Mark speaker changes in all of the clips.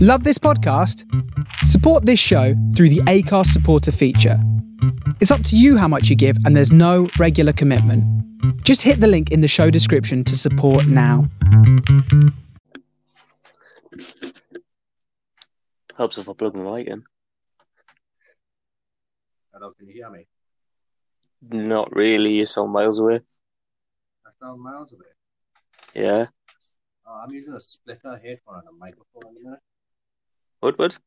Speaker 1: Love this podcast? Support this show through the ACARS supporter feature. It's up to you how much you give, and there's no regular commitment. Just hit the link in the show description to support now.
Speaker 2: Helps if I plug my light in.
Speaker 3: Hello, can you hear me?
Speaker 2: Not really, you sound miles away.
Speaker 3: I sound miles away.
Speaker 2: Yeah.
Speaker 3: Oh, I'm using a splitter headphone and a microphone in a minute.
Speaker 2: What, what?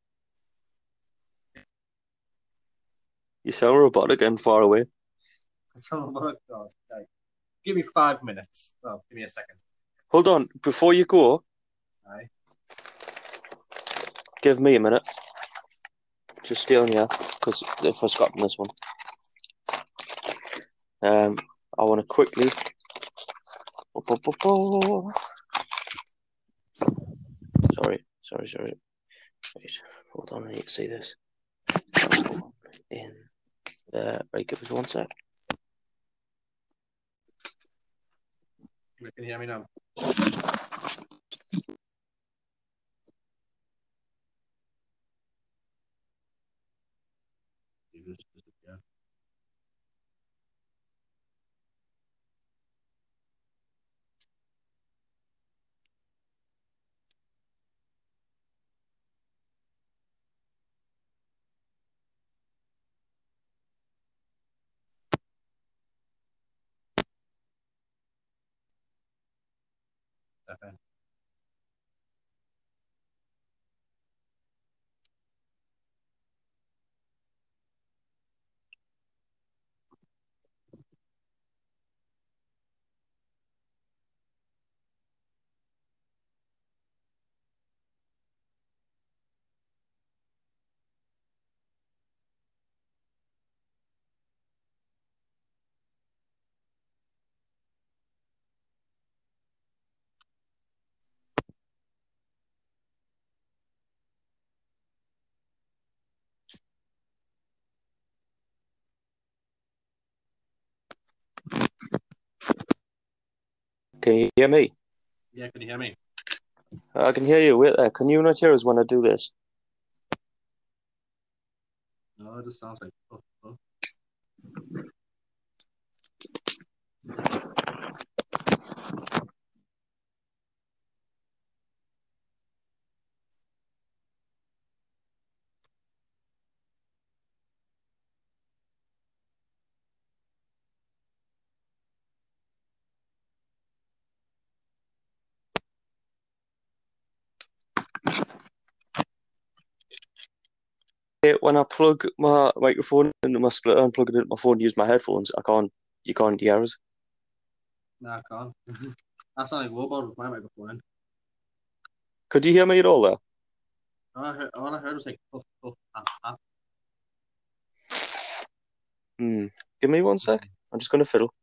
Speaker 2: You sound robotic and far away.
Speaker 3: I sound like, oh, like, give me five minutes. Oh, give me a second.
Speaker 2: Hold on, before you go,
Speaker 3: Aye.
Speaker 2: give me a minute. Just stay on here, because if I scrap on this one, um, I want to quickly. Sorry, sorry, sorry. Wait, hold on, I need to see this. In there, right, give us one sec.
Speaker 3: You can hear me now. Okay.
Speaker 2: Can you hear me?
Speaker 3: Yeah, can you hear me?
Speaker 2: I can hear you. Wait there. Can you not hear us when I do this?
Speaker 3: No, it just sounds like. Oh, oh.
Speaker 2: Hey, Eh, when I plug my microphone into my splitter and plug it into my phone, use my headphones, I can't. You can't hear us.
Speaker 3: Nah, I can't. I sound like a robot with my microphone.
Speaker 2: Could you hear me at all there?
Speaker 3: All I heard, all I heard was like, oh, oh, ah, ah.
Speaker 2: Hmm. Give me one sec. I'm just gonna fiddle.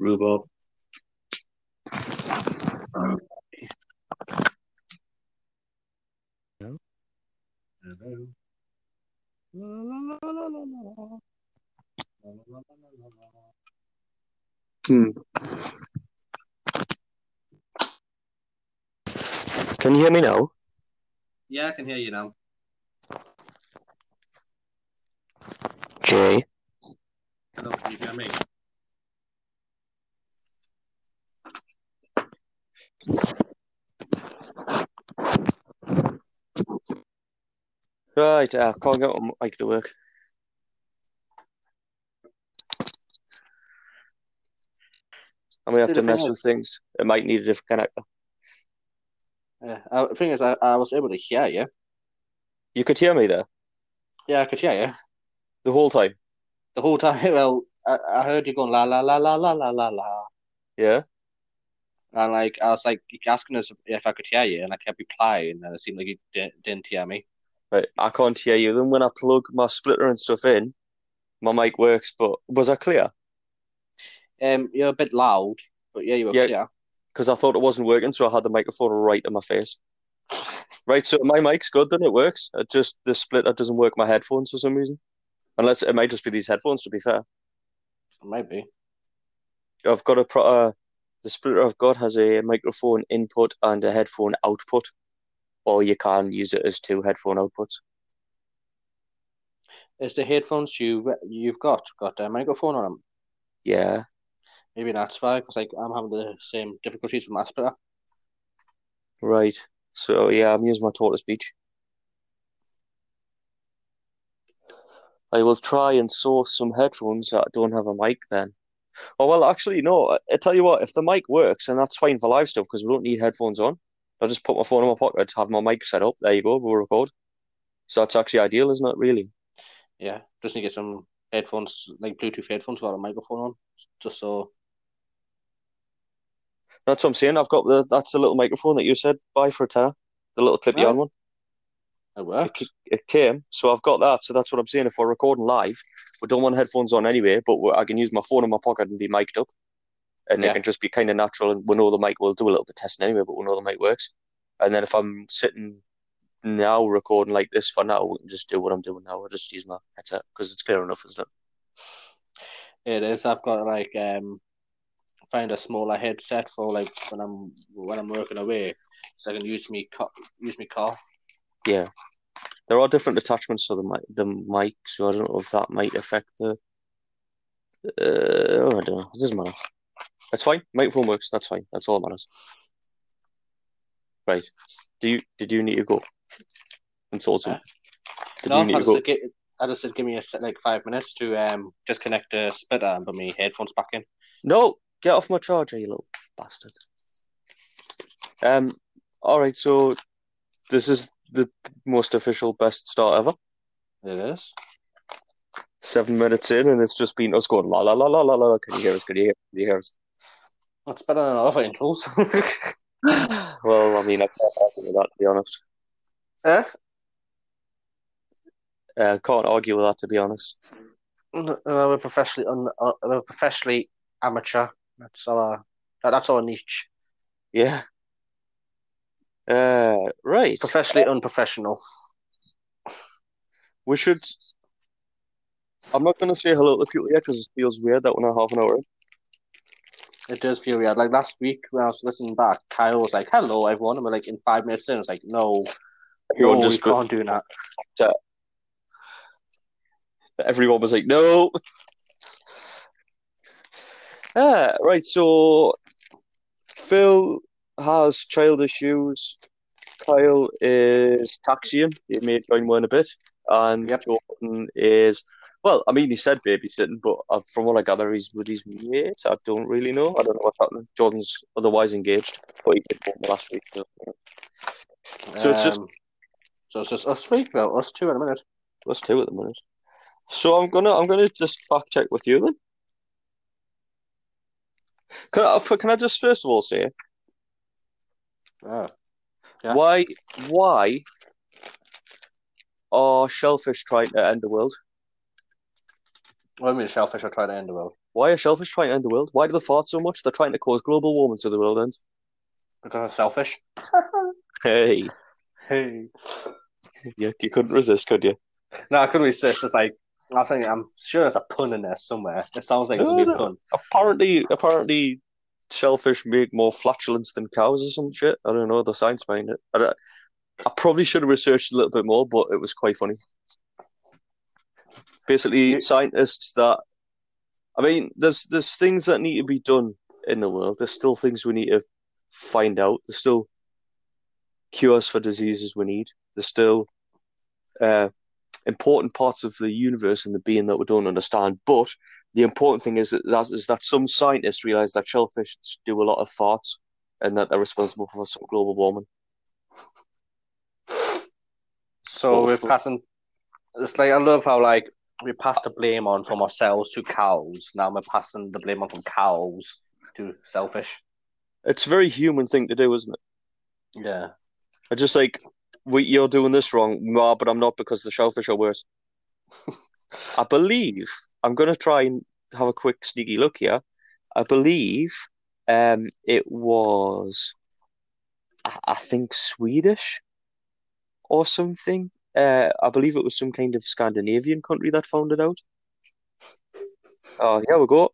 Speaker 3: Rhubarb. Hello. Hello. La, la, la, la, la, la. La, la, la, la, la, la, la.
Speaker 2: Can you hear me now?
Speaker 3: Yeah, I can hear you now.
Speaker 2: Jay.
Speaker 3: So can you hear me?
Speaker 2: Right. I can't get my mic to work. I'm gonna have
Speaker 4: See,
Speaker 2: to
Speaker 4: the thing
Speaker 2: mess
Speaker 4: is-
Speaker 2: with things. It might need a different connector.
Speaker 4: Yeah, uh, the thing is, I, I was able to hear you.
Speaker 2: You could hear me there
Speaker 4: Yeah, I could hear you
Speaker 2: the whole time.
Speaker 4: the whole time. Well, I, I heard you going la la la la la la la la.
Speaker 2: Yeah.
Speaker 3: And like I was like asking us if I could hear you, and I kept replying, and it seemed like you di- didn't hear me.
Speaker 2: Right, I can't hear you. Then when I plug my splitter and stuff in, my mic works. But was I clear?
Speaker 3: Um, you're a bit loud, but yeah, you were
Speaker 2: Yeah.
Speaker 3: clear.
Speaker 2: Because I thought it wasn't working, so I had the microphone right in my face. Right, so my mic's good, then it works. It just the splitter doesn't work my headphones for some reason. Unless it might just be these headphones. To be fair,
Speaker 3: Maybe.
Speaker 2: I've got a pro- uh, the splitter I've got has a microphone input and a headphone output, or you can use it as two headphone outputs.
Speaker 3: Is the headphones you you've got got a microphone on them?
Speaker 2: Yeah,
Speaker 3: Maybe that's why, because like I'm having the same difficulties with my splitter.
Speaker 2: right. So yeah, I'm using my tortoise speech. I will try and source some headphones that don't have a mic then. Oh well, actually no. I, I tell you what, if the mic works, and that's fine for live stuff because we don't need headphones on. I'll just put my phone in my pocket, have my mic set up. There you go, we'll record. So that's actually ideal, isn't it? Really.
Speaker 3: Yeah, just need to get some headphones, like Bluetooth headphones, without a microphone on, just so
Speaker 2: That's what I'm saying. I've got the that's the little microphone that you said buy for a tenner, the little clip
Speaker 3: Right.
Speaker 2: on one.
Speaker 3: it works.
Speaker 2: It, it came, uh, so I've got that. So that's what I'm saying. If we're recording live, we don't want headphones on anyway, but we I can use my phone in my pocket and be mic'd up, and
Speaker 3: Yeah.
Speaker 2: it can just be kind of natural. And we know the mic. We'll do a little bit of testing anyway, but we know the mic works. And then if I'm sitting now recording like this for now, we can just do what I'm doing now. I just use my headset because it's clear enough, isn't it?
Speaker 3: It is. I've got like um, find a smaller headset for like when I'm when I'm working away, so I can use me car, use me car.
Speaker 2: Yeah. There are different attachments to the mic, the mic, so I don't know if that might affect the. Uh, I don't know. It doesn't matter. That's fine. Microphone works. That's fine. That's all that matters. Right. Do you did you need to go? And sort something. Did
Speaker 3: no,
Speaker 2: you need
Speaker 3: I
Speaker 2: to
Speaker 3: just,
Speaker 2: go?
Speaker 3: said gi- I just said give me a set, like five minutes to um just connect the splitter and put my headphones back in.
Speaker 2: No, get off my charger, you little bastard. Um. All right. So this is the most official best start ever.
Speaker 3: It is.
Speaker 2: Seven minutes in, and it's just been us going la la la la la la. Can you hear us? Can you hear? Can you hear us?
Speaker 3: That's better than other intros.
Speaker 2: Well, I mean, I can't argue with that, to be honest.
Speaker 3: Eh?
Speaker 2: Uh, can't argue with that, to be honest.
Speaker 3: no, no, we're professionally un, uh, we're professionally amateur. That's our that, that's our niche.
Speaker 2: Yeah. Uh, right.
Speaker 3: Professionally unprofessional.
Speaker 2: We should. I'm not going to say hello to people yet because it feels weird that we're not half an hour in.
Speaker 3: It does feel weird. Like last week when I was listening back, Kyle was like, "Hello, everyone," and we're like, in five minutes in, it's like, "No,
Speaker 2: Everyone
Speaker 3: no,
Speaker 2: just
Speaker 3: Oh, we
Speaker 2: go-
Speaker 3: can't do that."
Speaker 2: everyone was like, no. Ah, right. So Phil has child issues. Kyle is taxiing. He made going one a bit, and
Speaker 3: Yep.
Speaker 2: Jordan is. Well, I mean, he said babysitting, but uh, from what I gather, he's with his mate. I don't really know. I don't know what's happening. Jordan's otherwise engaged, but he did home last week. So, you know. So it's just
Speaker 3: Um, so it's just us three, well, us two in a minute.
Speaker 2: us two at the minute. So I'm gonna I'm gonna just fact check with you then. Can I, can I just first of all say
Speaker 3: Oh, Yeah.
Speaker 2: why why are shellfish trying to end the world?
Speaker 3: well, I mean, shellfish are trying to end the world
Speaker 2: Why are shellfish trying to end the world? Why do they fart so much? They're trying to cause global warming to the world end.
Speaker 3: because they're selfish.
Speaker 2: Hey,
Speaker 3: Hey,
Speaker 2: you, you couldn't resist, could you?
Speaker 3: no, I couldn't resist. It's like I think I'm sure there's a pun in there somewhere. It sounds like it's gonna be
Speaker 2: No,
Speaker 3: a
Speaker 2: no.
Speaker 3: pun.
Speaker 2: Apparently, apparently, shellfish make more flatulence than cows or some shit. I don't know the science behind it. I, don't- I probably should have researched a little bit more, but it was quite funny. Basically,
Speaker 3: You-
Speaker 2: scientists that I mean, there's there's things that need to be done in the world. There's still things we need to find out. There's still cures for diseases we need. There's still uh, important parts of the universe and the being that we don't understand. But the important thing is that, that is that some scientists realize that shellfish do a lot of farts and that they're responsible for some global warming.
Speaker 3: So we're passing. It's like I love how like we pass the blame on from ourselves to cows. Now we're passing the blame on from cows to selfish.
Speaker 2: It's a very human thing to do, isn't it?
Speaker 3: Yeah.
Speaker 2: I just like we you're doing this wrong, nah, but I'm not because the shellfish are worse. I believe I'm gonna try and have a quick sneaky look here. I believe um it was I, I think Swedish or something. Uh, I believe it was some kind of Scandinavian country that found it out. Oh, here we go.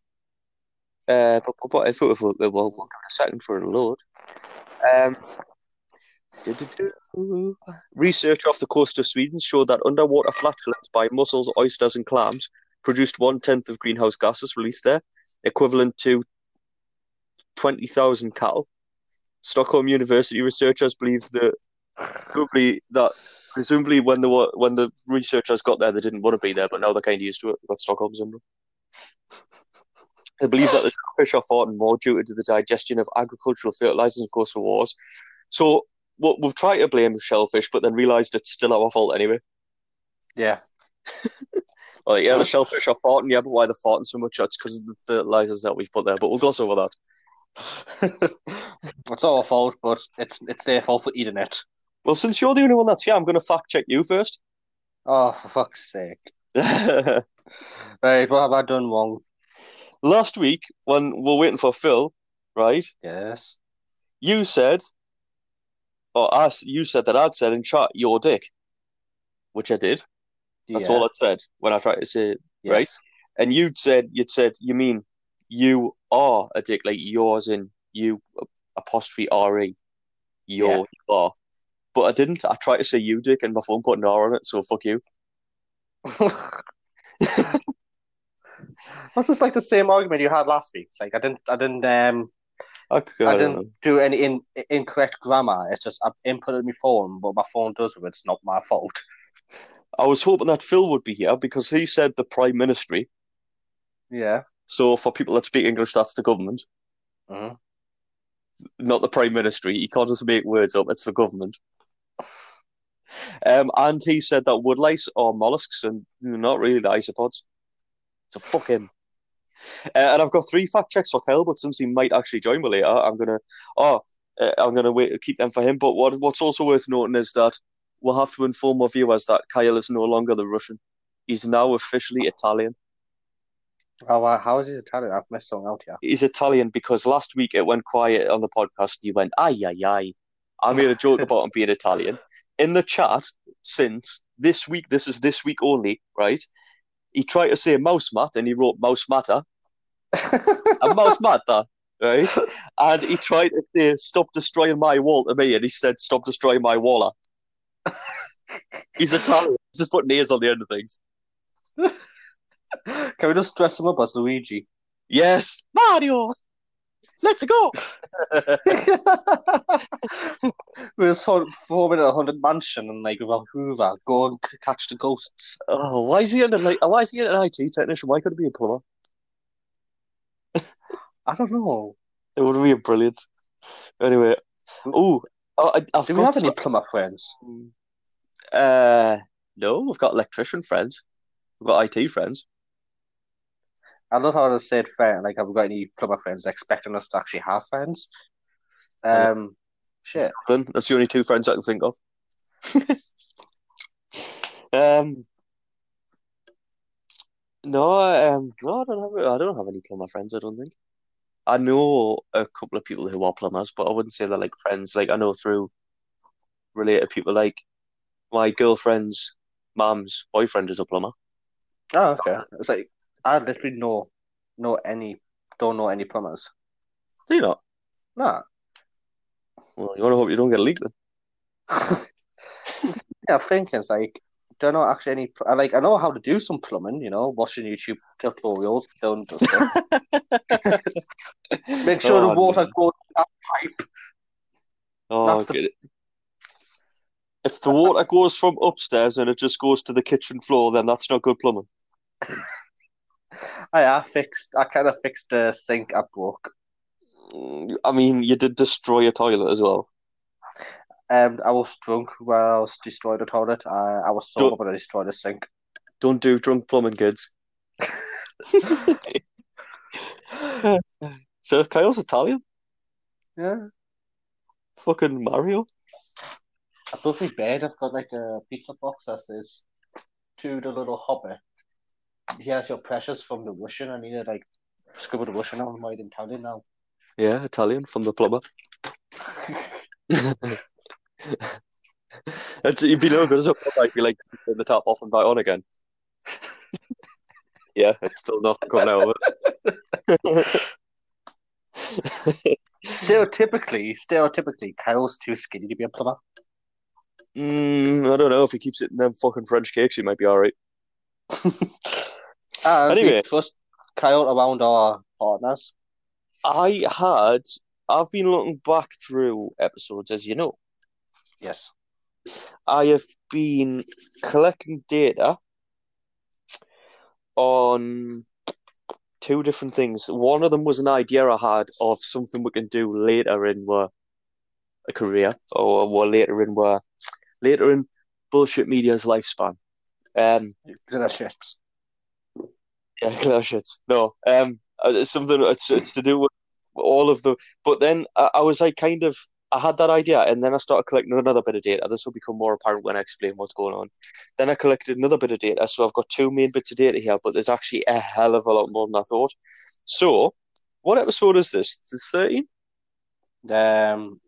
Speaker 2: Uh, but, but, but if it, if it, well, we'll give it a second for a load. Um, do-do-do. Research off the coast of Sweden showed that underwater flatulence by mussels, oysters, and clams produced one tenth of greenhouse gases released there, equivalent to 20,000 cattle. Stockholm University researchers believe that probably that presumably when the wa- when the researchers got there, they didn't want to be there, but now they're kind of used to it. They've got Stockholm syndrome. They believe that the fish are farting more due to the digestion of agricultural fertilizers and coastal waters. So what we've tried to blame shellfish, but then realised it's still our fault anyway.
Speaker 3: Yeah.
Speaker 2: Like, yeah, the shellfish are farting. Yeah, but why they're farting so much? That's because of the fertilizers that we've put there. But we'll gloss over that.
Speaker 3: it's our fault, but it's it's their fault for eating it.
Speaker 2: Well, since you're the only one that's here, I'm going to fact check you first.
Speaker 3: Oh, for fuck's sake. Right, what have I done wrong?
Speaker 2: Last week, when we we're waiting for Phil, right?
Speaker 3: Yes.
Speaker 2: You said, or I, s- you said that I'd said in chat your dick, which I did. That's
Speaker 3: Yeah.
Speaker 2: all I said when I tried to say it.
Speaker 3: Yes.
Speaker 2: right? And you'd said, you'd said, you mean you are a dick, like yours in you apostrophe R E, your
Speaker 3: Yeah.
Speaker 2: you are. But I didn't. I tried to say you dick, and my phone put an R on it, so fuck you.
Speaker 3: This is like the same argument you had last week. It's like I didn't, I didn't, um,
Speaker 2: I,
Speaker 3: I
Speaker 2: don't know.
Speaker 3: didn't do any in, incorrect grammar. It's just I inputted my phone, but my phone does it. It's not my fault.
Speaker 2: I was hoping that Phil would be here because he said the Prime Ministry.
Speaker 3: Yeah.
Speaker 2: So for people that speak English, that's the government,
Speaker 3: Mhm.
Speaker 2: not the Prime Ministry. You can't just make words up. It's the government. Um, and he said that woodlice are mollusks and not really the isopods. So fuck him. Uh, and I've got three fact checks for Kyle, but since he might actually join me later, I'm gonna oh uh, I'm gonna wait keep them for him. But what what's also worth noting is that we'll have to inform our viewers that Kyle is no longer the Russian. He's now officially Italian.
Speaker 3: Oh, wow. How is it Italian? I've missed something out here.
Speaker 2: He's Italian because last week it went quiet on the podcast. And he went ay ay ay. I made a joke about him being Italian in the chat. Since this week, this is this week only, right? He tried to say mouse mat and he wrote mouse matter. a mouse matter, right? And he tried to say, "Stop destroying my wall" to me, and he said, "Stop destroying my waller." He's Italian. He's just putting ears on the end of things.
Speaker 3: Can we just dress him up as Luigi?
Speaker 2: Yes, Mario. Let's go.
Speaker 3: we just sort of forming a haunted mansion and like, well, Hoover, go and c- catch the ghosts.
Speaker 2: Oh, why is he in a, like? Why is he in an IT technician? Why could not he be a plumber?
Speaker 3: I don't know.
Speaker 2: It would be brilliant. Anyway, oh, I, I've
Speaker 3: Do we
Speaker 2: got
Speaker 3: have any plumber friends?
Speaker 2: some- Uh, no, we've got electrician friends. We've got IT friends.
Speaker 3: I love how they said friend. Like, have we got any plumber friends expecting us to actually have friends? Um, shit.
Speaker 2: Then that's the only two friends I can think of. um, no, um, no, I don't have. I don't have any plumber friends. I don't think. I know a couple of people who are plumbers, but I wouldn't say they're like friends. Like I know through related people, like my girlfriend's mum's boyfriend is a plumber.
Speaker 3: Oh, okay. It's like I literally know, know any, don't know any plumbers.
Speaker 2: Do you not?
Speaker 3: Nah.
Speaker 2: Well, you want to hope you don't get a leak then.
Speaker 3: yeah, I'm thinking it's like don't know actually any. I like I know how to do some plumbing, you know, watching YouTube tutorials, doing stuff. Make sure
Speaker 2: Oh,
Speaker 3: the water
Speaker 2: no.
Speaker 3: goes.
Speaker 2: Oh,
Speaker 3: That's the-
Speaker 2: get it. Oh, If the water goes from upstairs and it just goes to the kitchen floor, then that's not good plumbing.
Speaker 3: I, I fixed. I kind of fixed the sink I broke.
Speaker 2: Mm, I mean, you did destroy a toilet as well.
Speaker 3: Um, I was drunk when I was destroyed the toilet. I, I was sober, but I destroyed the sink.
Speaker 2: Don't do drunk plumbing, kids. so Kyle's Italian.
Speaker 3: Yeah.
Speaker 2: Fucking Mario.
Speaker 3: Above my bed, I've got like a pizza box that says to the little hobbit. He has your precious from the Russian. I need to like scribble the Russian on my Italian now.
Speaker 2: Yeah, Italian from the plumber. That's- You'd be no good as a plumber. I'd be like, turn the tap off and back on again. yeah, it's still not coming out of it.
Speaker 3: Stereotypically, stereotypically, Kyle's too skinny to be a plumber.
Speaker 2: mm, I don't know. If he keeps eating them fucking French cakes, he might be alright.
Speaker 3: And we
Speaker 2: Anyway.
Speaker 3: trust Kyle around our partners.
Speaker 2: I had, I've been looking back through episodes, as you know.
Speaker 3: Yes.
Speaker 2: I have been collecting data on two different things. One of them was an idea I had of something we can do later in our a career or, or later in our later in bullshit media's lifespan. Um,
Speaker 3: Little shits.
Speaker 2: yeah, clear shits. No, um, uh, it's something. It's it's to do with all of the. But then I, I was like, kind of, I had that idea, and then I started collecting another bit of data. This will become more apparent when I explain what's going on. Then I collected another bit of data, so I've got two main bits of data here. But there's actually a hell of a lot more than I thought. So, what episode is this? The thirteen?
Speaker 3: Um,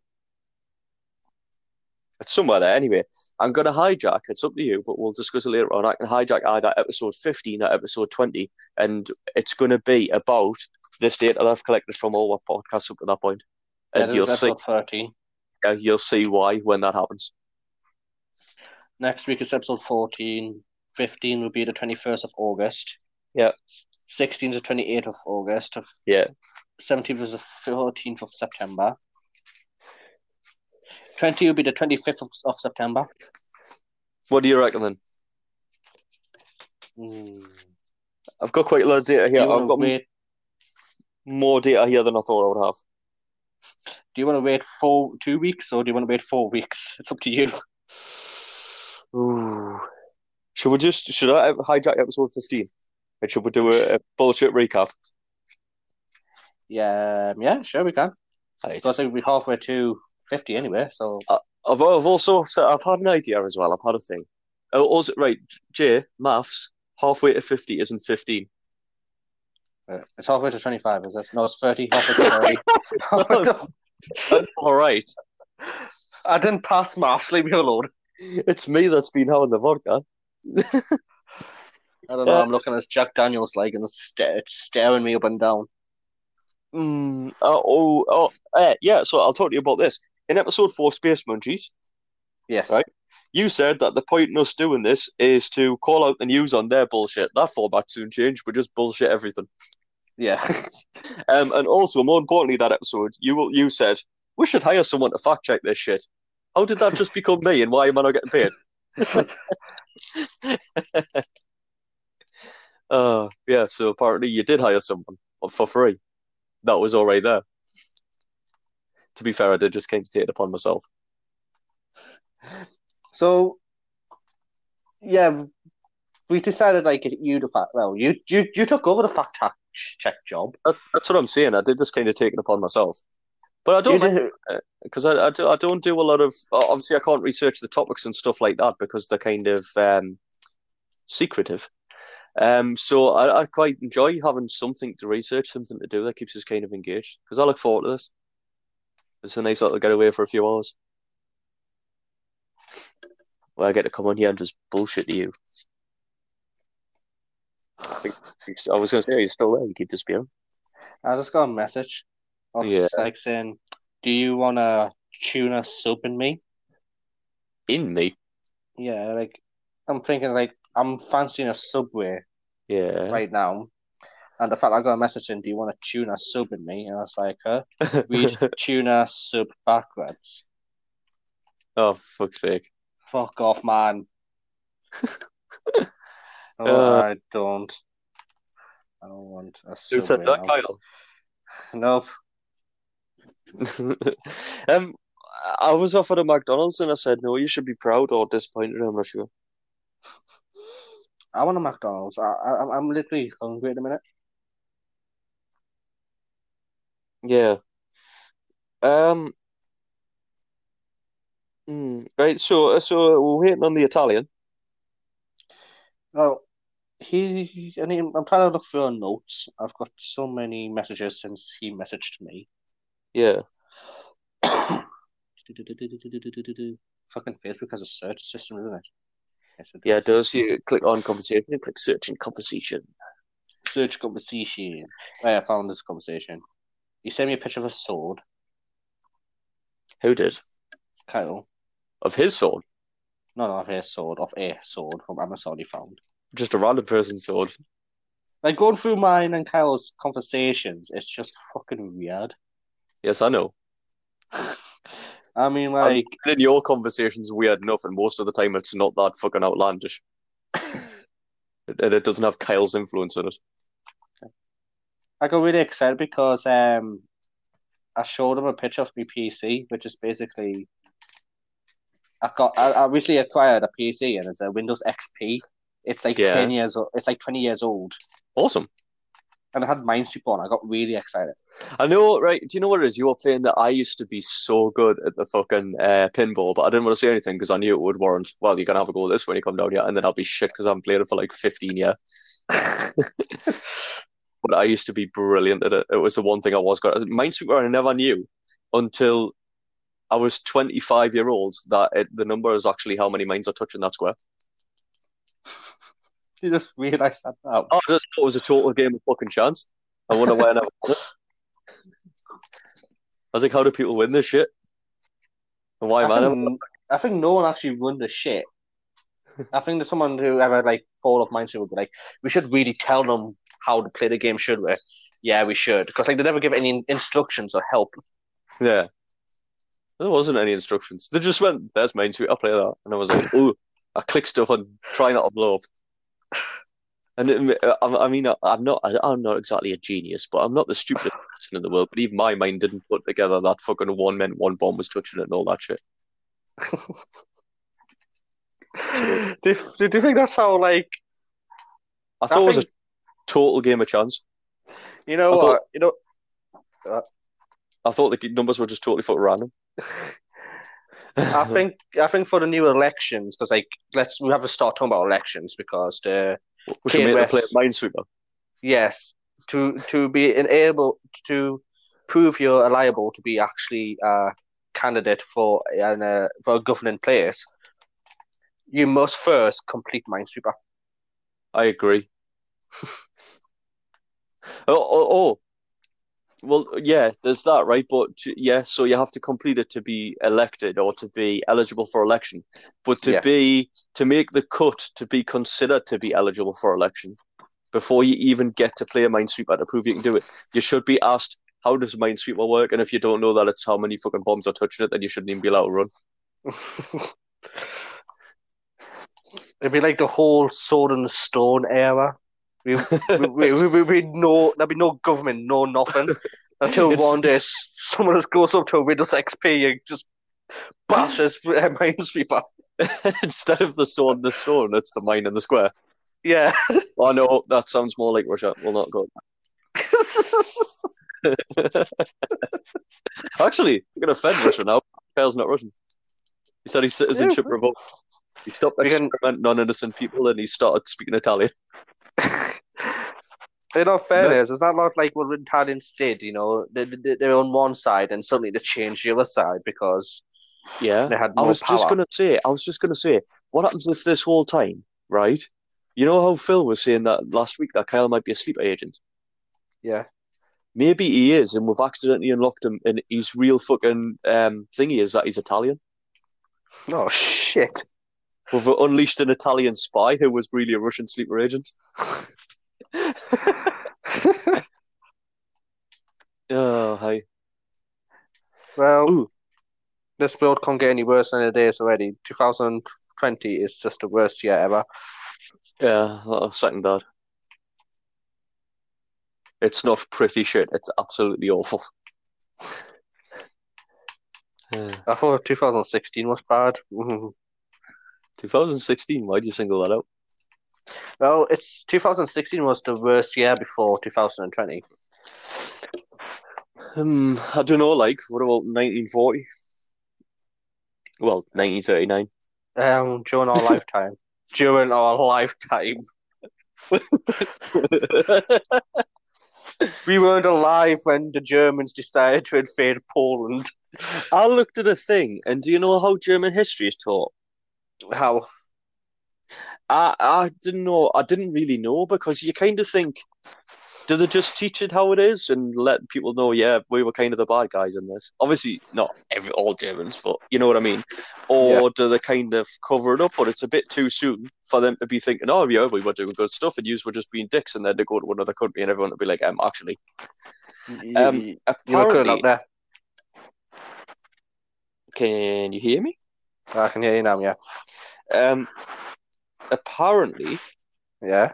Speaker 2: It's somewhere there. Anyway, I'm going to hijack. It's up to you, but we'll discuss it later on. I can hijack either episode 15 or episode 20, and it's going to be about this data that I've collected from all our podcasts up to that point.
Speaker 3: yeah,
Speaker 2: And
Speaker 3: this
Speaker 2: you'll
Speaker 3: is
Speaker 2: see,
Speaker 3: episode 13.
Speaker 2: yeah, you'll see why when that happens.
Speaker 3: Next week is episode 14. 15 will be the 21st of August.
Speaker 2: Yeah.
Speaker 3: 16 is the 28th of August.
Speaker 2: Yeah.
Speaker 3: 17th is the 14th of September. 20 will be the 25th of, of September.
Speaker 2: What do you reckon then?
Speaker 3: Mm.
Speaker 2: I've got quite a lot of data here.
Speaker 3: do you
Speaker 2: I've
Speaker 3: want to
Speaker 2: got m-
Speaker 3: wait?
Speaker 2: more data here than I thought I would have.
Speaker 3: Do you want to wait four two weeks or do you want to wait four weeks? It's up to you.
Speaker 2: Ooh. Should we just, should I hijack episode 15? And should we do a, a bullshit recap?
Speaker 3: Yeah, um, yeah, sure we can.
Speaker 2: Right.
Speaker 3: Because we'll be halfway to fifty anyway. So
Speaker 2: I've, I've also so I've had an idea as well. I've had a thing. Oh, also, right, Jay, maths halfway to fifty isn't fifteen.
Speaker 3: uh, it's halfway to twenty-five, is it? No, it's thirty. Halfway to 30. Halfway to-
Speaker 2: All right,
Speaker 3: I didn't pass maths. Leave me alone.
Speaker 2: it's me that's been having the vodka.
Speaker 3: I don't know. I'm looking at this Jack Daniels like and it's, sta- it's staring me up and down.
Speaker 2: Mm, uh, oh, oh, eh, yeah. So I'll talk to you about this in episode four, Space Munchies.
Speaker 3: Yes.
Speaker 2: Right. You said that the point in us doing this is to call out the news on their bullshit. That format soon changed. We just bullshit everything.
Speaker 3: Yeah.
Speaker 2: Um, and also, more importantly, that episode, you you said we should hire someone to fact check this shit. How did that just become me, and why am I not getting paid? uh, yeah. So apparently, you did hire someone for free. That was already there. To be fair, I did just came to take it upon myself.
Speaker 3: so, yeah, we decided like you the fact. Well, you you you took over the fact check- check job.
Speaker 2: That, that's what I'm saying. I did just kind of take it upon myself. But I
Speaker 3: You
Speaker 2: don't
Speaker 3: did-
Speaker 2: because I, I, do, I don't do a lot of obviously I can't research the topics and stuff like that because they're kind of um, secretive. Um, so I, I quite enjoy having something to research, something to do that keeps us kind of engaged. Because I look forward to this. It's a nice little getaway for a few hours. Where I get to come on here and just bullshit to you. I think- I was going to say he's still there. You keep disappearing.
Speaker 3: I just got a message of
Speaker 2: Yeah.
Speaker 3: like saying, "Do you want to tuna soup in me?"
Speaker 2: In me.
Speaker 3: Yeah, like I'm thinking like I'm fancying a Subway
Speaker 2: Yeah.
Speaker 3: right now, and the fact I got a message saying, "Do you want to tuna soup in me?" and I was like, "Huh? Read tuna soup backwards."
Speaker 2: oh, fuck's sake.
Speaker 3: Fuck off, man. oh,
Speaker 2: Uh,
Speaker 3: I don't. I don't want a Subway.
Speaker 2: Who said that,
Speaker 3: no.
Speaker 2: Kyle?
Speaker 3: Nope.
Speaker 2: um, I was offered a McDonald's and I said, no, you should be proud or disappointed. I'm not sure.
Speaker 3: I want a McDonald's. I, I, I'm- I'm literally hungry at the minute.
Speaker 2: Yeah. Um. mm, right. So, so we're waiting on the Italian.
Speaker 3: Well, Oh, he and he, I'm trying to look through our notes. I've got so many messages since he messaged me.
Speaker 2: Yeah.
Speaker 3: Fucking Facebook has a search system, isn't it? Yes, it
Speaker 2: Yeah. it Does you click on conversation? You click search and conversation.
Speaker 3: Search conversation. Right, I found this conversation. He sent me a picture of a sword,
Speaker 2: Who did
Speaker 3: Kyle.
Speaker 2: of his sword?
Speaker 3: No, not of his sword, of a sword from Amazon he found.
Speaker 2: Just a random person's sword.
Speaker 3: Like going through mine and Kyle's conversations, it's just fucking weird.
Speaker 2: Yes, I know.
Speaker 3: I mean, like,
Speaker 2: Then your conversation's weird enough, and most of the time it's not that fucking outlandish. And it doesn't have Kyle's influence on it.
Speaker 3: I got really excited because um, I showed him a picture of my PC, which is basically I got I, I recently acquired a PC and it's a Windows XP. It's like
Speaker 2: Yeah.
Speaker 3: ten years old. It's like twenty years old,
Speaker 2: Awesome.
Speaker 3: and I had Minesweeper on. I got really excited.
Speaker 2: I know, right? Do you know what it is? You were playing that I used to be so good at the fucking uh, pinball, but I didn't want to say anything because I knew it would warrant, well, you're going to have a go at this when you come down here, and then I'll be shit because I haven't played it for like 15 years. but I used to be brilliant at it. It was the one thing I was good at. Minesweeper, I never knew until I was 25 year old that it, the number is actually how many mines are touching that square.
Speaker 3: You just realized that now.
Speaker 2: I just thought it was a total game of fucking chance. I wonder why I never won it. I was like, how do people win this shit? And why,
Speaker 3: I,
Speaker 2: man?
Speaker 3: think, I think no one actually won the shit. I think there's someone who ever like fall off Minesweeper would be like, we should really tell them how to play the game, should we? Yeah, we should, because like they never give any instructions or help.
Speaker 2: Yeah. There wasn't any instructions. They just went, there's main Street, I'll play that. And I was like, ooh, I click stuff and try not to blow up. And it, I, I mean, I, I'm not, I, I'm not exactly a genius, but I'm not the stupidest person in the world. But even my mind didn't put together that fucking one meant one bomb was touching it and all that shit.
Speaker 3: do, do, do you think that's how, like,
Speaker 2: I thought it was a total game of chance.
Speaker 3: you know
Speaker 2: I
Speaker 3: what?
Speaker 2: thought-
Speaker 3: you know,
Speaker 2: I thought the numbers were just totally fucking random.
Speaker 3: I think I think for the new elections, because like, let's we have to start talking about elections because the
Speaker 2: we should make them play
Speaker 3: West.
Speaker 2: Minesweeper.
Speaker 3: yes, to to be able to prove you're liable to be actually a candidate for an uh, for a governing place, you must first complete Minesweeper.
Speaker 2: I agree. oh, oh, oh. Well, yeah, there's that, right? But to, yeah, so you have to complete it to be elected or to be eligible for election. But to
Speaker 3: Yeah.
Speaker 2: be to make the cut to be considered to be eligible for election, before you even get to play a minesweeper to prove you can do it, you should be asked how does minesweeper work, and if you don't know that it's how many fucking bombs are touching it, then you shouldn't even be allowed to run.
Speaker 3: It'd be like the whole sword and stone era. We we, we, we, we no there'd be no government, no nothing. Until
Speaker 2: It's-
Speaker 3: one day s- someone just goes up to a Windows XP and just bashes uh, Minesweeper.
Speaker 2: Instead of the sword and the stone, it's the mine and the square.
Speaker 3: Yeah.
Speaker 2: Oh no, that sounds more like Russia. We'll not go. Actually, we're gonna offend Russia now. Kyle's not Russian. He said his citizenship revoked. He stopped
Speaker 3: We can-
Speaker 2: experimenting on innocent people and he started speaking Italian.
Speaker 3: In all fairness, it's not like, like what Italians did, you know. They, they, they were on one side and suddenly they changed the other side because
Speaker 2: Yeah.
Speaker 3: they had
Speaker 2: I
Speaker 3: more
Speaker 2: was
Speaker 3: power.
Speaker 2: just gonna say, I was just gonna say, what happens if this whole time, right? You know how Phil was saying that last week that Kyle might be a sleeper agent?
Speaker 3: Yeah.
Speaker 2: Maybe he is, and we've accidentally unlocked him and his real fucking um thingy is that he's Italian.
Speaker 3: Oh, shit.
Speaker 2: We've unleashed an Italian spy who was really a Russian sleeper agent. Oh, hi.
Speaker 3: Well,
Speaker 2: Ooh.
Speaker 3: this world can't get any worse than it is already. 2020 is just the worst year ever.
Speaker 2: Yeah, I'll second that. It's not pretty shit. It's absolutely awful. Uh,
Speaker 3: I thought 2016 was bad. Mhm.
Speaker 2: 2016, why do you single that out?
Speaker 3: Well, it's 2016 was the worst year before 2020.
Speaker 2: Hmm, I don't know. Like, what about 1940? Well, 1939.
Speaker 3: Um, during our lifetime. During our lifetime. We weren't alive when the Germans decided to invade Poland.
Speaker 2: I looked at a thing, and do you know how German history is taught?
Speaker 3: How?
Speaker 2: I I didn't know. I didn't really know because you kind of think, do they just teach it how it is and let people know? Yeah, we were kind of the bad guys in this. Obviously, not every all Germans, but you know what I mean. Or do they kind of cover it up? But it's a bit too soon for them to be thinking, oh yeah, we were doing good stuff, and you were just being dicks, and then to go to another country and everyone would be like, um, actually, Um,
Speaker 3: you look good up
Speaker 2: apparently,
Speaker 3: there.
Speaker 2: can you hear me?
Speaker 3: I can hear you now, yeah.
Speaker 2: Um, apparently,
Speaker 3: Yeah.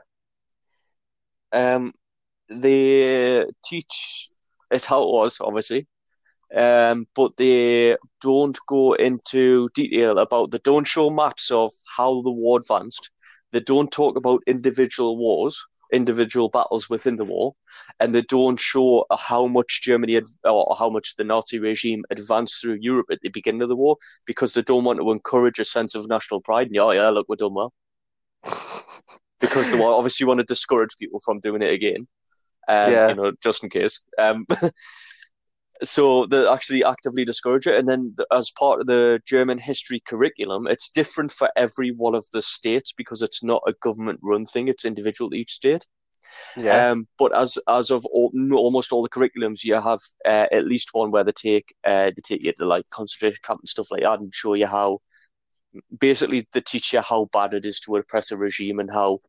Speaker 2: um, they teach it how it was, obviously, um, but they don't go into detail about they don't show maps of how the war advanced. They don't talk about individual wars, individual battles within the war, and they don't show how much Germany ad- or how much the Nazi regime advanced through Europe at the beginning of the war because they don't want to encourage a sense of national pride. And, oh yeah, look, we're done well because they wa- obviously want to discourage people from doing it again. Um,
Speaker 3: Yeah.
Speaker 2: You know, just in case. Um, so they actually actively discourage it, and then th- as part of the German history curriculum, it's different for every one of the states because it's not a government-run thing; it's individual to each state.
Speaker 3: Yeah.
Speaker 2: Um, but as as of all, no- almost all the curriculums, you have uh, at least one where they take uh, they take you to like concentration camp and stuff like that, and show you how basically they teach you how bad it is to oppress a regime and how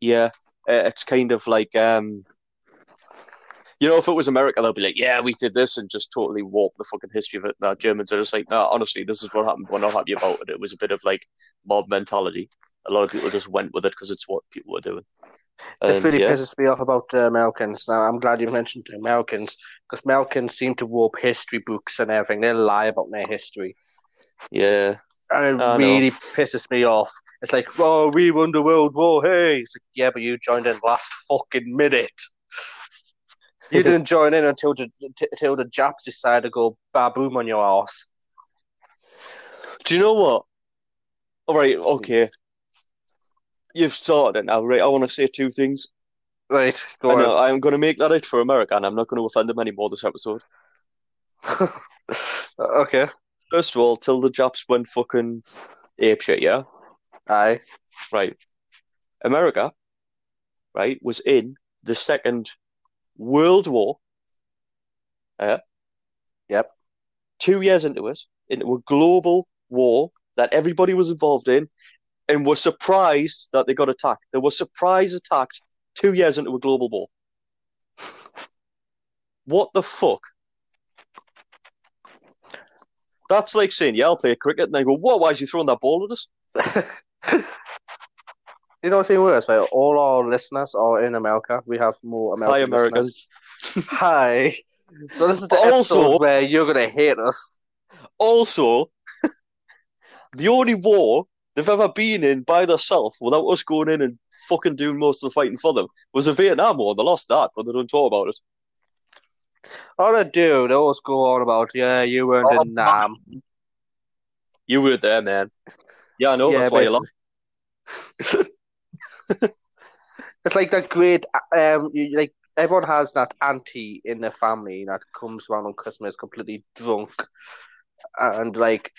Speaker 2: yeah, uh, it's kind of like um, you know, if it was America, they'll be like, yeah, we did this and just totally warp the fucking history of it. The Germans are just like, no, honestly, this is what happened. We're not happy about it. It was a bit of like mob mentality. A lot of people just went with it because it's what people were doing.
Speaker 3: this
Speaker 2: And,
Speaker 3: really
Speaker 2: yeah.
Speaker 3: pisses me off about the Americans. Now, I'm glad you mentioned uh, the Americans because Americans seem to warp history books and everything. They lie about their history.
Speaker 2: Yeah,
Speaker 3: And it
Speaker 2: I know.
Speaker 3: really pisses me off. It's like, oh, we won the World War. Hey. It's like, yeah, but you joined in last fucking minute. You didn't join in until the, t- until the Japs decided to go baboom on your ass.
Speaker 2: Do you know what? All right, okay. You've started it now, right? I want to say two things.
Speaker 3: Right, go
Speaker 2: I
Speaker 3: on.
Speaker 2: know, I'm going to make that it for America, and I'm not going to offend them anymore this episode.
Speaker 3: Uh, okay.
Speaker 2: First of all, till the Japs went fucking apeshit, yeah?
Speaker 3: Aye.
Speaker 2: Right. America, right, was in the Second World War. Yeah.
Speaker 3: Yep.
Speaker 2: Two years into it, into a global war that everybody was involved in and were surprised that they got attacked. They were surprise attacked two years into a global war. What the fuck? That's like saying, yeah, I'll play cricket. And they go, what? Why is he throwing that ball at us?
Speaker 3: You know what's even worse, mate? All our listeners are in America. We have more American
Speaker 2: Hi,
Speaker 3: listeners.
Speaker 2: Americans.
Speaker 3: Hi. So this is the
Speaker 2: But
Speaker 3: episode
Speaker 2: also-
Speaker 3: where you're gonna hate us.
Speaker 2: also the only war they've ever been in by themselves without us going in and fucking doing most of the fighting for them was the Vietnam War. They lost that, but they don't talk about it.
Speaker 3: All Oh, I do, they always go on about, yeah, you weren't
Speaker 2: Oh,
Speaker 3: in Nam.
Speaker 2: You were there, man. Yeah, I know.
Speaker 3: Yeah,
Speaker 2: that's why you lost.
Speaker 3: It's like that great, um, you, like everyone has that auntie in their family that comes around on Christmas completely drunk, and like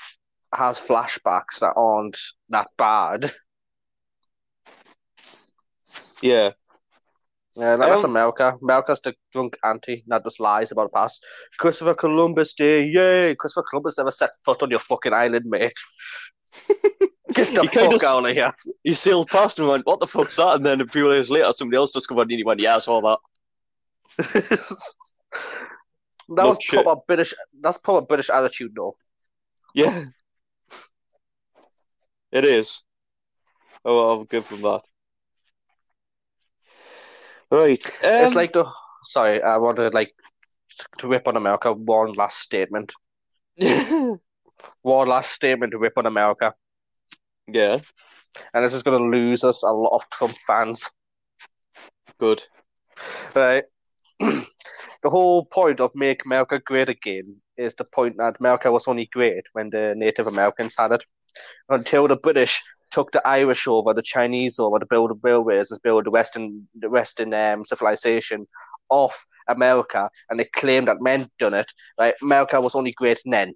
Speaker 3: has flashbacks that aren't that bad.
Speaker 2: Yeah,
Speaker 3: Yeah, that- that's
Speaker 2: Um,
Speaker 3: America. America's the drunk auntie that just lies about the past. Christopher Columbus Day, yay! Christopher Columbus never set foot on your fucking island, mate. Get the
Speaker 2: He kinda
Speaker 3: fuck
Speaker 2: s-
Speaker 3: out of here.
Speaker 2: he sailed past and went, "What the fuck's that?" And then a few days later, somebody else discovered it and he went, "Yeah, I saw that."
Speaker 3: that
Speaker 2: No
Speaker 3: was
Speaker 2: shit.
Speaker 3: proper British. That's proper British attitude, though.
Speaker 2: Yeah, it is. Oh, well, I'll give them that. Right, um,
Speaker 3: it's like the. Sorry, I wanted like to rip on America. One last statement.
Speaker 2: um,
Speaker 3: One last statement to rip on America,
Speaker 2: yeah,
Speaker 3: and this is going to lose us a lot of Trump fans,
Speaker 2: good.
Speaker 3: right? the whole point of Make America Great Again is the point that America was only great when the Native Americans had it. Until the British took the Irish over, the Chinese over, to build the railways and build the Western the Western um, civilization off America, and they claimed that men done it. Right, America was only great then.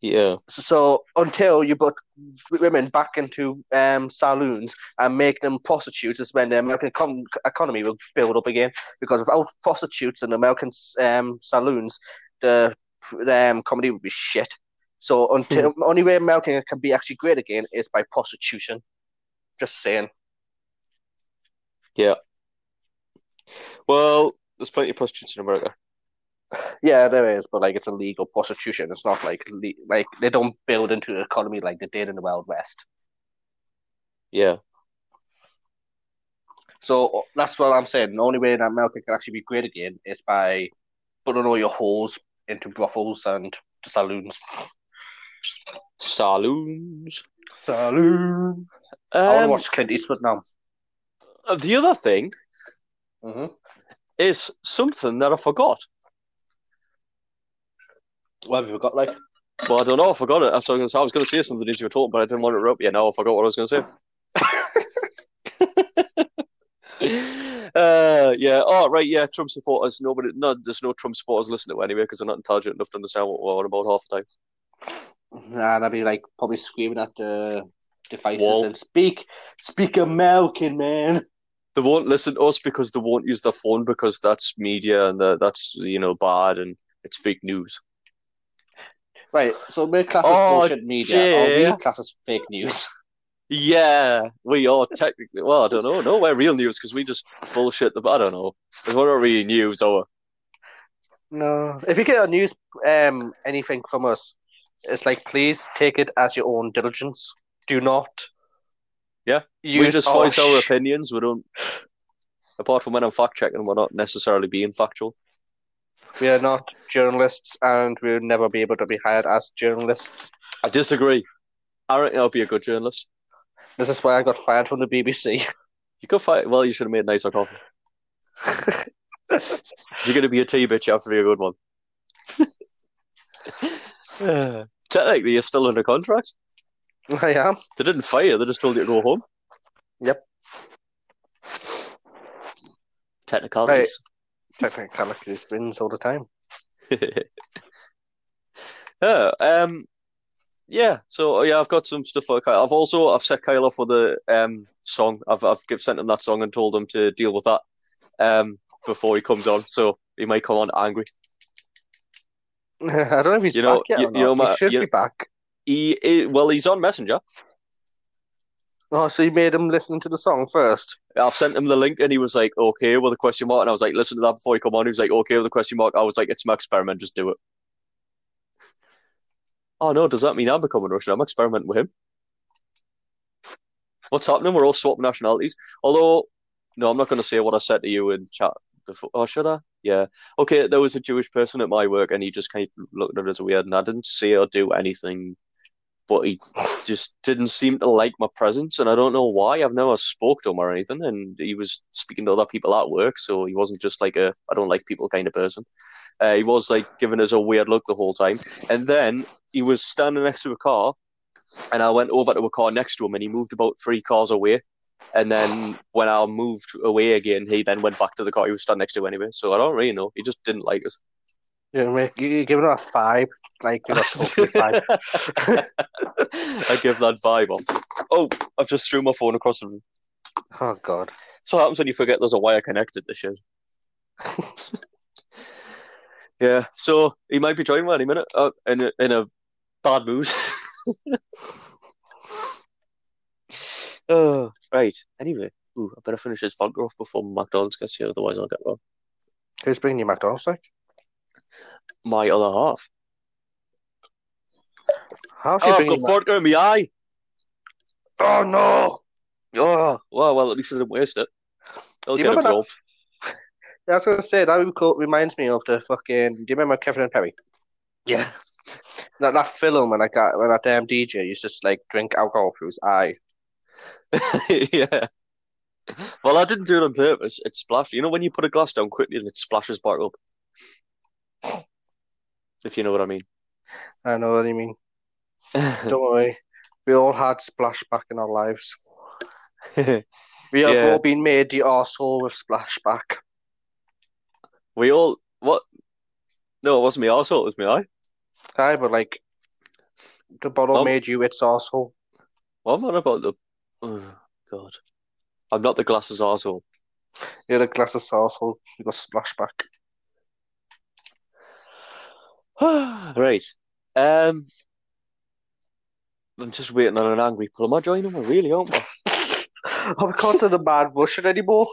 Speaker 2: Yeah.
Speaker 3: So until you put women back into um, saloons and make them prostitutes, is when the American econ- economy will build up again. Because without prostitutes and American um, saloons, the um, comedy would be shit. So until only way America can be actually great again is by prostitution. Just saying.
Speaker 2: Yeah. Well, there's plenty of prostitutes in America.
Speaker 3: Yeah, there is, but like it's illegal prostitution. It's not like le- like they don't build into the economy like they did in the Wild West.
Speaker 2: Yeah.
Speaker 3: So that's what I'm saying. The only way that America can actually be great again is by putting all your holes into brothels and saloons.
Speaker 2: Saloons.
Speaker 3: Saloon. I want to
Speaker 2: Um,
Speaker 3: watch Clint Eastwood now.
Speaker 2: the other thing
Speaker 3: hmm
Speaker 2: is something that I forgot.
Speaker 3: What have you got? Like,
Speaker 2: Well, I don't know. I forgot it. I was going to, I was going to say something as you were talking, but I didn't want to interrupt you. Now I forgot what I was going to say. uh, yeah. Oh, right. Yeah. Trump supporters. Nobody. No, there's no Trump supporters listening to it anyway because they're not intelligent enough to understand what we're on about half the time.
Speaker 3: nah, and I'd be like probably screaming at the devices
Speaker 2: Wall.
Speaker 3: and speak, speak American, man.
Speaker 2: They won't listen to us because they won't use their phone because that's media and the, that's you know bad and it's fake news.
Speaker 3: Right, so we're class as
Speaker 2: Oh,
Speaker 3: bullshit media.
Speaker 2: yeah.
Speaker 3: Or we class as fake news.
Speaker 2: Yeah, we are technically. Well, I don't know. No, we're real news because we just bullshit the. I don't know. It's not really news or
Speaker 3: No, if you get a news, um, anything from us, it's like please take it as your own diligence. Do not.
Speaker 2: Yeah,
Speaker 3: Use
Speaker 2: we just
Speaker 3: our
Speaker 2: voice our
Speaker 3: sh-
Speaker 2: opinions. We don't, apart from when I'm fact checking, we're not necessarily being factual.
Speaker 3: We are not journalists, and we'll never be able to be hired as journalists.
Speaker 2: I disagree. I reckon I'll be a good journalist.
Speaker 3: This is why I got fired from the BBC.
Speaker 2: You could fight. Well, you should have made nicer coffee. If you're going to be a tea bitch, you have to be a good one. Uh, Technically, you're still under contract.
Speaker 3: I am.
Speaker 2: They didn't fire you, they just told you to go home.
Speaker 3: Yep.
Speaker 2: Technicalities.
Speaker 3: Technically, it wins all the time.
Speaker 2: Yeah, um, yeah. So oh yeah, I've got some stuff for Kyle. I've also I've set Kyle off with a um song. I've I've give, sent him that song and told him to deal with that um before he comes on. So he might come on angry.
Speaker 3: I don't know if he's
Speaker 2: You know-
Speaker 3: back yet
Speaker 2: you-
Speaker 3: or
Speaker 2: you know,
Speaker 3: not. he
Speaker 2: Matt,
Speaker 3: should
Speaker 2: you-
Speaker 3: be back.
Speaker 2: He, he well, he's on Messenger.
Speaker 3: Oh, so you made him listen to the song first.
Speaker 2: I've sent him the link and he was like, okay, with a question mark. And I was like, listen to that before you come on. He was like, okay, with a question mark. I was like, it's my experiment. Just do it. Oh no, does that mean I'm becoming Russian? I'm experimenting with him. What's happening? We're all swapping nationalities. Although, no, I'm not going to say what I said to you in chat. Before. Oh, should I? Yeah. Okay, there was a Jewish person at my work and he just kind of looked at us weird and I didn't say or do anything. But he just didn't seem to like my presence, and I don't know why. I've never spoke to him or anything, and he was speaking to other people at work, so he wasn't just like a I don't like people kind of person. Uh, he was like giving us a weird look the whole time, and then he was standing next to a car, and I went over to a car next to him, and he moved about three cars away, and then when I moved away again, he then went back to the car he was standing next to anyway. So I don't really know. He just didn't like us.
Speaker 3: You know, make- you- you're giving it a five, like you're not totally five.
Speaker 2: I give that vibe off. Oh, I've just threw my phone across the room.
Speaker 3: Oh God.
Speaker 2: So what happens when you forget there's a wire connected to shit. yeah, so he might be joining me any minute uh, in, a, in a bad mood. oh, right. Anyway, ooh, I better finish this vodka off before McDonald's gets here, otherwise I'll get wrong.
Speaker 3: Who's bringing you McDonald's? Like,
Speaker 2: My other half.
Speaker 3: how's she
Speaker 2: Oh, I've got
Speaker 3: bringing? you Mac-
Speaker 2: vodka in my eye.
Speaker 3: oh no!
Speaker 2: Oh, well, well, at least I didn't waste it. I'll
Speaker 3: Do you
Speaker 2: get
Speaker 3: remember that-
Speaker 2: absorbed.
Speaker 3: Yeah, I was gonna say that recall- reminds me of the fucking. Do you remember Kevin and Perry?
Speaker 2: Yeah.
Speaker 3: That that film when I got when that damn DJ used to just like drink alcohol through his eye.
Speaker 2: yeah. Well, I didn't do it on purpose. It splashed. You know when you put a glass down quickly and it splashes back up. If you know what I mean.
Speaker 3: I know what you mean. Don't worry. We all had splashback in our lives. We have
Speaker 2: Yeah.
Speaker 3: all been made the arsehole with splashback.
Speaker 2: we all what? No, it wasn't me arsehole, it was me eye.
Speaker 3: Aye, but like, the bottle
Speaker 2: Um,
Speaker 3: made you its arsehole.
Speaker 2: What am I on about the? Oh, God, I'm not the glasses arsehole.
Speaker 3: You're a glass of arsehole. You got splashback.
Speaker 2: right. Um, I'm just waiting on an angry pull. Am I joining? I really aren't. I?
Speaker 3: I'm considered a mad Russian anymore.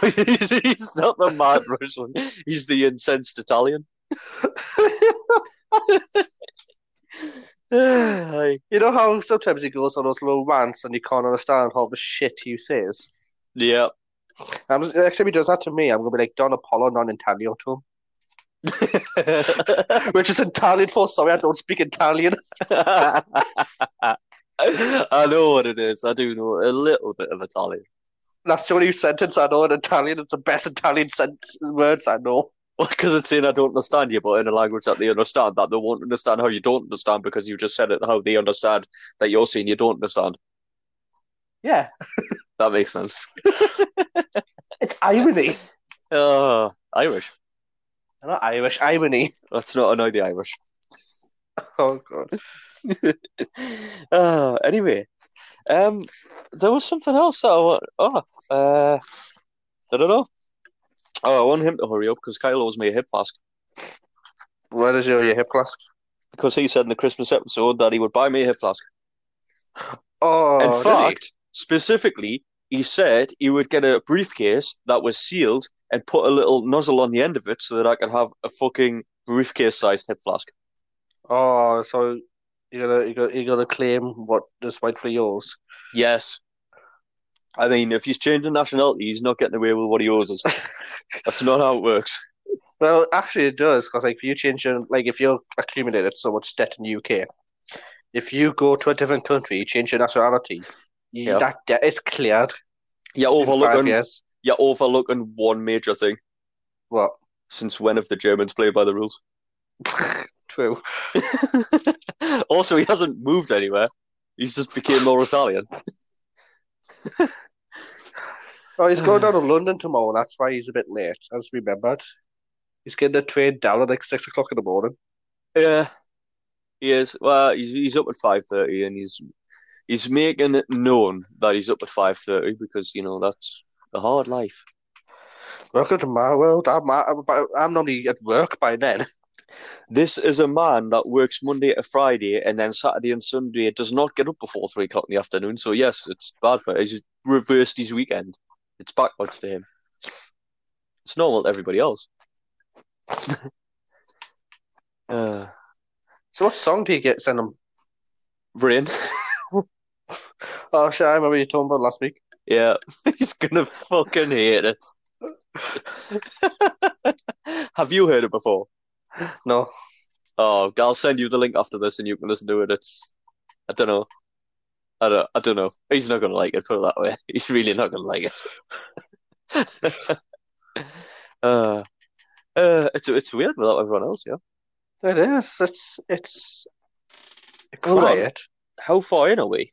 Speaker 2: he's not the mad Russian. He's the incensed Italian. Aye.
Speaker 3: You know how sometimes he goes on those little rants and you can't understand all the shit he says?
Speaker 2: yeah.
Speaker 3: I'm just, next time he does that to me, I'm going to be like, Don Apollo, non Italiano to him. Which is Italian for, sorry, I don't speak Italian.
Speaker 2: I know what it is. I do know a little bit of Italian.
Speaker 3: That's the only sentence I know in Italian. It's the best Italian sentence, words I know.
Speaker 2: Because it's saying I don't understand you, but in a language that they understand, that they won't understand how you don't understand because you just said it how they understand that you're saying you don't understand.
Speaker 3: Yeah,
Speaker 2: That makes sense.
Speaker 3: it's irony.
Speaker 2: Uh, Irish.
Speaker 3: Not Irish, irony.
Speaker 2: Let's not annoy the Irish.
Speaker 3: Oh, God.
Speaker 2: uh, anyway, um, there was something else that I want. Oh, uh, I don't know. Oh, I want him to hurry up because Kyle owes me a hip flask.
Speaker 3: Where is your, your hip flask?
Speaker 2: Because he said in the Christmas episode that he would buy me a hip flask.
Speaker 3: Oh,
Speaker 2: in
Speaker 3: really?
Speaker 2: fact, specifically, he said he would get a briefcase that was sealed and put a little nozzle on the end of it so that I could have a fucking briefcase-sized hip flask.
Speaker 3: Oh, so you're gonna you're gonna, you're gonna claim what is rightfully yours.
Speaker 2: Yes. I mean, if he's changing nationality, he's not getting away with what he owes us. That's not how it works.
Speaker 3: Well, actually, it does because like if you change your like if you accumulated so much debt in the UK, if you go to a different country, you change your nationality, you,
Speaker 2: Yeah.
Speaker 3: that debt is cleared
Speaker 2: You're
Speaker 3: in five
Speaker 2: overlooking,
Speaker 3: years.
Speaker 2: you're overlooking one major thing.
Speaker 3: What?
Speaker 2: Since when have the Germans played by the rules?
Speaker 3: True.
Speaker 2: also, he hasn't moved anywhere. He's just became more Italian.
Speaker 3: Oh, he's going down to London tomorrow. That's why he's a bit late, as remembered. He's getting the train down at like six o'clock in the morning.
Speaker 2: Yeah, he is. Well, he's he's up at five thirty, and he's he's making it known that he's up at five thirty because you know that's a hard life.
Speaker 3: Welcome to my world. I'm I'm, I'm normally at work by then.
Speaker 2: This is a man that works Monday to Friday, and then Saturday and Sunday does not get up before three o'clock in the afternoon. So yes, it's bad for him. He's reversed his weekend. It's backwards to him. It's normal to everybody else. uh,
Speaker 3: So what song do you get send him?
Speaker 2: rain.
Speaker 3: Oh, shit, I remember you talking about last week.
Speaker 2: Yeah, he's gonna fucking hate it. Have you heard it before?
Speaker 3: No,
Speaker 2: Oh, I'll send you the link after this, and you can listen to it. It's, I don't know, I don't, I don't know. He's not gonna like it. Put it that way. He's really not gonna like it. uh, uh, it's it's weird without everyone else. Yeah.
Speaker 3: it is. It's it's
Speaker 2: Hold on.
Speaker 3: quiet.
Speaker 2: How far in are we?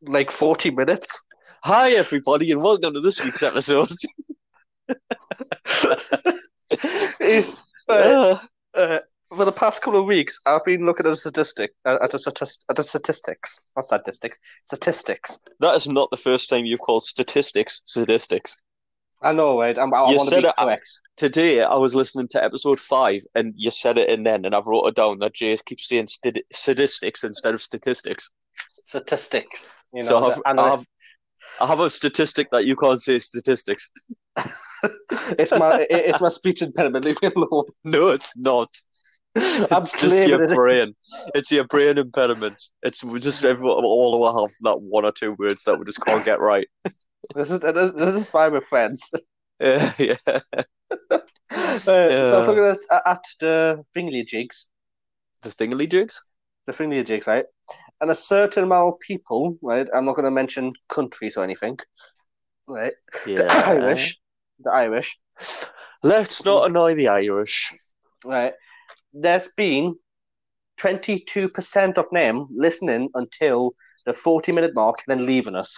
Speaker 3: Like forty minutes.
Speaker 2: Hi, everybody, and welcome to this week's episode.
Speaker 3: Uh,
Speaker 2: Uh,
Speaker 3: uh, for the past couple of weeks, I've been looking at a statistic uh, at, at, a statist, at the statistics, not statistics, statistics.
Speaker 2: that is not the first time you've called statistics sadistics.
Speaker 3: I know, right? I'm, I,
Speaker 2: You
Speaker 3: want to
Speaker 2: said
Speaker 3: be
Speaker 2: it- uh,
Speaker 3: correct.
Speaker 2: Today I was listening to episode five, and you said it in then, and I've wrote it down that Jay keeps saying stid- statistics instead of statistics.
Speaker 3: Statistics. You know,
Speaker 2: so I have,
Speaker 3: the- and uh,
Speaker 2: I have, I have a statistic that you can't say statistics.
Speaker 3: it's my it- it's my speech impediment. Leave me alone.
Speaker 2: No, it's not. It's just
Speaker 3: claiming
Speaker 2: your
Speaker 3: it is.
Speaker 2: brain. It's your brain impediment. It's just everyone, all of us have that one or two words that we just can't get right.
Speaker 3: This is this is why we're friends.
Speaker 2: Yeah, yeah.
Speaker 3: Uh, So
Speaker 2: Yeah.
Speaker 3: I'm looking at, at the Bingley jigs.
Speaker 2: The thingly jigs?
Speaker 3: the thing with your jigs, right? and a certain amount of people, right? I'm not going to mention countries or anything, right? The Irish, the Irish,
Speaker 2: Let's not annoy the Irish.
Speaker 3: right? There's been 22% of them listening until the 40 minute mark, then leaving us.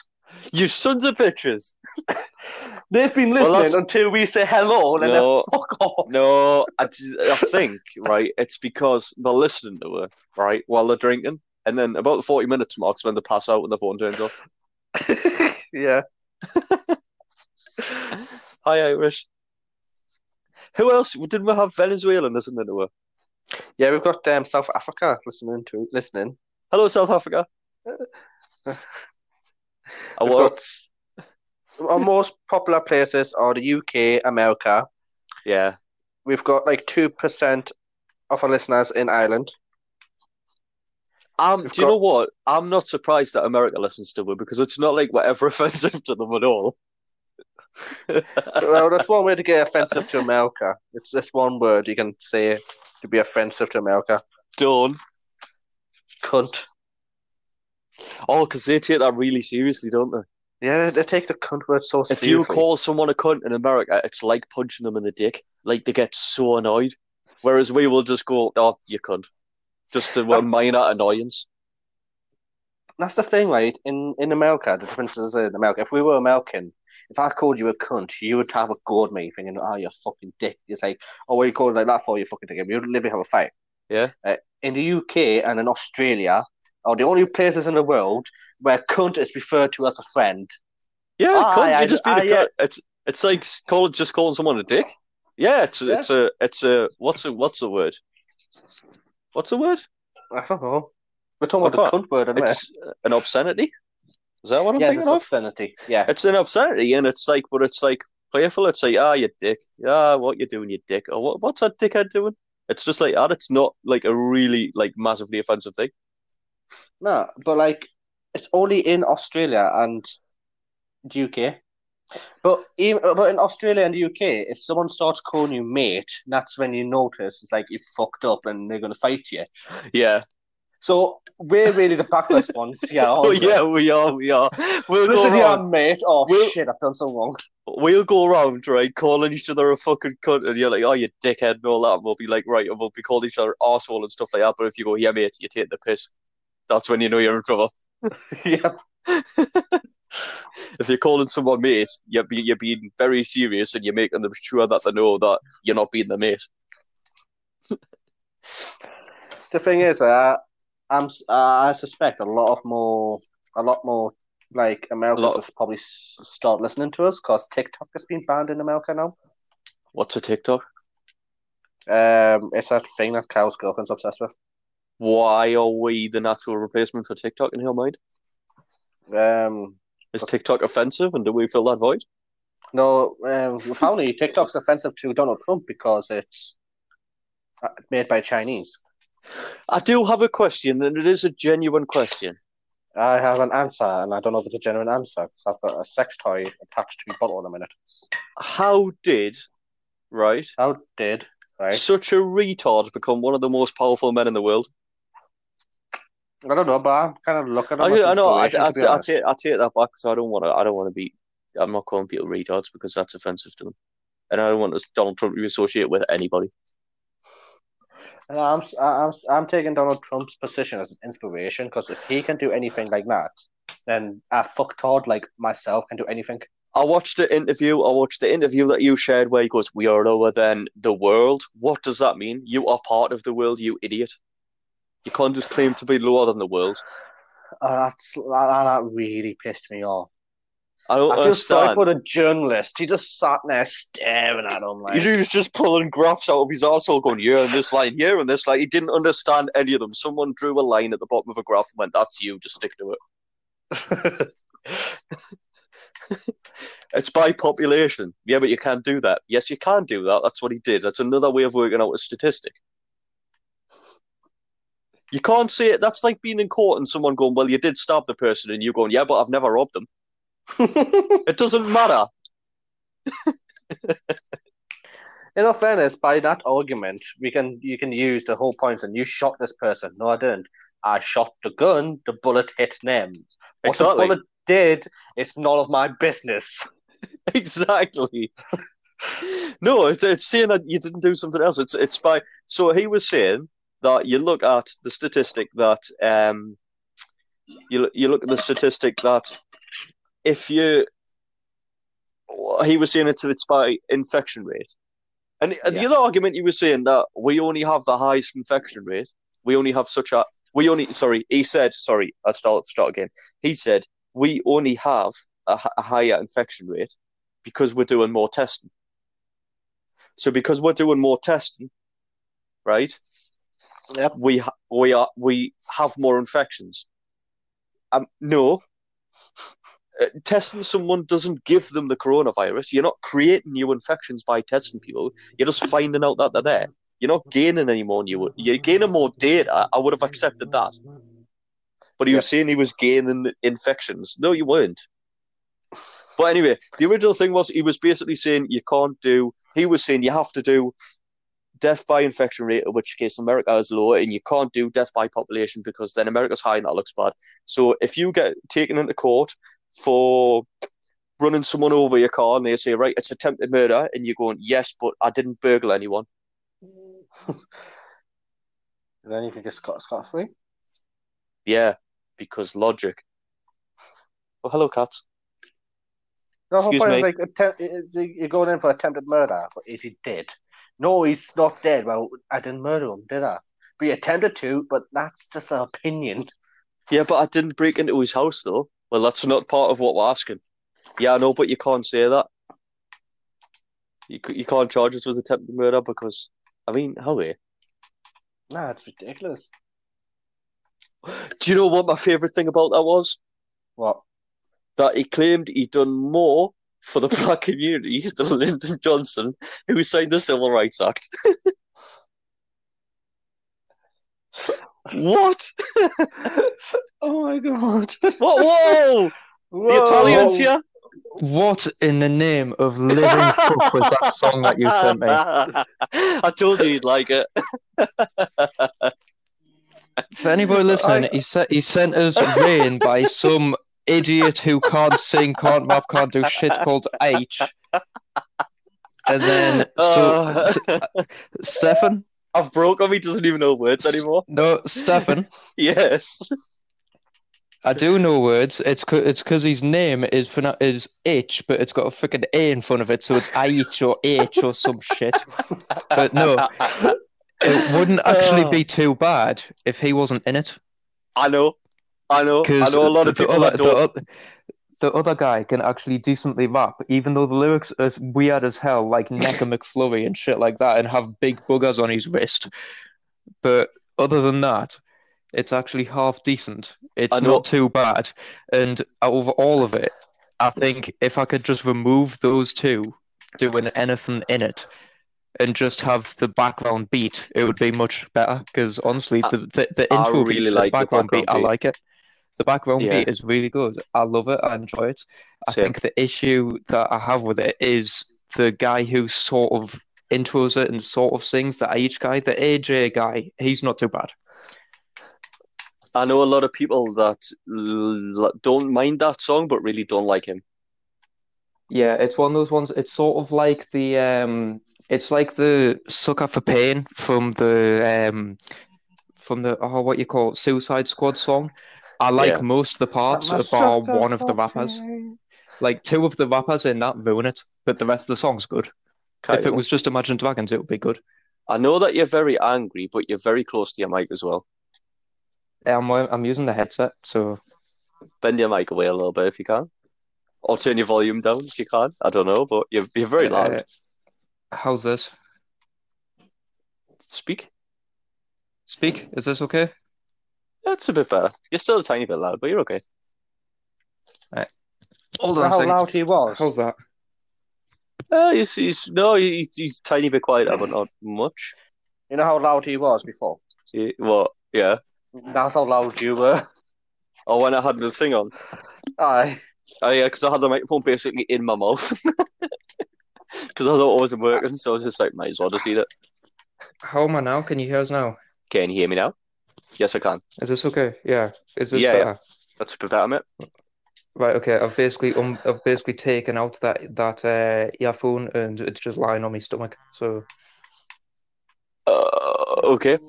Speaker 2: You sons of bitches.
Speaker 3: They've been
Speaker 2: Well,
Speaker 3: listening
Speaker 2: that's-
Speaker 3: until we say hello, and then
Speaker 2: No.
Speaker 3: they fuck off.
Speaker 2: No, I, d- I think, right, it's because they're listening to her, right, while they're drinking. And then about the 40 minutes marks when they pass out and the phone turns off.
Speaker 3: yeah.
Speaker 2: Hi, Irish. Who else? Didn't we have Venezuelan listening to her?
Speaker 3: Yeah, we've got um, South Africa listening to listening.
Speaker 2: Hello, South Africa. I
Speaker 3: We've
Speaker 2: want,
Speaker 3: got s- Our most popular places are the UK, America.
Speaker 2: yeah,
Speaker 3: We've got like 2% of our listeners in Ireland.
Speaker 2: Um,
Speaker 3: We've
Speaker 2: do you
Speaker 3: got-
Speaker 2: know what? I'm not surprised that America listens to her because it's not like we're ever offensive to them at all.
Speaker 3: well, that's one way to get offensive to America. It's this one word you can say to be offensive to America.
Speaker 2: Dawn.
Speaker 3: Cunt.
Speaker 2: Oh, because they take that really seriously, don't they?
Speaker 3: Yeah, they take the cunt word so
Speaker 2: If
Speaker 3: seriously.
Speaker 2: you call someone a cunt in America, it's like punching them in the dick. Like they get so annoyed. Whereas we will just go, oh, you cunt. Just a
Speaker 3: That's-
Speaker 2: minor annoyance.
Speaker 3: That's the thing, right? In in America, the difference is in America. If we were American, if I called you a cunt, you would have a go at me, thinking, "Oh, you're a fucking dick." It's like, "Oh, what are you calling like that for? You fucking dick." And We would literally have a fight.
Speaker 2: Yeah.
Speaker 3: Uh, in the UK and in Australia, are the only places in the world where cunt is referred to as a friend.
Speaker 2: Yeah,
Speaker 3: Ah,
Speaker 2: cunt.
Speaker 3: yeah,
Speaker 2: you just be the
Speaker 3: ah,
Speaker 2: cunt.
Speaker 3: yeah.
Speaker 2: It's it's like call, just calling someone a dick. Yeah, it's
Speaker 3: Yeah.
Speaker 2: it's a it's a what's a what's the word? What's the word?
Speaker 3: I don't know. We're talking
Speaker 2: I
Speaker 3: about the
Speaker 2: can't-
Speaker 3: cunt word, aren't we?
Speaker 2: It's uh, an obscenity. Is that what I'm
Speaker 3: yeah, it's
Speaker 2: thinking of?
Speaker 3: obscenity. Yeah.
Speaker 2: It's an obscenity, and it's like, but it's like playful. It's like, ah, you dick. Ah, what you doing, you dick? Or what, what's that dickhead doing? It's just like that. It's not like a really like massively offensive thing.
Speaker 3: No, but like it's only in Australia and the UK. But even but in Australia and the UK, if someone starts calling you mate, that's when you notice it's like you fucked up and they're gonna fight you.
Speaker 2: Yeah.
Speaker 3: So we're really the backlash ones. Yeah.
Speaker 2: Oh,
Speaker 3: aren't we?
Speaker 2: yeah, we are. We are. We'll go
Speaker 3: Listen here,
Speaker 2: round.
Speaker 3: mate. Oh
Speaker 2: We'll-
Speaker 3: shit, I've done so wrong.
Speaker 2: We'll go round, right? Calling each other a fucking cunt, and you're like, oh, you dickhead, and all that. And we'll be like, right, and we'll be calling each other arsehole and stuff like that. But if you go, yeah, mate, you're taking the piss. That's when you know you're in trouble.
Speaker 3: yeah.
Speaker 2: if you're calling someone mate, you're, be- you're being very serious and you're making them sure that they know that you're not being the mate.
Speaker 3: The thing is, uh, I'm s- uh, I suspect a lot of more, a lot more like Americans
Speaker 2: lot
Speaker 3: will probably s- start listening to us because TikTok has been banned in America now.
Speaker 2: What's a TikTok?
Speaker 3: Um, it's that thing that Kyle's girlfriend's obsessed with.
Speaker 2: Why are we the natural replacement for TikTok in your mind?
Speaker 3: Um,
Speaker 2: Is TikTok offensive and do we fill that void?
Speaker 3: no, um, apparently TikTok's offensive to Donald Trump because it's uh, made by Chinese.
Speaker 2: I do have a question and it is a genuine question.
Speaker 3: I have an answer, and I don't know if it's a genuine answer because I've got a sex toy attached to my bottle in a minute.
Speaker 2: How did, right,
Speaker 3: How did right?
Speaker 2: such a retard become one of the most powerful men in the world?
Speaker 3: I don't know, but I'm kind of looking. at
Speaker 2: I,
Speaker 3: him as
Speaker 2: I know. I, I,
Speaker 3: inspiration, to be
Speaker 2: I,
Speaker 3: honest.
Speaker 2: take, I take that back because I don't want to. I don't want to be. I'm not calling people retards because that's offensive to them, and I don't want us- Donald Trump to be associated with anybody.
Speaker 3: No, I'm s- I- I'm s- I'm taking Donald Trump's position as an inspiration because if he can do anything like that, then a fucktard like myself can do anything.
Speaker 2: I watched the interview. I watched the interview that you shared where he goes, "We are lower than the world." What does that mean? You are part of the world, you idiot. You can't just claim to be lower than the world.
Speaker 3: Uh, that's that, that really pissed me off.
Speaker 2: I don't
Speaker 3: I feel sorry
Speaker 2: understand.
Speaker 3: for the journalist. He just sat there staring at him like,
Speaker 2: He was just pulling graphs out of his arsehole going, yeah, and this line, yeah, and this line. He didn't understand any of them. Someone drew a line at the bottom of a graph and went, that's you, just stick to it. It's by population. Yeah, but you can't do that. Yes, you can do that. That's what he did. That's another way of working out a statistic. You can't say it. That's like being in court and someone going, Well, you did stab the person, and you going, Yeah, but I've never robbed them. It doesn't matter.
Speaker 3: in all fairness, by that argument, we can you can use the whole point and you shot this person. No, I didn't. I shot the gun, the bullet hit them. What
Speaker 2: Exactly.
Speaker 3: the bullet did, it's none of my business.
Speaker 2: Exactly. no, it's, it's saying that you didn't do something else. It's it's by so he was saying that you look at the statistic that um you lo- you look at the statistic that if you he was saying it's it's by infection rate, and, and the
Speaker 3: Yeah.
Speaker 2: other argument you were saying that we only have the highest infection rate. We only have such a we only sorry he said sorry I start start again. He said we only have a, h- a higher infection rate because we're doing more testing. So because we're doing more testing, right?
Speaker 3: Yep.
Speaker 2: We ha- we are we have more infections. Um, no. Uh, testing someone doesn't give them the coronavirus. You're not creating new infections by testing people. You're just finding out that they're there. You're not gaining any more new. You're gaining more data. I would have accepted that. But he was saying he was gaining the infections. No, you weren't. But anyway, the original thing was he was basically saying you can't do. He was saying you have to do death by infection rate, in which case America is lower, and you can't do death by population because then America's high and that looks bad. So if you get taken into court for running someone over your car and they say right, it's attempted murder, and you're going yes, but I didn't burgle anyone.
Speaker 3: And then you can get scot scot free.
Speaker 2: Yeah, because logic. Well, hello, cats.
Speaker 3: The whole
Speaker 2: Excuse
Speaker 3: point
Speaker 2: me.
Speaker 3: is like attempt, is he- you're going in for attempted murder, but is he dead? No, he's not dead. Well, I didn't murder him, did I? But he attempted to, but that's just an opinion.
Speaker 2: Yeah, but I didn't break into his house though. Well, that's not part of what we're asking. Yeah, I know, but you can't say that. You c- you can't charge us with attempted murder because I mean, how eh? are you?
Speaker 3: Nah, it's ridiculous.
Speaker 2: Do you know what my favorite thing about that was?
Speaker 3: What?
Speaker 2: That he claimed he'd done more for the black community than Lyndon Johnson, who signed the Civil Rights Act. what?
Speaker 3: oh my god.
Speaker 2: What? Whoa! The Italians here.
Speaker 5: What in the name of living fuck was that song that you sent me?
Speaker 2: I told you you'd like it.
Speaker 5: For anybody listening, he sent he sent us rain by some idiot who can't sing, can't rap, can't do shit called H. And then so
Speaker 2: Uh,
Speaker 5: Stefan,
Speaker 2: I've broke him. He doesn't even know words anymore.
Speaker 5: no Stefan,
Speaker 2: Yes.
Speaker 5: I do know words. It's co- it's because his name is pronu- is H, but it's got a freaking A in front of it, so it's H or H or some shit. But no, it wouldn't actually
Speaker 2: Oh,
Speaker 5: be too bad if he wasn't in it.
Speaker 2: I know. I know. I
Speaker 5: Because
Speaker 2: know a lot of
Speaker 5: the
Speaker 2: people that
Speaker 5: other,
Speaker 2: don't.
Speaker 5: The, oth- the other guy can actually decently rap, even though the lyrics are as weird as hell, like Necker McFlurry and shit like that, and have big boogers on his wrist. But other than that, it's actually half decent. It's
Speaker 2: I know-
Speaker 5: not too bad. And out of all of it, I think if I could just remove those two doing anything in it and just have the background beat, it would be much better. Because honestly,
Speaker 2: I-
Speaker 5: the, the, the
Speaker 2: I
Speaker 5: intro beat,
Speaker 2: really
Speaker 5: the
Speaker 2: like the
Speaker 5: background beat, I
Speaker 2: background beat.
Speaker 5: like it. The background
Speaker 2: Yeah.
Speaker 5: beat is really good. I love it. I enjoy it. I
Speaker 2: Same.
Speaker 5: think the issue that I have with it is the guy who sort of intros it and sort of sings, the H guy, the AJ guy, he's not too bad.
Speaker 2: I know a lot of people that l- don't mind that song, but really don't like him.
Speaker 5: Yeah, it's one of those ones. It's sort of like the um, it's like the sucker for pain from the um, from the oh, what you call it, Suicide Squad song. I like
Speaker 2: Yeah.
Speaker 5: most of the parts,
Speaker 3: I'm a
Speaker 5: bar
Speaker 3: sucker
Speaker 5: one of the
Speaker 3: for
Speaker 5: rappers.
Speaker 3: pain.
Speaker 5: Like two of the rappers in that ruin it, but the rest of the song's good. If it
Speaker 2: Kyle,
Speaker 5: was just Imagine Dragons, it would be good.
Speaker 2: I know that you're very angry, but you're very close to your mic as well.
Speaker 5: I'm I'm using the headset, so
Speaker 2: Bend your mic away a little bit if you can, or turn your volume down if you can. I don't know, but you're you're very loud.
Speaker 5: uh, how's this?
Speaker 2: Speak.
Speaker 5: Speak. Is this okay?
Speaker 2: That's a bit better. You're still a tiny bit loud, but you're okay.
Speaker 5: Hold on a
Speaker 3: How
Speaker 5: second.
Speaker 3: loud he was.
Speaker 5: How's that?
Speaker 2: Uh, he's, he's no, he's, he's a tiny bit quieter, but not much.
Speaker 3: You know how loud he was before?
Speaker 2: He, well, yeah.
Speaker 3: That's how loud you were.
Speaker 2: Oh, when I had the thing on,
Speaker 3: Aye.
Speaker 2: oh yeah, because I had the microphone basically in my mouth because I thought it wasn't working, so I was just like, might as well just eat it.
Speaker 5: How am I now? Can you hear us now?
Speaker 2: Can you hear me now? Yes, I can.
Speaker 5: Is this okay? Yeah. Is this
Speaker 2: Yeah, yeah.
Speaker 5: better?
Speaker 2: That's better, mate.
Speaker 5: Right, okay. I've basically um, I've basically taken out that that uh, earphone and it's just lying on my stomach. So
Speaker 2: Uh, okay.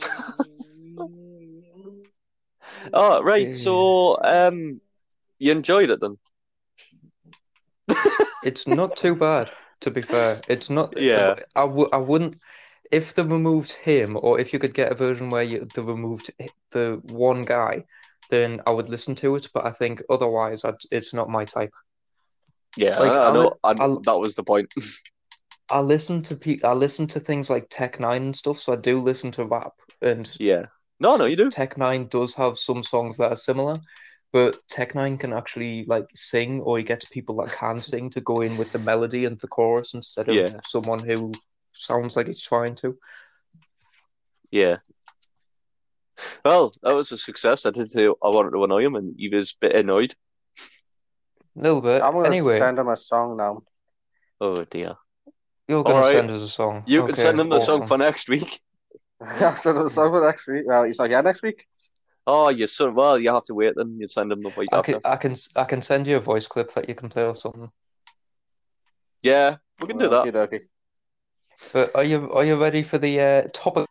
Speaker 2: oh, right. So, um, you enjoyed it then?
Speaker 5: it's not too bad, to be fair. It's not.
Speaker 2: Yeah.
Speaker 5: I w I wouldn't if they removed him, or if you could get a version where you, they removed h- the one guy, then I would listen to it. But I think otherwise, I'd, it's not my type.
Speaker 2: Yeah,
Speaker 5: Like,
Speaker 2: I, I
Speaker 5: I'll-
Speaker 2: know. I,
Speaker 5: I'll-
Speaker 2: that was the point.
Speaker 5: I listen to pe I listen to things like Tech Nine and stuff, so I do listen to rap and.
Speaker 2: yeah. No, no, you do.
Speaker 5: Tech Nine does have some songs that are similar, but Tech Nine can actually like sing, or he gets people that can sing to go in with the melody and the chorus instead of
Speaker 2: Yeah.
Speaker 5: someone who sounds like he's trying to.
Speaker 2: Yeah. Well, that was a success. I did say I wanted to annoy him, and he was a bit annoyed.
Speaker 5: A little bit.
Speaker 3: I'm gonna
Speaker 5: Anyway,
Speaker 3: send him a song now.
Speaker 2: Oh dear.
Speaker 5: you're gonna
Speaker 2: Alright.
Speaker 5: send us a song.
Speaker 2: You can
Speaker 5: Okay,
Speaker 2: send him the song
Speaker 5: awesome.
Speaker 2: for next week.
Speaker 3: I'll send him a song for next week. Well, he's not here next week.
Speaker 2: Oh, you son. Well, you have to wait. Then you send him the week
Speaker 5: I
Speaker 2: after.
Speaker 5: can, I can, I can send you a voice clip that you can play or something.
Speaker 2: Yeah, we can do that.
Speaker 3: Okay.
Speaker 5: But are you, are you ready for the uh, topic?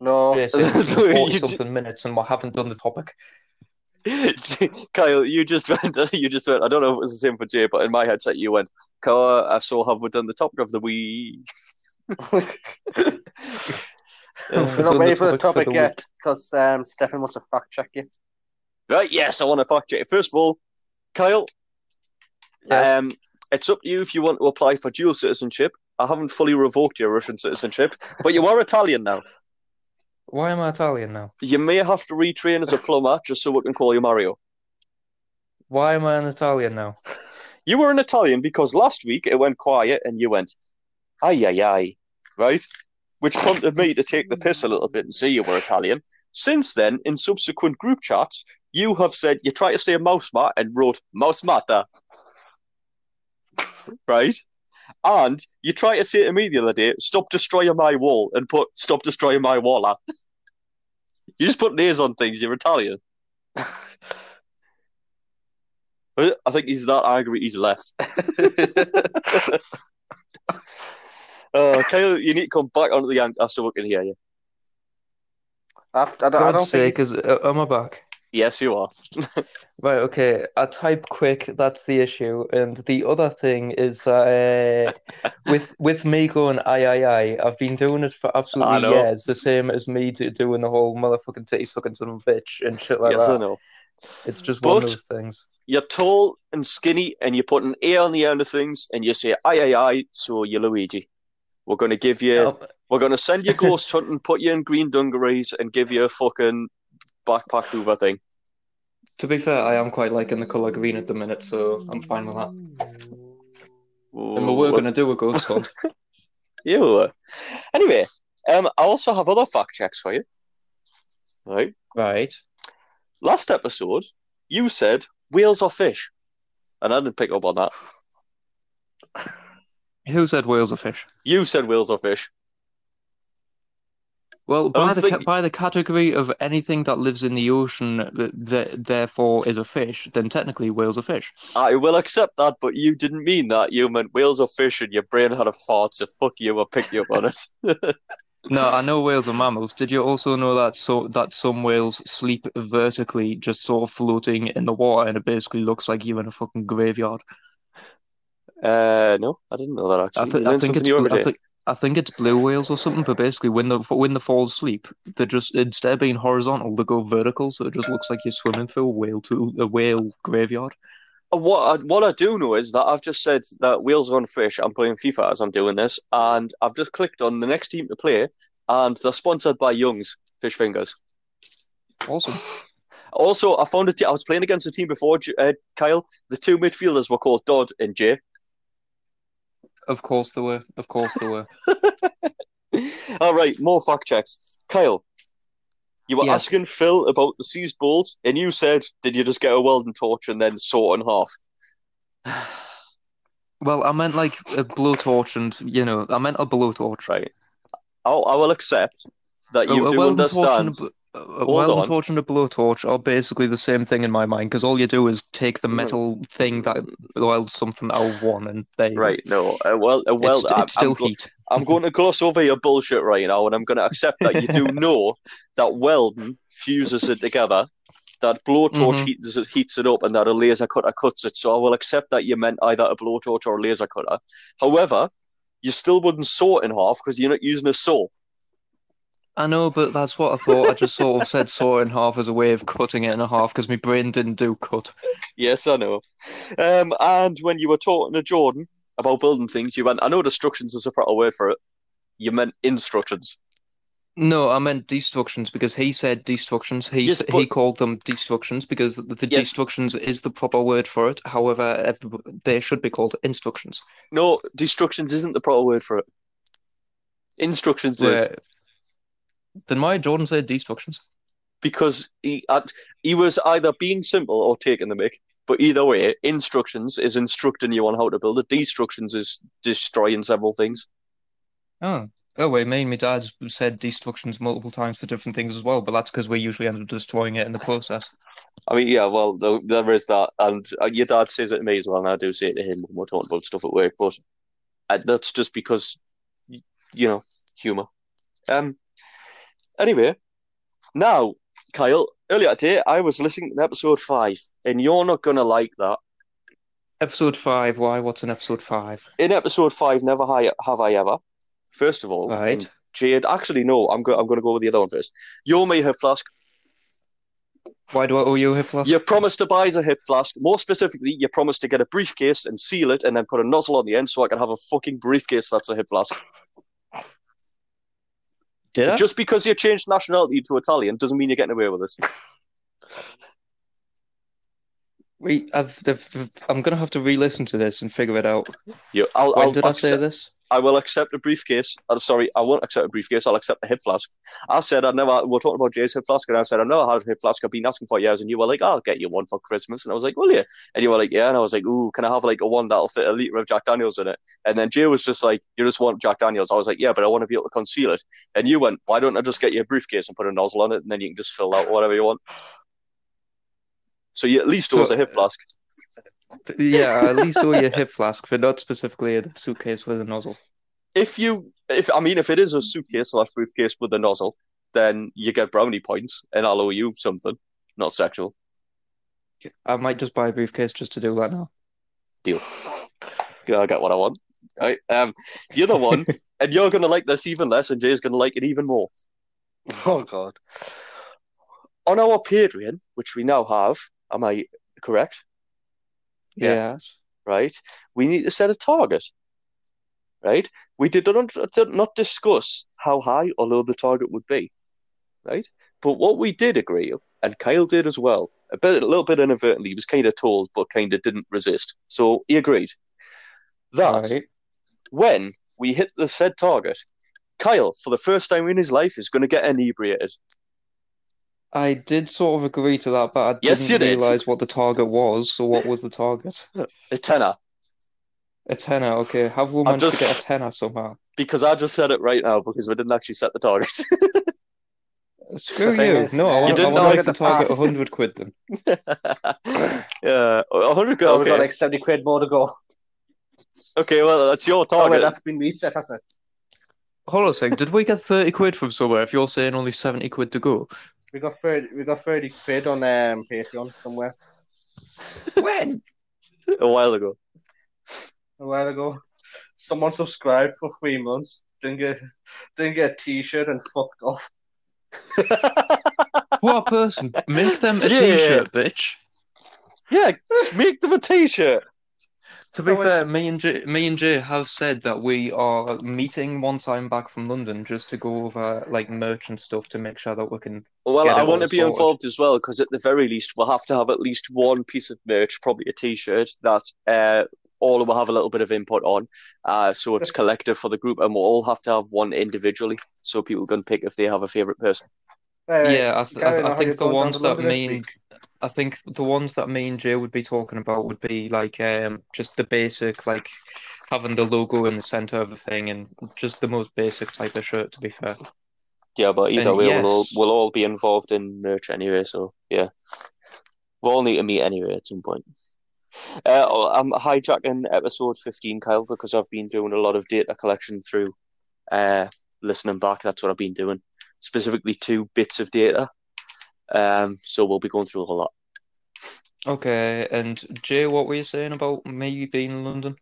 Speaker 3: No.
Speaker 5: Jason? It's been
Speaker 2: You
Speaker 5: 40
Speaker 2: ju-
Speaker 5: something minutes, and we haven't done the topic.
Speaker 2: Kyle, you just went. You just went. I don't know if it was the same for Jay, but in my headset, you went. Kyle, I saw have we done the topic of the week?
Speaker 3: We're
Speaker 5: Done
Speaker 3: not
Speaker 5: the
Speaker 3: ready for the
Speaker 5: topic for the
Speaker 3: topic yet because um, Stefan wants to fact check you.
Speaker 2: right. Yes, I want to fact check. First of all, Kyle,
Speaker 5: Yes.
Speaker 2: um, it's up to you if you want to apply for dual citizenship. I haven't fully revoked your Russian citizenship, but you are Italian now.
Speaker 5: Why am I Italian now?
Speaker 2: You may have to retrain as a plumber just so we can call you Mario.
Speaker 5: Why am I an Italian now?
Speaker 2: You were an Italian because last week it went quiet and you went, ay, ay, ay, right? Which prompted me to take the piss a little bit and say you were Italian. Since then, in subsequent group chats, you have said you try to say mouse mat and wrote mouse matter, right? And you try to say to me the other day, stop destroying my wall and put stop destroying my wall at. You just put names on things, you're Italian. I I think he's that angry he's left. Uh, Kyle, you need to come back onto the anchor so we can hear you.
Speaker 3: I've, Uh, I, don't- I don't
Speaker 5: God's
Speaker 3: think
Speaker 5: sake,
Speaker 3: he's-
Speaker 5: is uh, am I back?
Speaker 2: Yes, you are.
Speaker 5: Right, okay. I type quick, that's the issue. And the other thing is that uh, with with me going I I I, I've been doing it for
Speaker 2: I
Speaker 5: absolutely
Speaker 2: know.
Speaker 5: years, the same as me do, doing the whole motherfucking titty sucking some bitch and shit like
Speaker 2: yes, I
Speaker 5: that.
Speaker 2: know.
Speaker 5: It's just one of
Speaker 2: But-
Speaker 5: those things.
Speaker 2: You're tall and skinny, and you put an A on the end of things, and you say "aye, aye, aye." So you're Luigi. We're gonna give you.
Speaker 5: Um,
Speaker 2: We're gonna send you ghost hunting, put you in green dungarees, and give you a fucking backpack Hoover thing.
Speaker 5: to be fair, I am quite liking the colour green at the minute, so I'm fine with that. And we were going to do a ghost hunt.
Speaker 2: You. Anyway, um, I also have other fact checks for you. Right.
Speaker 5: Right.
Speaker 2: Last episode, you said whales are fish, and I didn't pick up on that.
Speaker 5: Who said whales are fish?
Speaker 2: You said whales are fish.
Speaker 5: Well, by
Speaker 2: don't
Speaker 5: the
Speaker 2: think-
Speaker 5: ca- by the category of anything that lives in the ocean that, that therefore is a fish, then technically whales are fish.
Speaker 2: I will accept that, but you didn't mean that. You meant whales are fish and your brain had a fart, so fuck you, I picked you up on it.
Speaker 5: No, I know whales are mammals. Did you also know that so that some whales sleep vertically, just sort of floating in the water, and it basically looks like you're in a fucking graveyard?
Speaker 2: Uh, no, I didn't know that
Speaker 5: I,
Speaker 2: actually.
Speaker 5: th-
Speaker 2: You
Speaker 5: I
Speaker 2: learn
Speaker 5: think
Speaker 2: something
Speaker 5: it's
Speaker 2: new every
Speaker 5: bl- I
Speaker 2: day.
Speaker 5: think I think it's blue whales or something. But basically, when they when they fall asleep, they just instead of being horizontal, they go vertical, so it just looks like you're swimming through a whale to a whale graveyard.
Speaker 2: Uh, What I, what I do know is that I've just said that whales are on fish. I'm playing FIFA as I'm doing this, and I've just clicked on the next team to play, and they're sponsored by Young's Fish Fingers.
Speaker 5: Awesome.
Speaker 2: Also, I found a te- I was playing against a team before, J- uh, Kyle. The two midfielders were called Dodd and Jay.
Speaker 5: Of course they were. Of course they were.
Speaker 2: All right, more fact checks. Kyle, you were
Speaker 5: Yes.
Speaker 2: asking Phil about the seas bolt, and you said, "Did you just get a welding torch and then saw it in half?"
Speaker 5: Well, I meant like a blowtorch, and you know, I meant a blowtorch.
Speaker 2: Right. I'll, I will accept that you
Speaker 5: a, a
Speaker 2: do
Speaker 5: welding torch and a
Speaker 2: understand.
Speaker 5: bl- a- a
Speaker 2: Hold
Speaker 5: welding
Speaker 2: on.
Speaker 5: torch and a blowtorch are basically the same thing in my mind because all you do is take
Speaker 2: Mm.
Speaker 5: the metal thing that welds something out of one, and they
Speaker 2: Right, no. Uh, well, uh,
Speaker 5: It's,
Speaker 2: well,
Speaker 5: it's
Speaker 2: I'm,
Speaker 5: still
Speaker 2: I'm go-
Speaker 5: heat.
Speaker 2: I'm going to gloss over your bullshit right now, and I'm going to accept that you do know that welding fuses it together, that blowtorch
Speaker 5: Mhm.
Speaker 2: heats, it, heats it up, and that a laser cutter cuts it. So I will accept that you meant either a blowtorch or a laser cutter. However, you still wouldn't saw it in half because you're not using a saw.
Speaker 5: I know, but that's what I thought. I just sort of said saw in half as a way of cutting it in half because my brain didn't do cut.
Speaker 2: Yes, I know. Um, and when you were talking to Jordan about building things, you went, I know destructions is a proper word for it. You meant instructions.
Speaker 5: No, I meant destructions because he said destructions. He
Speaker 2: Yes,
Speaker 5: s-
Speaker 2: but-
Speaker 5: he called them destructions because the, the
Speaker 2: Yes.
Speaker 5: destructions is the proper word for it. However, ev- they should be called instructions.
Speaker 2: No, destructions isn't the proper word for it. Instructions is.
Speaker 5: Where- Did my Jordan say destructions?
Speaker 2: because he had, he was either being simple or taking the mic. But either way, instructions is instructing you on how to build it. Destructions is destroying several things.
Speaker 5: Oh, oh wait, me and my dad said destructions multiple times for different things as well, but that's because we usually end up destroying it in the process.
Speaker 2: I mean, yeah, well, th there is that, and uh, your dad says it to me as well, and I do say it to him when we're talking about stuff at work. But uh, that's just because, y- you know, humor. Um. Anyway, now Kyle, earlier today I was listening to episode five, and you're not gonna like that.
Speaker 5: Episode five, why? What's in episode five?
Speaker 2: in episode five, never hi- have I ever. First of all,
Speaker 5: Right.
Speaker 2: and Jade. Actually, no. I'm going. I'm going to go with the other one first. You owe me a hip flask.
Speaker 5: Why do I owe you a hip flask?
Speaker 2: You promised to buy us a hip flask. More specifically, you promised to get a briefcase and seal it, and then put a nozzle on the end so I can have a fucking briefcase that's a hip flask.
Speaker 5: Did I?
Speaker 2: Just because you changed nationality to Italian doesn't mean you're getting away with this.
Speaker 5: Wait, I've, I've, I'm gonna have to re-listen to this and figure it out.
Speaker 2: You, I'll,
Speaker 5: When
Speaker 2: I'll
Speaker 5: did I
Speaker 2: accept,
Speaker 5: say this?
Speaker 2: I will accept a briefcase. I'm sorry, I won't accept a briefcase. I'll accept a hip flask. I said I never. We're talking about Jay's hip flask, and I said I never had a hip flask. I've been asking for years, and you were like, "I'll get you one for Christmas," and I was like, "Will you?" And you were like, "Yeah," and I was like, "Ooh, can I have like a one that'll fit a liter of Jack Daniels in it?" And then Jay was just like, "You just want Jack Daniels?" I was like, "Yeah, but I want to be able to conceal it." And you went, "Why don't I just get you a briefcase and put a nozzle on it, and then you can just fill out whatever you want?" So you at least
Speaker 5: So-
Speaker 2: was a hip flask.
Speaker 5: Yeah, I at least owe you a hip flask for not specifically a suitcase with a nozzle.
Speaker 2: if you if I mean if it is a suitcase slash briefcase with a nozzle, then you get brownie points and I'll owe you something. Not sexual.
Speaker 5: I might just buy a briefcase just to do that now.
Speaker 2: I get what I want. Right. Um the other one, and you're gonna like this even less, and Jay's gonna like it even more.
Speaker 3: Oh God.
Speaker 2: On our Patreon, which we now have, am I correct?
Speaker 3: Yeah.
Speaker 5: Yes.
Speaker 2: Right? We need to set a target. Right? We did not did not discuss how high or low the target would be. right? But what we did agree, and Kyle did as well, a bit, a little bit inadvertently, he was kind of told, but kind of didn't resist. So he agreed that
Speaker 5: Right.
Speaker 2: when we hit the said target, Kyle, for the first time in his life, is going to get inebriated.
Speaker 5: I did sort of agree to that, but I
Speaker 2: Yes,
Speaker 5: didn't
Speaker 2: you did.
Speaker 5: realize what the target was. So what was the target?
Speaker 2: A tenner,
Speaker 5: A tenner. Okay. Have we managed to
Speaker 2: just-
Speaker 5: get a tenner somehow?
Speaker 2: because I just said it right now because we didn't actually set the target.
Speaker 5: Screw
Speaker 3: thing
Speaker 5: you.
Speaker 3: is,
Speaker 5: No, I
Speaker 3: you
Speaker 5: want,
Speaker 2: didn't
Speaker 5: I want
Speaker 2: know
Speaker 5: to
Speaker 2: I
Speaker 5: make the
Speaker 3: could have
Speaker 5: target
Speaker 3: passed.
Speaker 5: 100 quid then.
Speaker 2: yeah, a hundred.
Speaker 3: So Oh, we've
Speaker 2: Okay,
Speaker 3: got like seventy quid more to go.
Speaker 2: okay. Well, that's your
Speaker 3: Oh, wait,
Speaker 2: target.
Speaker 3: that's been reset, hasn't it?
Speaker 5: Hold on a second. Did we get 30 quid from somewhere if you're saying only 70 quid to go?
Speaker 3: We got thirty. We got thirty quid on um Patreon somewhere
Speaker 5: When?
Speaker 2: a while ago.
Speaker 3: a while ago. Someone subscribed for three months. Didn't get didn't get a T-shirt and fucked off.
Speaker 5: What person? Make them a
Speaker 2: Yeah.
Speaker 5: t-shirt, bitch.
Speaker 2: yeah, make them a T-shirt.
Speaker 5: To be
Speaker 3: Oh,
Speaker 5: fair, me and Jay, me and Jay have said that we are meeting one time back from London just to go over like merch and stuff to make sure that we can.
Speaker 2: Well,
Speaker 5: get
Speaker 2: I
Speaker 5: it
Speaker 2: want to
Speaker 5: all
Speaker 2: be
Speaker 5: sorted.
Speaker 2: involved as well because at the very least we'll have to have at least one piece of merch, probably a T-shirt that uh, all will have a little bit of input on. Uh, so it's collective for the group, and we'll all have to have one individually so people can pick if they have a favorite person.
Speaker 3: Right, right.
Speaker 5: Yeah, I, th-
Speaker 3: Gary,
Speaker 5: I,
Speaker 3: now
Speaker 5: I
Speaker 3: how you
Speaker 5: think the
Speaker 3: going down
Speaker 5: ones
Speaker 3: to
Speaker 5: that
Speaker 3: London this
Speaker 5: mean,
Speaker 3: week?
Speaker 5: I think the ones that me and Jay would be talking about would be like um just the basic like having the logo in the center of the thing and just the most basic type of shirt. To be fair,
Speaker 2: Yeah, but either
Speaker 5: And
Speaker 2: way,
Speaker 5: yes.
Speaker 2: we'll all, we'll all be involved in Nurture anyway, so yeah. We'll all need to meet anyway at some point. Uh, oh, I'm hijacking episode 15, Kyle, because I've been doing a lot of data collection through uh, listening back. That's what I've been doing, specifically two bits of data. Um, so we'll be going through a lot.
Speaker 5: Okay, and Jay, what were you saying about me being in London?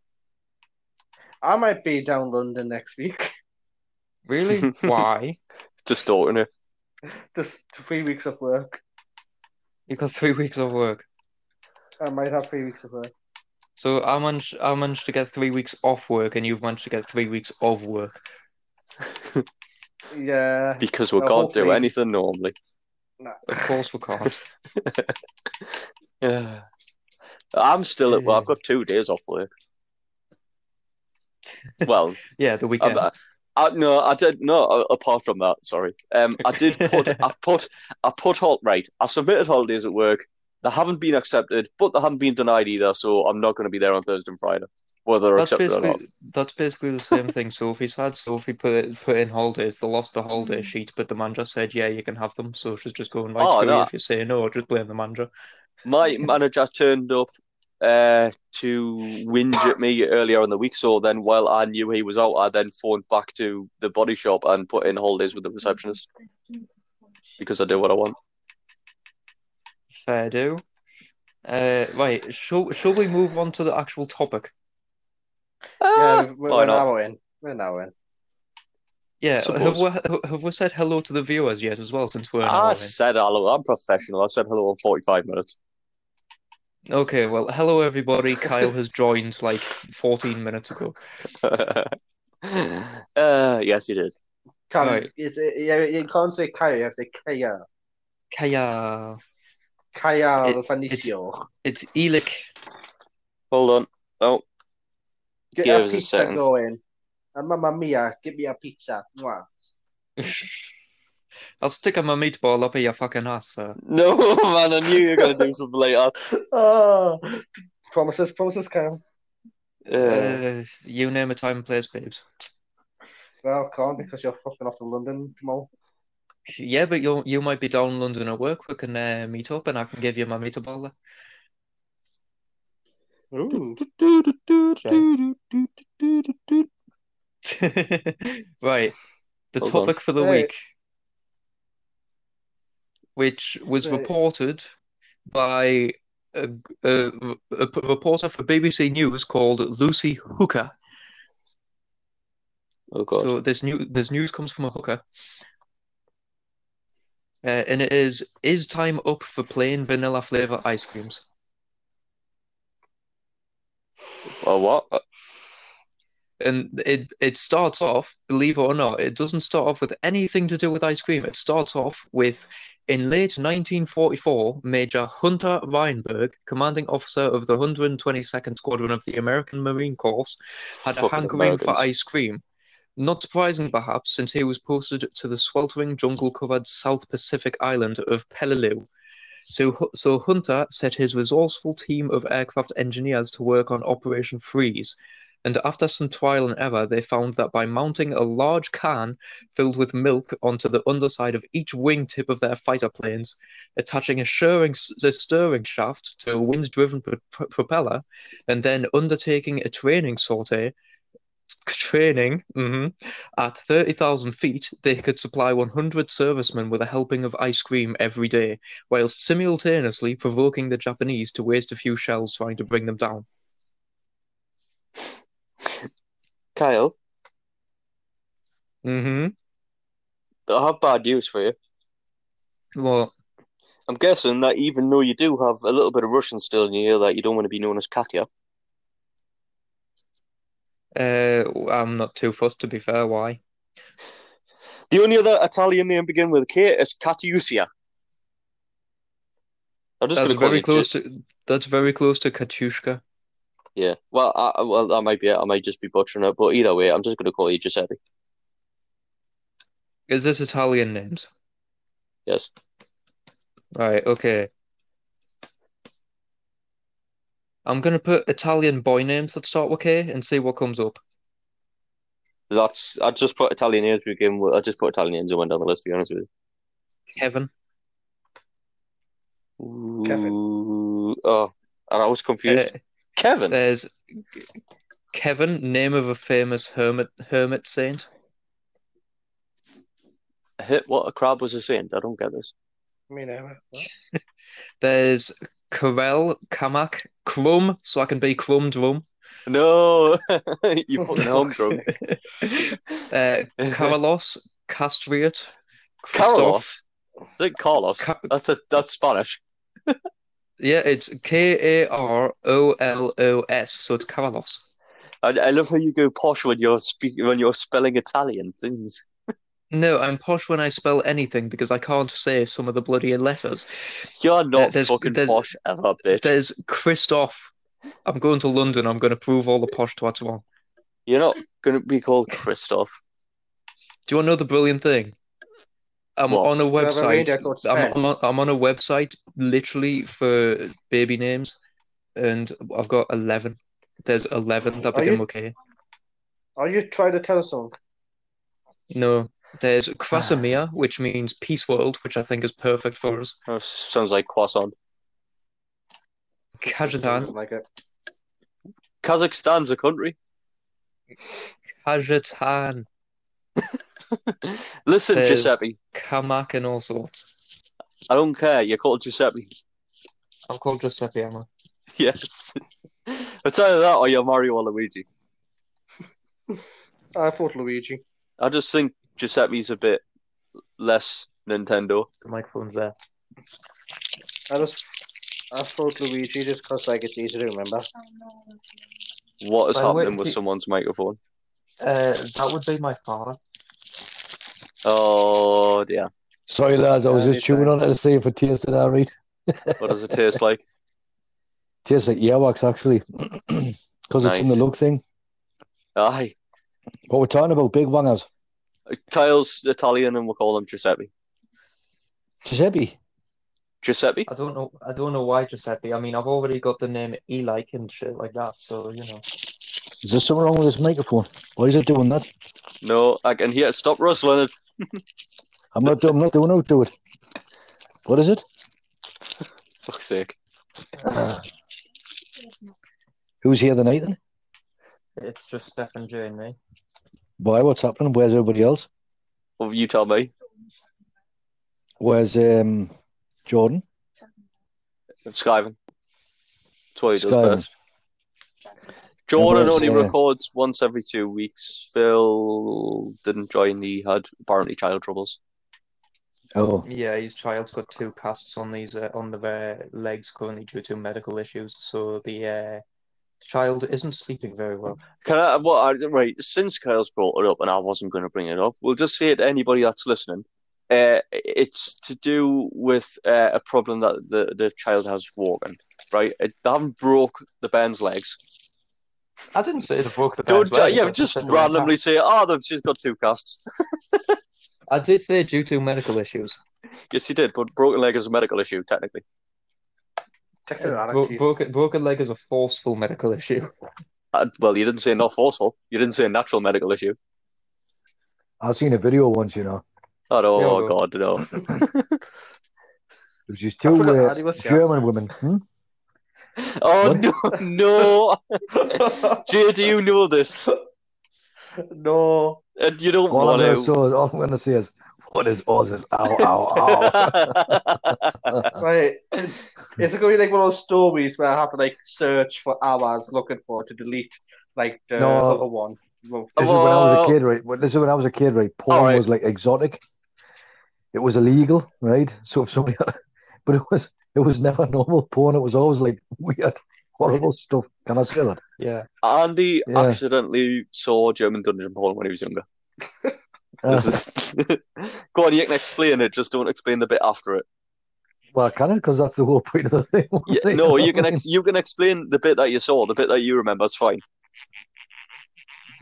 Speaker 3: I might be down London next week.
Speaker 5: Really? Why?
Speaker 2: Distorting it.
Speaker 3: Just three weeks of work.
Speaker 5: You got three weeks of work.
Speaker 3: I might have three weeks of work.
Speaker 5: So I managed, I managed to get three weeks off work, and you've managed to get three weeks of work.
Speaker 3: Yeah.
Speaker 2: Because we
Speaker 3: Well,
Speaker 2: can't do
Speaker 3: hopefully-
Speaker 2: anything normally.
Speaker 5: Of course we can't.
Speaker 2: Yeah. I'm still at well, I've got two days off work. Well,
Speaker 5: Yeah, the weekend.
Speaker 2: I, I, no, I did no. a- Apart from that, sorry. Um, I did put, I put, I put halt right. I submitted holidays at work. They haven't been accepted, but they haven't been denied either. So I'm not going to be there on Thursday and Friday, whether they're
Speaker 5: That's
Speaker 2: accepted or not.
Speaker 5: basically that's basically the same thing Sophie's had. Sophie put it, put in holidays. They lost the holiday sheet, but the manager said, "Yeah, you can have them." So she's just going like,
Speaker 2: Oh,
Speaker 5: "Screw you
Speaker 2: no.
Speaker 5: if you say no, just blame the manager."
Speaker 2: My manager turned up uh, to whinge at me earlier in the week. So then, while I knew he was out, I then phoned back to the body shop and put in holidays with the receptionist because I do what I want.
Speaker 5: Fair do. Uh, right. Shall shall we move on to the actual topic?
Speaker 3: Yeah,
Speaker 2: Ah,
Speaker 3: we're,
Speaker 2: why
Speaker 3: we're
Speaker 2: not?
Speaker 3: now in. We're now in.
Speaker 5: Yeah. Have
Speaker 2: Suppose. Ah,
Speaker 5: we have we said hello to the viewers yet as well since we're an
Speaker 2: I
Speaker 5: hour
Speaker 2: said hello. I'm professional. I said hello in 45 minutes.
Speaker 5: in? Okay. Well, hello everybody. Kyle has joined like 14 minutes ago.
Speaker 2: uh, yes, you did.
Speaker 3: Can,
Speaker 5: Right.
Speaker 3: it's, it, yeah, you can't say Kaya, you have to say Kaya.
Speaker 5: Kaya.
Speaker 3: Kaya
Speaker 5: It-
Speaker 3: Vanicio.
Speaker 5: uh, It's Elik.
Speaker 2: Hold on. Oh,
Speaker 3: Get
Speaker 2: give
Speaker 3: a
Speaker 2: us a
Speaker 3: pizza
Speaker 2: second.
Speaker 3: going. And Mamma Mia, give me a pizza. Mwah.
Speaker 5: I'll stick my meatball up your fucking ass, sir.
Speaker 2: no, man, I knew you were going to do something like that.
Speaker 3: Oh, promises, promises, Kyle.
Speaker 2: Uh,
Speaker 5: Uh, you name a time and place, babes.
Speaker 3: Well, can't because you're fucking off to London tomorrow.
Speaker 5: Yeah, but you you might be down in London at work. We can uh, meet up, and I can give you my meatball. there.
Speaker 3: Ooh.
Speaker 5: Right, the
Speaker 2: Hold on.
Speaker 5: topic for the
Speaker 3: Right.
Speaker 5: week, which was
Speaker 3: Right.
Speaker 5: reported by a, a, a p- reporter for BBC News called Lucy Hooker.
Speaker 2: oh, God.
Speaker 5: So this new this news comes from a hooker, uh, and it is: Is time up for plain vanilla flavor ice creams?
Speaker 2: Oh, what?
Speaker 5: And it it starts off, believe it or not, it doesn't start off with anything to do with ice cream. It starts off with, in late 1944, Major Hunter Weinberg, commanding officer of the 122nd Squadron of the American Marine Corps, had a
Speaker 2: Fucking
Speaker 5: hankering for
Speaker 2: Americans.
Speaker 5: ice cream. Not surprising, perhaps, since he was posted to the sweltering jungle-covered South Pacific island of Peleliu. So, Hu- so Hunter set his resourceful team of aircraft engineers to work on Operation Freeze, and after some trial and error, they found that by mounting a large can filled with milk onto the underside of each wingtip of their fighter planes, attaching a, shearing, a stirring shaft to a wind-driven pro- pro- propeller, and then undertaking a training sortie training mhm, at 30,000 feet, they could supply 100 servicemen with a helping of ice cream every day, whilst simultaneously provoking the Japanese to waste a few shells trying to bring them down.
Speaker 2: Kyle,
Speaker 5: hmm
Speaker 2: I have bad news for you.
Speaker 5: Well,
Speaker 2: I'm guessing that even though you do have a little bit of Russian still in you, that you don't want to be known as Katya.
Speaker 5: uh, I'm not too fussed, to be fair. Why?
Speaker 2: The only other Italian name begin with K is Katiusia. I'm just gonna
Speaker 5: That's
Speaker 2: call
Speaker 5: very
Speaker 2: you J-
Speaker 5: close to that's very close to Katyushka.
Speaker 2: Yeah. Well, I, I- well, that might be it. I might just be butchering it, but either way, I'm just going to call you Giuseppe.
Speaker 5: Is this Italian names?
Speaker 2: Yes.
Speaker 5: Right, okay. I'm gonna put Italian boy names that start with K and see what comes up.
Speaker 2: That's I just put Italian names became I just put Italian names and went down the list. To be honest with
Speaker 5: Kevin.
Speaker 2: you,
Speaker 3: Kevin.
Speaker 2: Ooh, oh, and I was confused.
Speaker 5: Uh,
Speaker 2: Kevin.
Speaker 5: there's Kevin, name of a famous hermit hermit saint.
Speaker 2: Hit what a crab was a saint. I don't get this.
Speaker 3: Me neither.
Speaker 5: There's Karel, Kamak, Crum, so I can be Crum Drum.
Speaker 2: No, you fucking humdrum.
Speaker 5: uh, Carolos, Castriot, Christoph.
Speaker 2: Carlos. I think Carlos.
Speaker 5: Ca-
Speaker 2: That's a that's Spanish.
Speaker 5: yeah, it's K A R O L O S, so it's Carolos.
Speaker 2: I, I love how you go posh when you're speak when you're spelling Italian things.
Speaker 5: No, I'm posh when I spell anything because I can't say some of the bloody letters.
Speaker 2: You're not
Speaker 5: there's-
Speaker 2: fucking
Speaker 5: there's-
Speaker 2: posh ever, bitch.
Speaker 5: There's Christoph. I'm going to London. I'm going to prove all the posh twats wrong.
Speaker 2: You're not gonna be called Christoph.
Speaker 5: Do you want to know the brilliant thing? I'm
Speaker 2: What?
Speaker 5: on a
Speaker 3: have a
Speaker 5: website.
Speaker 3: reader called
Speaker 5: I'm,
Speaker 3: Sven.
Speaker 5: I'm, on, I'm on a website literally for baby names, and I've got 11. There's 11 that
Speaker 3: Are
Speaker 5: begin
Speaker 3: you-
Speaker 5: with K.
Speaker 3: Are you trying to tell us something?
Speaker 5: No, there's Krasimir, which means peace world, which I think is perfect for us.
Speaker 2: That sounds like croissant.
Speaker 5: Kajetan,
Speaker 3: Like it.
Speaker 2: Kazakhstan's a country.
Speaker 5: Kajetan,
Speaker 2: Listen,
Speaker 5: There's-
Speaker 2: Giuseppe.
Speaker 5: Kamak, and all sorts.
Speaker 2: I don't care. You're called Giuseppe.
Speaker 5: I'm called Giuseppe, am I?
Speaker 2: Yes. It's either that or you're Mario or Luigi.
Speaker 3: I thought Luigi.
Speaker 2: I just think Giuseppe's a bit less Nintendo.
Speaker 5: The microphone's there.
Speaker 3: I just I thought Luigi just because like it's easy to remember.
Speaker 2: What is
Speaker 5: By the way,
Speaker 2: happening with
Speaker 5: do-
Speaker 2: someone's microphone?
Speaker 5: Uh, that would be my father.
Speaker 2: Oh dear.
Speaker 6: Sorry, lads, I was
Speaker 3: Uh,
Speaker 6: just
Speaker 3: it's
Speaker 6: tuning on it to see if it tasted all right.
Speaker 2: What does it taste like?
Speaker 6: Tastes like earwax, actually, because it's in
Speaker 2: Nice.
Speaker 6: the look thing.
Speaker 2: Aye.
Speaker 6: What we're talking about, big wangers.
Speaker 2: Kyle's Italian and we'll call him Giuseppe.
Speaker 6: Giuseppe,
Speaker 2: Giuseppe?
Speaker 5: I don't know. I don't know why Giuseppe. I mean, I've already got the name Eli and shit like that. So you know.
Speaker 6: is there something wrong with this microphone? Why is it doing that?
Speaker 2: No, I can hear it. Stop rustling it.
Speaker 6: I'm not doing, I'm not doing out to it. What is it?
Speaker 2: Fuck's sake.
Speaker 6: Who's here tonight then?
Speaker 5: It's just Stefan J and me.
Speaker 6: Why? What's happening? Where's everybody else?
Speaker 2: Well, you tell me.
Speaker 6: Where's um, Jordan?
Speaker 2: Skyvin. That's what he does
Speaker 6: Skyvin.
Speaker 2: best. Jordan
Speaker 6: It was,
Speaker 2: only
Speaker 6: uh,
Speaker 2: records once every two weeks. Phil didn't join. He had apparently child troubles.
Speaker 6: Oh,
Speaker 5: Yeah, his child's got two casts on these uh, on the uh, legs currently due to medical issues. So the uh, child isn't sleeping very well.
Speaker 2: Can I? Well, I, right. Since Kyle's brought it up, and I wasn't going to bring it up, we'll just say it to anybody that's listening. Uh, it's to do with uh, a problem that the, the child has walking. Right, it, they haven't broke the band's legs.
Speaker 5: I didn't say the book. The
Speaker 2: Don't
Speaker 5: band's legs,
Speaker 2: yeah,
Speaker 5: I
Speaker 2: just
Speaker 5: said the right
Speaker 2: randomly say, oh, they've just got two casts.
Speaker 5: hand. I did say due to medical issues.
Speaker 2: yes, he did, but broken leg is a medical issue technically.
Speaker 5: Bro- broken broken leg is a forceful medical issue.
Speaker 2: Uh, well, you didn't say not forceful. You didn't say natural medical issue.
Speaker 6: I've seen a video once, you know.
Speaker 2: Oh, no,
Speaker 5: Yeah,
Speaker 2: oh,
Speaker 5: well.
Speaker 2: God, no.
Speaker 6: It was just
Speaker 3: I
Speaker 6: two
Speaker 3: forgot
Speaker 6: uh,
Speaker 3: Adi was here.
Speaker 6: German women. Hmm?
Speaker 2: Oh no, no. Jay, do you know this?
Speaker 3: no.
Speaker 2: And you don't
Speaker 6: All I'm
Speaker 2: want
Speaker 6: gonna
Speaker 2: to.
Speaker 6: say is, all I'm gonna say is, what is Oz is ow ow ow.
Speaker 3: Right. It's, it's gonna be like one of those stories where I have to like search for hours looking for to delete like the
Speaker 6: No.
Speaker 3: other one. Well,
Speaker 6: This is when I was
Speaker 2: Well-
Speaker 6: a kid, right? When- This is when I was a kid, right? Porn
Speaker 2: Alright.
Speaker 6: was like exotic. It was illegal, right? So if somebody, but it was it was never normal porn. It was always like weird, horrible stuff. Can I say that?
Speaker 5: Yeah,
Speaker 2: Andy
Speaker 6: Yeah.
Speaker 2: accidentally saw German Dungeon Porn when he was younger. This is... Go on, you can explain it. Just don't explain the bit after it.
Speaker 6: Well, can it? Because that's the whole point of the thing.
Speaker 2: Yeah,
Speaker 6: right?
Speaker 2: no, you can
Speaker 6: I mean,
Speaker 2: ex- you can explain the bit that you saw. The bit that you remember is fine.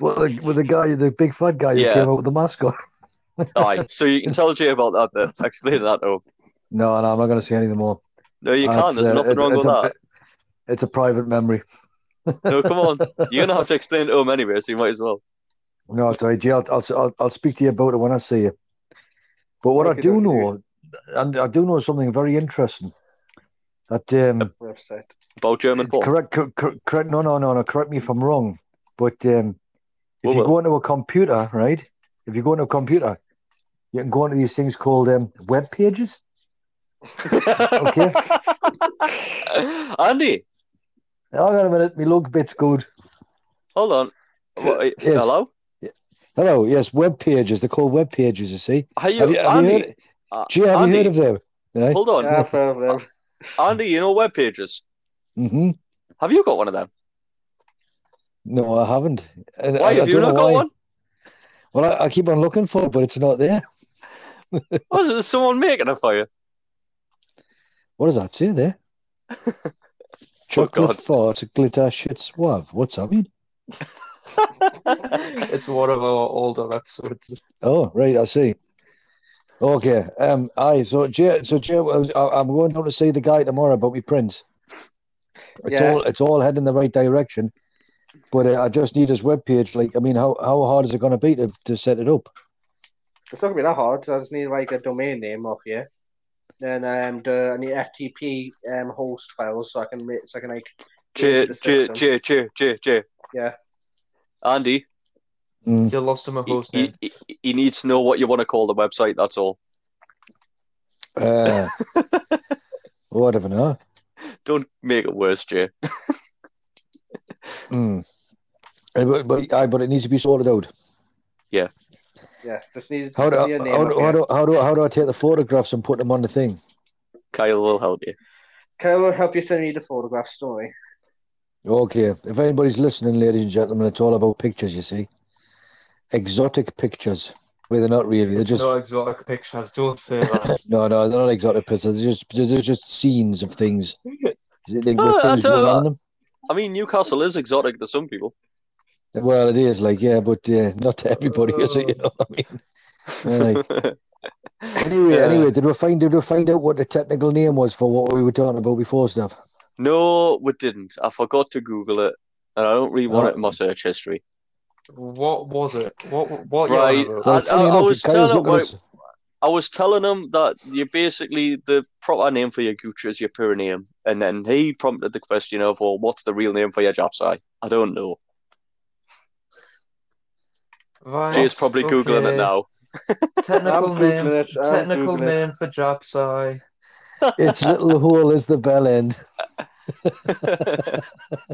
Speaker 6: well, the, with the guy, the big fat guy
Speaker 2: Yeah.
Speaker 6: who came out with the mask on.
Speaker 2: Aye, so you can tell Jay about that. Then explain that though.
Speaker 6: No, no, I'm not going to say anything more.
Speaker 2: No, you can't. There's
Speaker 6: That's,
Speaker 2: nothing
Speaker 6: uh, it's-
Speaker 2: wrong
Speaker 6: it's
Speaker 2: with
Speaker 6: a-
Speaker 2: that.
Speaker 6: It's a private memory.
Speaker 2: No, come on. You're gonna have to explain it to him anyway, so you might as well.
Speaker 6: No, it's all right, Jay. I'll, I'll, I'll, I'll speak to you about it when I see you. But what I
Speaker 3: Okay,
Speaker 6: do
Speaker 3: okay.
Speaker 6: know, and I do know something very interesting. That um,
Speaker 3: website.
Speaker 2: About German porn.
Speaker 6: correct, cor- cor- correct. No, no, no, no. Correct me if I'm wrong. But um, if
Speaker 2: Well,
Speaker 6: you
Speaker 2: well.
Speaker 6: go into a computer, right? If you go into a computer, you can go into these things called um, web pages. Okay.
Speaker 2: Andy,
Speaker 6: Hang on a minute, my log bit's good.
Speaker 2: hold on. What, eh,
Speaker 6: Yes.
Speaker 2: Hello?
Speaker 6: Hello, yes, web pages. They're called web pages. You see?
Speaker 2: Are you,
Speaker 6: Have you, have you
Speaker 2: Andy?
Speaker 6: heard?
Speaker 2: uh,
Speaker 6: Gee, have
Speaker 2: Andy,
Speaker 6: you heard of them? Eh? Right?
Speaker 2: hold on.
Speaker 3: Yeah, fair enough.
Speaker 2: Andy, you know web pages.
Speaker 6: Mm-hmm.
Speaker 2: Have you got one of them?
Speaker 6: No, I haven't. And
Speaker 2: Why
Speaker 6: I, I
Speaker 2: have you
Speaker 6: don't
Speaker 2: not
Speaker 6: know
Speaker 2: got
Speaker 6: why.
Speaker 2: one?
Speaker 6: Well, I, I keep on looking for it, but it's not there.
Speaker 2: Was it someone making it for you?
Speaker 6: What does that say there? Chocolate
Speaker 2: God.
Speaker 6: fart, glitter, shit, suave. What's that mean?
Speaker 5: it's one of our older episodes.
Speaker 6: Oh, right, I see. Okay, um, aye. So, Jay, so Jay, I was- I- I'm going down to see the guy tomorrow about my prints. It's
Speaker 3: Yeah.
Speaker 6: all it's all heading in the right direction, but uh, I just need his webpage. Like, I mean, how, how hard is it going to be to, to set it up?
Speaker 3: It's not gonna be that hard. I just need like a domain name off here. Then um, the, I need FTP um, host files so I can make so I can like
Speaker 2: J,
Speaker 3: the
Speaker 2: J,
Speaker 3: system.
Speaker 2: J, J, J, J.
Speaker 3: Yeah.
Speaker 2: Andy,
Speaker 6: Mm.
Speaker 5: You lost him a
Speaker 2: he,
Speaker 5: host
Speaker 2: he,
Speaker 5: name.
Speaker 2: he- he needs to know what you want to call the website, that's all.
Speaker 6: Uh, oh, whatever, no.
Speaker 2: Don't make it worse, Jay.
Speaker 6: Mm. Uh, But, but, aye, but it needs to be sorted out.
Speaker 3: yeah. Just need,
Speaker 6: How do,
Speaker 3: just
Speaker 6: how,
Speaker 3: need a name off
Speaker 6: do, how,
Speaker 3: here.
Speaker 6: do, how, do, how do I take the photographs and put them on the thing?
Speaker 2: Kyle will help you.
Speaker 3: Kyle will help you send me the photograph story.
Speaker 6: Okay. If anybody's listening, ladies and gentlemen, it's all about pictures, you see. Exotic pictures. Well, they're not really. They're just
Speaker 5: No exotic pictures. Don't say that.
Speaker 6: no, no. They're not exotic pictures. They're just they're just scenes of things. Is it-
Speaker 2: Oh,
Speaker 6: with
Speaker 2: I
Speaker 6: things
Speaker 2: tell you
Speaker 6: going on
Speaker 2: what.
Speaker 6: in them.
Speaker 2: I mean, Newcastle is exotic to some people.
Speaker 6: Well, it is like yeah, but uh, not to everybody. is it? You know what I mean? Aye. Anyway,
Speaker 2: Yeah.
Speaker 6: anyway, did we find did we find out what the technical name was for what we were talking about before, stuff?
Speaker 2: no, we didn't. I forgot to Google it, and I don't really want it in my search history.
Speaker 5: what was it? What what
Speaker 2: Right.
Speaker 5: year was
Speaker 2: I-
Speaker 6: Well, funny
Speaker 2: I- I
Speaker 6: enough,
Speaker 2: was
Speaker 6: Kyle's
Speaker 2: telling
Speaker 6: looking at
Speaker 2: what-
Speaker 6: us-
Speaker 2: I was telling him that you basically the proper name for your Gucci is your Pyreneum, and then he prompted the question of, "Well, what's the real name for your Japsai?" I don't know.
Speaker 5: it? Right.
Speaker 2: Jay's probably googling it
Speaker 5: okay.
Speaker 2: now.
Speaker 5: Technical
Speaker 3: I'm
Speaker 5: name.
Speaker 3: Googling it, I'm
Speaker 5: technical
Speaker 3: Googling it.
Speaker 5: name for Japsai.
Speaker 6: Its little hole is the bell end.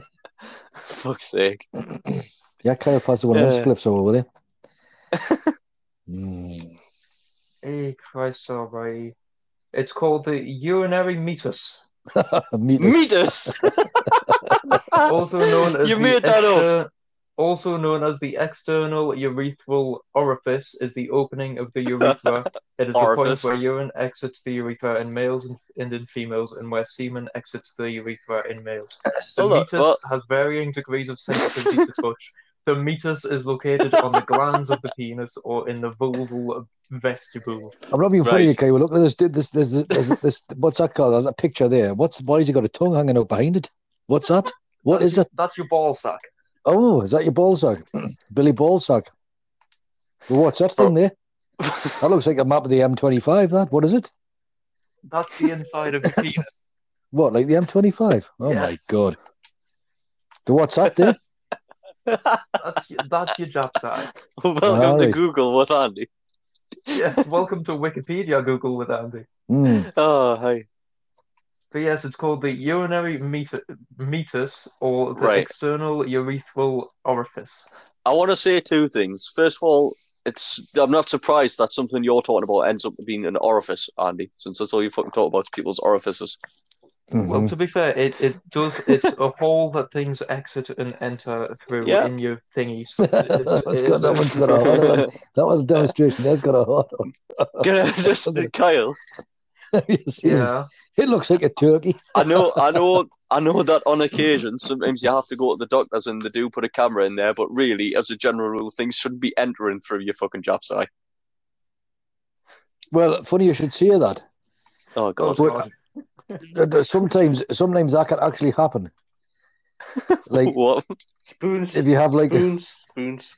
Speaker 2: Fuck's sake!
Speaker 6: Yeah, Kyle passed one of
Speaker 2: Uh.
Speaker 6: them spliffs over, will he? Mm.
Speaker 5: Hey Christ almighty. It's called the urinary meatus,
Speaker 6: Meat is-
Speaker 2: Meet us.
Speaker 5: also known as
Speaker 2: You
Speaker 5: the
Speaker 2: made that up.
Speaker 5: exter- also known as the external urethral orifice, is the opening of the urethra. It is the point
Speaker 2: Orifice.
Speaker 5: where urine exits the urethra in males and, and in females, and where semen exits the urethra in males. The
Speaker 2: Hold on,
Speaker 5: meatus
Speaker 2: well-
Speaker 5: has varying degrees of sensitivity to touch. The meatus is located on the glands of the penis or in the vulval vestibule.
Speaker 6: I'm not being funny,
Speaker 2: Right.
Speaker 6: okay? Well, look at this. dude, This, this, this, this, this what's that called? That picture there. What's why has he got a tongue hanging out behind it? What's that? What
Speaker 5: That's
Speaker 6: is
Speaker 5: your-
Speaker 6: it?
Speaker 5: That's your ball sack.
Speaker 6: Oh, is that your ballsack, Billy Ballsack? Well, what's that thing there? That looks like a map of the M25. That what is it?
Speaker 5: That's the inside of your penis.
Speaker 6: What like the M25? Oh my
Speaker 5: Yes.
Speaker 6: god! The what's that there?
Speaker 5: That's your, that's your job sack.
Speaker 2: Welcome to
Speaker 6: Alright.
Speaker 2: Google with Andy.
Speaker 5: Yes, welcome to Wikipedia Google with Andy.
Speaker 6: Hmm.
Speaker 2: Oh, hi.
Speaker 5: But yes, it's called the urinary meter, meatus or the
Speaker 2: Right.
Speaker 5: external urethral orifice.
Speaker 2: I want to say two things. First of all, it's I'm not surprised that something you're talking about ends up being an orifice, Andy, since that's all you fucking talk about is people's orifices.
Speaker 5: Well,
Speaker 6: Mhm.
Speaker 5: to be fair, it, it does. It's a hole that things exit and enter through
Speaker 2: Yeah.
Speaker 5: in your thingies.
Speaker 6: That's got- that one's got a
Speaker 2: Get
Speaker 6: hard on. That one's a demonstration. That's got a hard on.
Speaker 2: out, just Kyle.
Speaker 6: You see?
Speaker 5: yeah.
Speaker 6: It looks like a turkey.
Speaker 2: I know, I know, I know that on occasion sometimes you have to go to the doctors and they do put a camera in there, but really, as a general rule, things shouldn't be entering through your fucking job's eye.
Speaker 6: Well, funny you should say that.
Speaker 2: Oh
Speaker 5: Oh,
Speaker 2: god.
Speaker 5: God.
Speaker 6: Sometimes, sometimes that can actually happen. Like
Speaker 2: What?
Speaker 3: Spoons,
Speaker 6: if you have like,
Speaker 3: spoons, spoons.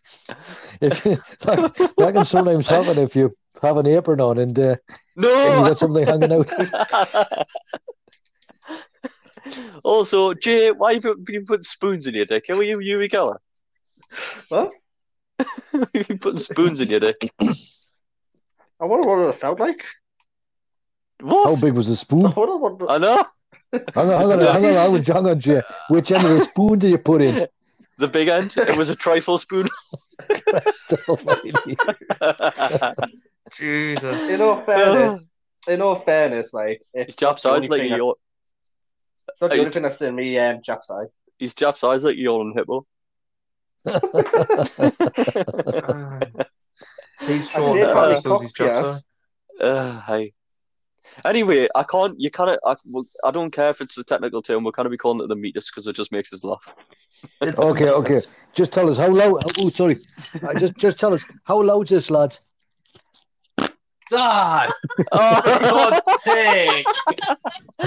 Speaker 6: If you, that, that can sometimes happen if you have an apron on and, uh, and you
Speaker 2: No.
Speaker 6: got something hanging out.
Speaker 2: also, Jay, why have you been putting spoons in your dick? How are you, Yuri Geller?
Speaker 3: What?
Speaker 2: You've been putting spoons in your dick.
Speaker 3: I wonder what it sound like.
Speaker 2: What?
Speaker 6: How big was the
Speaker 3: I
Speaker 6: spoon?
Speaker 3: wonder what.
Speaker 2: I know.
Speaker 6: Hang on, hang on, hang on, hang on, hang on, Jay. Which end of the spoon do you put in?
Speaker 2: The big end. It was a trifle spoon.
Speaker 6: Almighty.
Speaker 5: Jesus.
Speaker 3: In all fairness, in all fairness, like
Speaker 2: His
Speaker 3: it's
Speaker 2: Jap
Speaker 3: not the only
Speaker 2: size like
Speaker 3: thing
Speaker 2: a
Speaker 3: that's-
Speaker 2: yawn.
Speaker 3: It's not the
Speaker 2: Hey,
Speaker 3: only thing that's in me, um, Jap side.
Speaker 2: His Jap size like a yawning hippo.
Speaker 5: he's
Speaker 3: I mean,
Speaker 5: short.
Speaker 3: they
Speaker 5: but
Speaker 3: probably
Speaker 5: so is his
Speaker 3: cock
Speaker 5: job,
Speaker 3: us.
Speaker 5: sir.
Speaker 2: Uh, hey. Anyway, I can't. You can't. I, well, I don't care if it's the technical term. We're kind of be calling it the meatus because it just makes us laugh.
Speaker 6: okay, okay. Just tell us how loud. Oh, sorry. Uh, just, just tell us how loud's this, lads?
Speaker 5: God,
Speaker 2: Oh,
Speaker 5: God's sake!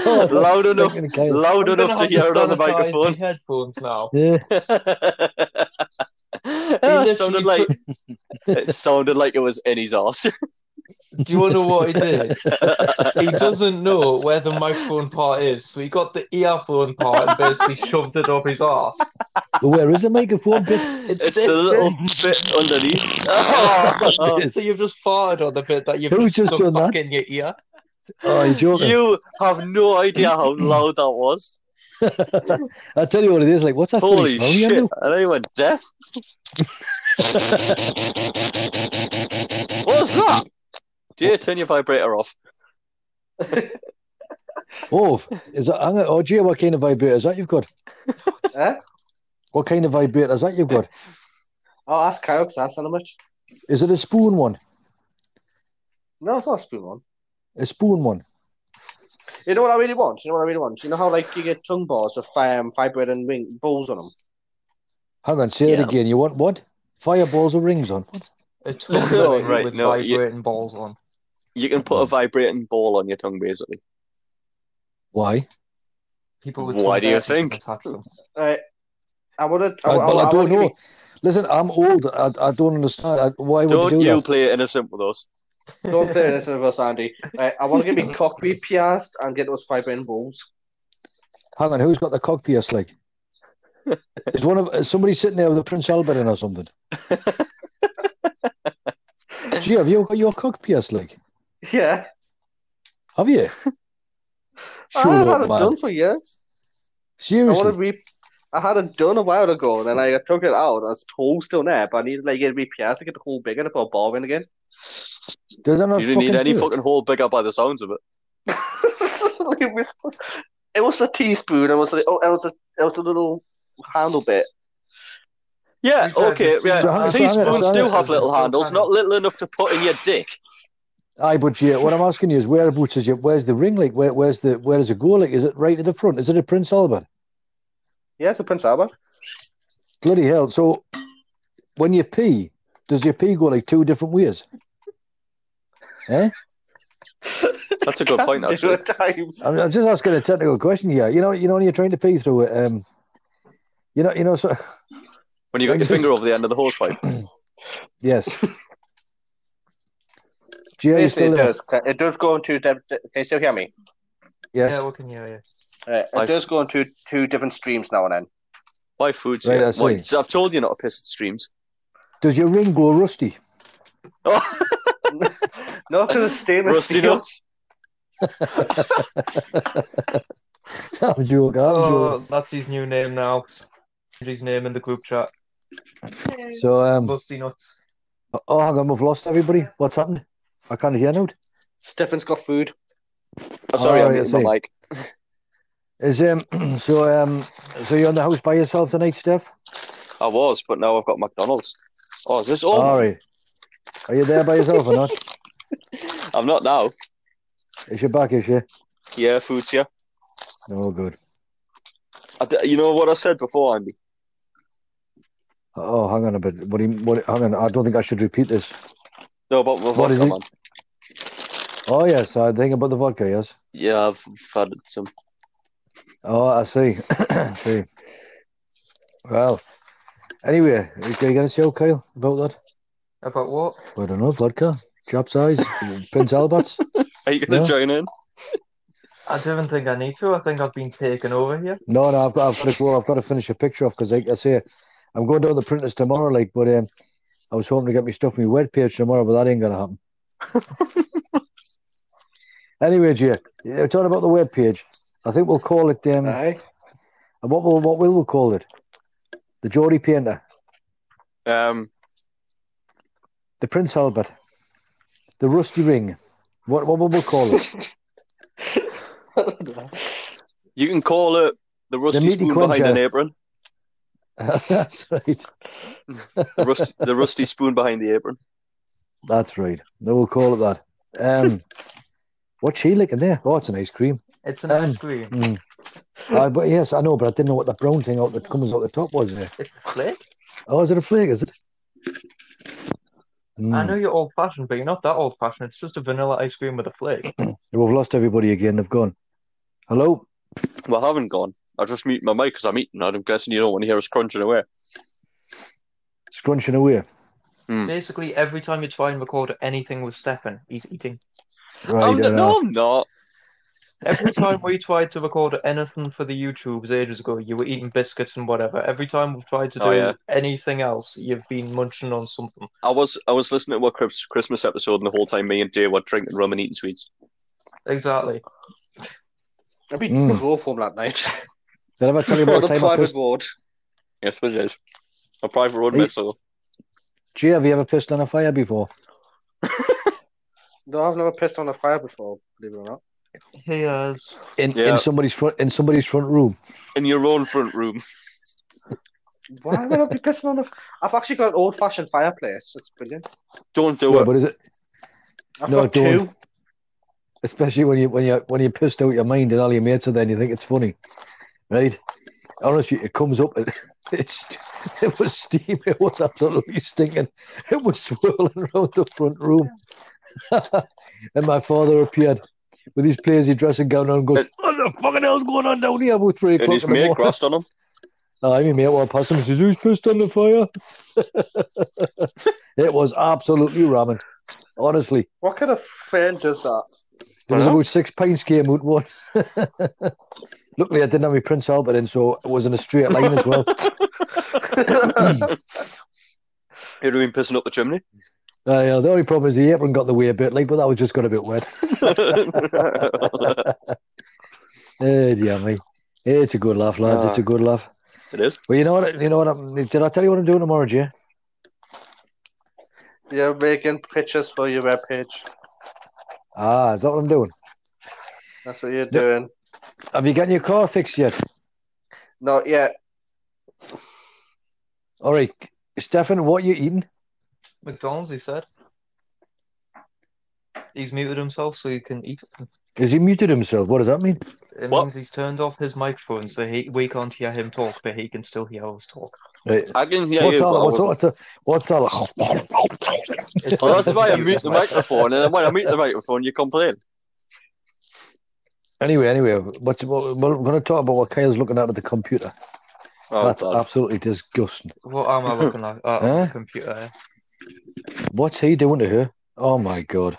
Speaker 2: God. loud enough.
Speaker 6: Fucking hell.
Speaker 2: Loud
Speaker 5: I'm gonna
Speaker 2: enough to
Speaker 5: have
Speaker 2: hear it on the
Speaker 5: sanitize my
Speaker 2: microphone.
Speaker 5: Headphones now.
Speaker 6: Yeah.
Speaker 2: Ah, it sounded like
Speaker 5: literally
Speaker 2: it sounded like it was in his ass.
Speaker 5: Do you want to know what he did? He doesn't know where the microphone part is, so he got the earphone part and basically shoved it up his ass.
Speaker 6: Well, where is the microphone? Bit?
Speaker 5: It's,
Speaker 2: It's the little bit underneath. Oh,
Speaker 5: So you've just farted on the bit that you've
Speaker 6: Who's
Speaker 5: just
Speaker 6: just
Speaker 5: stuck
Speaker 6: done
Speaker 5: back
Speaker 6: that?
Speaker 5: in your ear.
Speaker 6: Oh, you're joking.
Speaker 2: you have no idea how loud that was.
Speaker 6: I tell you what it is like. What's that
Speaker 2: Holy
Speaker 6: funny smell you
Speaker 2: shit!
Speaker 6: do?
Speaker 2: And they went deaf. What's that? Dear, turn your vibrator off.
Speaker 6: Oh, is that? Hang on. Oh, gee, what kind of vibrator is that you've got?
Speaker 3: Eh?
Speaker 6: What kind of vibrator is that you've got?
Speaker 3: I'll ask Kyle because that's how much.
Speaker 6: Is it a spoon one?
Speaker 3: No, it's not a spoon one.
Speaker 6: A spoon one?
Speaker 3: You know what I really want? You know what I really want? You know how like you get tongue bars with um, vibrating ring balls on them.
Speaker 6: Hang on, say it
Speaker 2: Yeah.
Speaker 6: again. You want what? Fireballs with rings on? What?
Speaker 5: A tongue ring
Speaker 2: Right,
Speaker 5: with
Speaker 2: no, you-
Speaker 5: vibrating balls on.
Speaker 2: You can put a vibrating ball on your tongue, basically.
Speaker 6: Why?
Speaker 5: People with
Speaker 2: Why
Speaker 5: tongue
Speaker 2: do you
Speaker 5: bears can
Speaker 2: think?
Speaker 5: Attach them.
Speaker 3: Uh, I wanna. I,
Speaker 6: Uh, I,
Speaker 3: I,
Speaker 6: well, I,
Speaker 3: I
Speaker 6: don't
Speaker 3: wanna
Speaker 6: know.
Speaker 3: give
Speaker 6: Listen, I'm old. I, I don't understand. I, why would
Speaker 2: Don't
Speaker 6: you do
Speaker 2: you
Speaker 6: that?
Speaker 2: play innocent with us?
Speaker 3: You, don't play this with us, Andy. Right, I want to get me cock be pierced and get those vibrating balls.
Speaker 6: Hang on, who's got the cock pierced like? Is one of is somebody sitting there with a Prince Albert in or something? Gee, have you got your cock pierced like?
Speaker 3: Yeah,
Speaker 6: Have you?
Speaker 3: I've
Speaker 6: Sure,
Speaker 3: had it
Speaker 6: man.
Speaker 3: done for years. I
Speaker 6: Seriously?
Speaker 3: want to re. I had it done a while ago, and then I took it out. I was told still there, but I needed like it re pierced to get the whole big and I put a ball in again.
Speaker 6: Does that not
Speaker 2: You didn't need
Speaker 6: fucking
Speaker 2: any
Speaker 6: do it?
Speaker 2: fucking hole bigger by the sounds of it.
Speaker 3: it was- it was a teaspoon. It was like oh, it was a it was a little handle bit.
Speaker 2: Yeah,
Speaker 5: You've heard
Speaker 2: okay,
Speaker 5: the
Speaker 2: yeah.
Speaker 6: So hang- so hang on,
Speaker 2: Teaspoons
Speaker 6: so hang
Speaker 2: do
Speaker 6: on.
Speaker 2: have little
Speaker 5: There's no
Speaker 2: handles,
Speaker 5: panel.
Speaker 2: not little enough to put in your dick.
Speaker 6: Aye, but yeah, what I'm asking you is whereabouts is your where's the ring like? Where where's the where is it go like? Is it right at the front? Is it a Prince Albert?
Speaker 3: Yeah, it's a Prince Albert.
Speaker 6: Bloody hell. So when you pee, does your pee go like two different ways? eh?
Speaker 2: That's a good point,
Speaker 3: Do
Speaker 2: actually.
Speaker 3: it times.
Speaker 6: I'm, I'm just asking a technical question here. You know, you know when you're trying to pee through it, um you know, you know, so
Speaker 2: When you got your finger over the end of the hosepipe.
Speaker 6: yes. Gio, you
Speaker 3: Basically,
Speaker 6: still
Speaker 3: it
Speaker 6: there?
Speaker 3: does. It does go into. Can you still hear me?
Speaker 5: Yeah,
Speaker 6: Yes.
Speaker 5: we can hear you.
Speaker 3: Right,
Speaker 2: I-
Speaker 3: it does go into two different streams now and then.
Speaker 2: Why food's
Speaker 6: Right,
Speaker 2: here?
Speaker 6: I
Speaker 2: Why-
Speaker 6: see.
Speaker 2: so I've told you not to piss at streams.
Speaker 6: Does your ring go rusty?
Speaker 2: Oh,
Speaker 3: No, because it's stainless
Speaker 2: rusty
Speaker 3: steel.
Speaker 2: nuts.
Speaker 6: I'm joking. I'm
Speaker 5: Oh,
Speaker 6: joking.
Speaker 5: that's his new name now. His name in the group chat.
Speaker 6: So um
Speaker 5: Busty nuts.
Speaker 6: oh hang on, we've lost everybody. What's happened? I can't hear now.
Speaker 3: Stephen's got food.
Speaker 2: Oh, sorry,
Speaker 6: Oh,
Speaker 2: I'm
Speaker 6: right, I
Speaker 2: muting my
Speaker 6: see.
Speaker 2: mic.
Speaker 6: Is um so um so you're in the house by yourself tonight, Steph?
Speaker 2: I was, but now I've got McDonald's. Oh, is this all?
Speaker 6: All right. Are you there by yourself or not?
Speaker 2: I'm not now.
Speaker 6: Is your back is she?
Speaker 2: Yeah, food's here.
Speaker 6: No good.
Speaker 2: I d- you know what I said before, Andy?
Speaker 6: Oh, hang on a bit. What do you what hang on, I don't think I should repeat this.
Speaker 2: No, about my
Speaker 6: What is
Speaker 2: vodka,
Speaker 6: it?
Speaker 2: man.
Speaker 6: Oh yes, I think about the vodka, yes.
Speaker 2: Yeah, I've I've had some.
Speaker 6: Oh I see. see. Well, Anyway, are you going to show Kyle about that?
Speaker 5: About what?
Speaker 6: I don't know, vodka, Japs eyes, Prince Albert's.
Speaker 2: Are you going to
Speaker 6: Yeah.
Speaker 2: join in?
Speaker 5: I don't think I need to. I think I've been taken over here.
Speaker 6: No, no, I've got, I've got, to, well, I've got to finish a picture off because, like I say, I'm going down to the printers tomorrow. Like, but um, I was hoping to get me stuff on my web page tomorrow, but that ain't gonna happen. anyway, Jay, yeah, talking about the web page, I think we'll call it. Um,
Speaker 3: Aye.
Speaker 6: and what will what will we call it? The Geordie Painter,
Speaker 2: Um,
Speaker 6: the Prince Albert, the Rusty Ring. What what will we call it?
Speaker 2: you can call it the rusty
Speaker 6: meaty
Speaker 2: spoon behind
Speaker 6: quencher.
Speaker 2: an apron.
Speaker 6: That's right.
Speaker 2: The rusty, the rusty spoon behind the apron.
Speaker 6: That's right. No, we'll call it that. Um, what's she licking there? Oh, it's an ice cream.
Speaker 5: It's an
Speaker 6: Um,
Speaker 5: ice cream.
Speaker 6: Mm. Uh, but yes, I know, but I didn't know what the brown thing out that comes out the top was there.
Speaker 5: It's a flake.
Speaker 6: Oh, is it a flake? Is it?
Speaker 5: I
Speaker 2: Hmm.
Speaker 6: Mm.
Speaker 5: know you're old fashioned, but you're not that old fashioned. It's just a vanilla ice cream with a flake.
Speaker 6: We've lost everybody again. They've gone. Hello?
Speaker 2: Well, I haven't gone. I just mute my mic because I'm eating. I'm guessing you don't want to hear us crunching away.
Speaker 6: Scrunching away.
Speaker 5: Basically, every time you try and record anything with Stefan, he's eating.
Speaker 6: Right.
Speaker 5: Oh,
Speaker 2: I'm
Speaker 6: uh,
Speaker 2: n- no, I'm not.
Speaker 5: Every time we tried to record anything for the YouTubes ages ago, you were eating biscuits and whatever. Every time we've tried to do
Speaker 2: Oh, yeah.
Speaker 5: anything else, you've been munching on something.
Speaker 2: I was I was listening to a Chris- Christmas episode, and the whole time me and Jay were drinking rum and eating sweets.
Speaker 5: Exactly.
Speaker 3: I've been
Speaker 6: Mm.
Speaker 3: raw form that night.
Speaker 6: Did I ever tell you about
Speaker 3: On
Speaker 6: the
Speaker 3: a
Speaker 6: time I
Speaker 3: private
Speaker 6: pissed?
Speaker 3: ward.
Speaker 2: Yes, it is. A private road
Speaker 6: Are you-
Speaker 2: mixer.
Speaker 6: Gee, have you ever pissed on a fire before?
Speaker 3: No, I've never pissed on a fire before, believe it or not.
Speaker 5: He has.
Speaker 6: In
Speaker 2: Yeah.
Speaker 6: in somebody's front in somebody's front room.
Speaker 2: in your own front room.
Speaker 3: Why would I be pissing on a? I've actually got an old fashioned fireplace. It's brilliant.
Speaker 2: Don't do
Speaker 6: Yeah,
Speaker 2: it.
Speaker 6: but is it
Speaker 3: I've
Speaker 6: No,
Speaker 3: got
Speaker 6: don't.
Speaker 3: two.
Speaker 6: especially when you when you when you pissed out your mind and all your mates are there and you think it's funny, right? Honestly, it comes up. It, it's it was steam. It was absolutely stinking. It was swirling around the front room, and my father appeared with his plazy dressing gown on. And goes,
Speaker 2: And-
Speaker 6: what the fucking hell's going on down here about three
Speaker 2: And
Speaker 6: o'clock
Speaker 2: his
Speaker 6: in the
Speaker 2: mate
Speaker 6: morning?
Speaker 2: grassed on him.
Speaker 6: I mean, mate, well, past him, he says, "Who's pissed on the fire?" it was absolutely ramming. Honestly,
Speaker 3: What kind of friend does that?
Speaker 6: there was
Speaker 2: Huh?
Speaker 6: about six pints came out one. Luckily, I didn't have my Prince Albert in, so it was in a straight line as well.
Speaker 2: He'd have been pissing up the chimney.
Speaker 6: Uh, yeah, the only problem is the apron got the way a bit, like, but that was just got a bit wet. Eh, dear me, Eh, it's a good laugh, lads. It's a good laugh.
Speaker 2: it is.
Speaker 6: Well, you know what? You know what? I'm, did I tell you what I'm doing tomorrow, Jay?
Speaker 3: You're making pictures for your web page.
Speaker 6: Ah, is that what I'm doing?
Speaker 3: That's what you're doing.
Speaker 6: Have you gotten your car fixed yet?
Speaker 3: Not yet.
Speaker 6: All right, Stefan, what you eating?
Speaker 5: McDonald's, he said. He's muted himself so he can eat.
Speaker 6: Is he muted himself? What does that mean?
Speaker 5: It
Speaker 2: What?
Speaker 5: means he's turned off his microphone so he, we can't hear him talk, but he can still hear us talk.
Speaker 6: Right.
Speaker 2: I can hear
Speaker 6: what's
Speaker 2: you.
Speaker 6: all?
Speaker 2: but I
Speaker 6: What's all?
Speaker 2: wasn't.
Speaker 6: What's all? What's all?
Speaker 5: It's
Speaker 2: Well, that's why I mute the microphone, and then when I mute the microphone, you complain.
Speaker 6: Anyway, anyway, what's, what, we're going to talk about what Kyle's looking at at the computer.
Speaker 2: Oh,
Speaker 6: That's
Speaker 2: God.
Speaker 6: absolutely disgusting.
Speaker 5: What am I looking at? Uh, on
Speaker 6: Huh?
Speaker 5: the computer.
Speaker 6: What's he doing to her? Oh my god.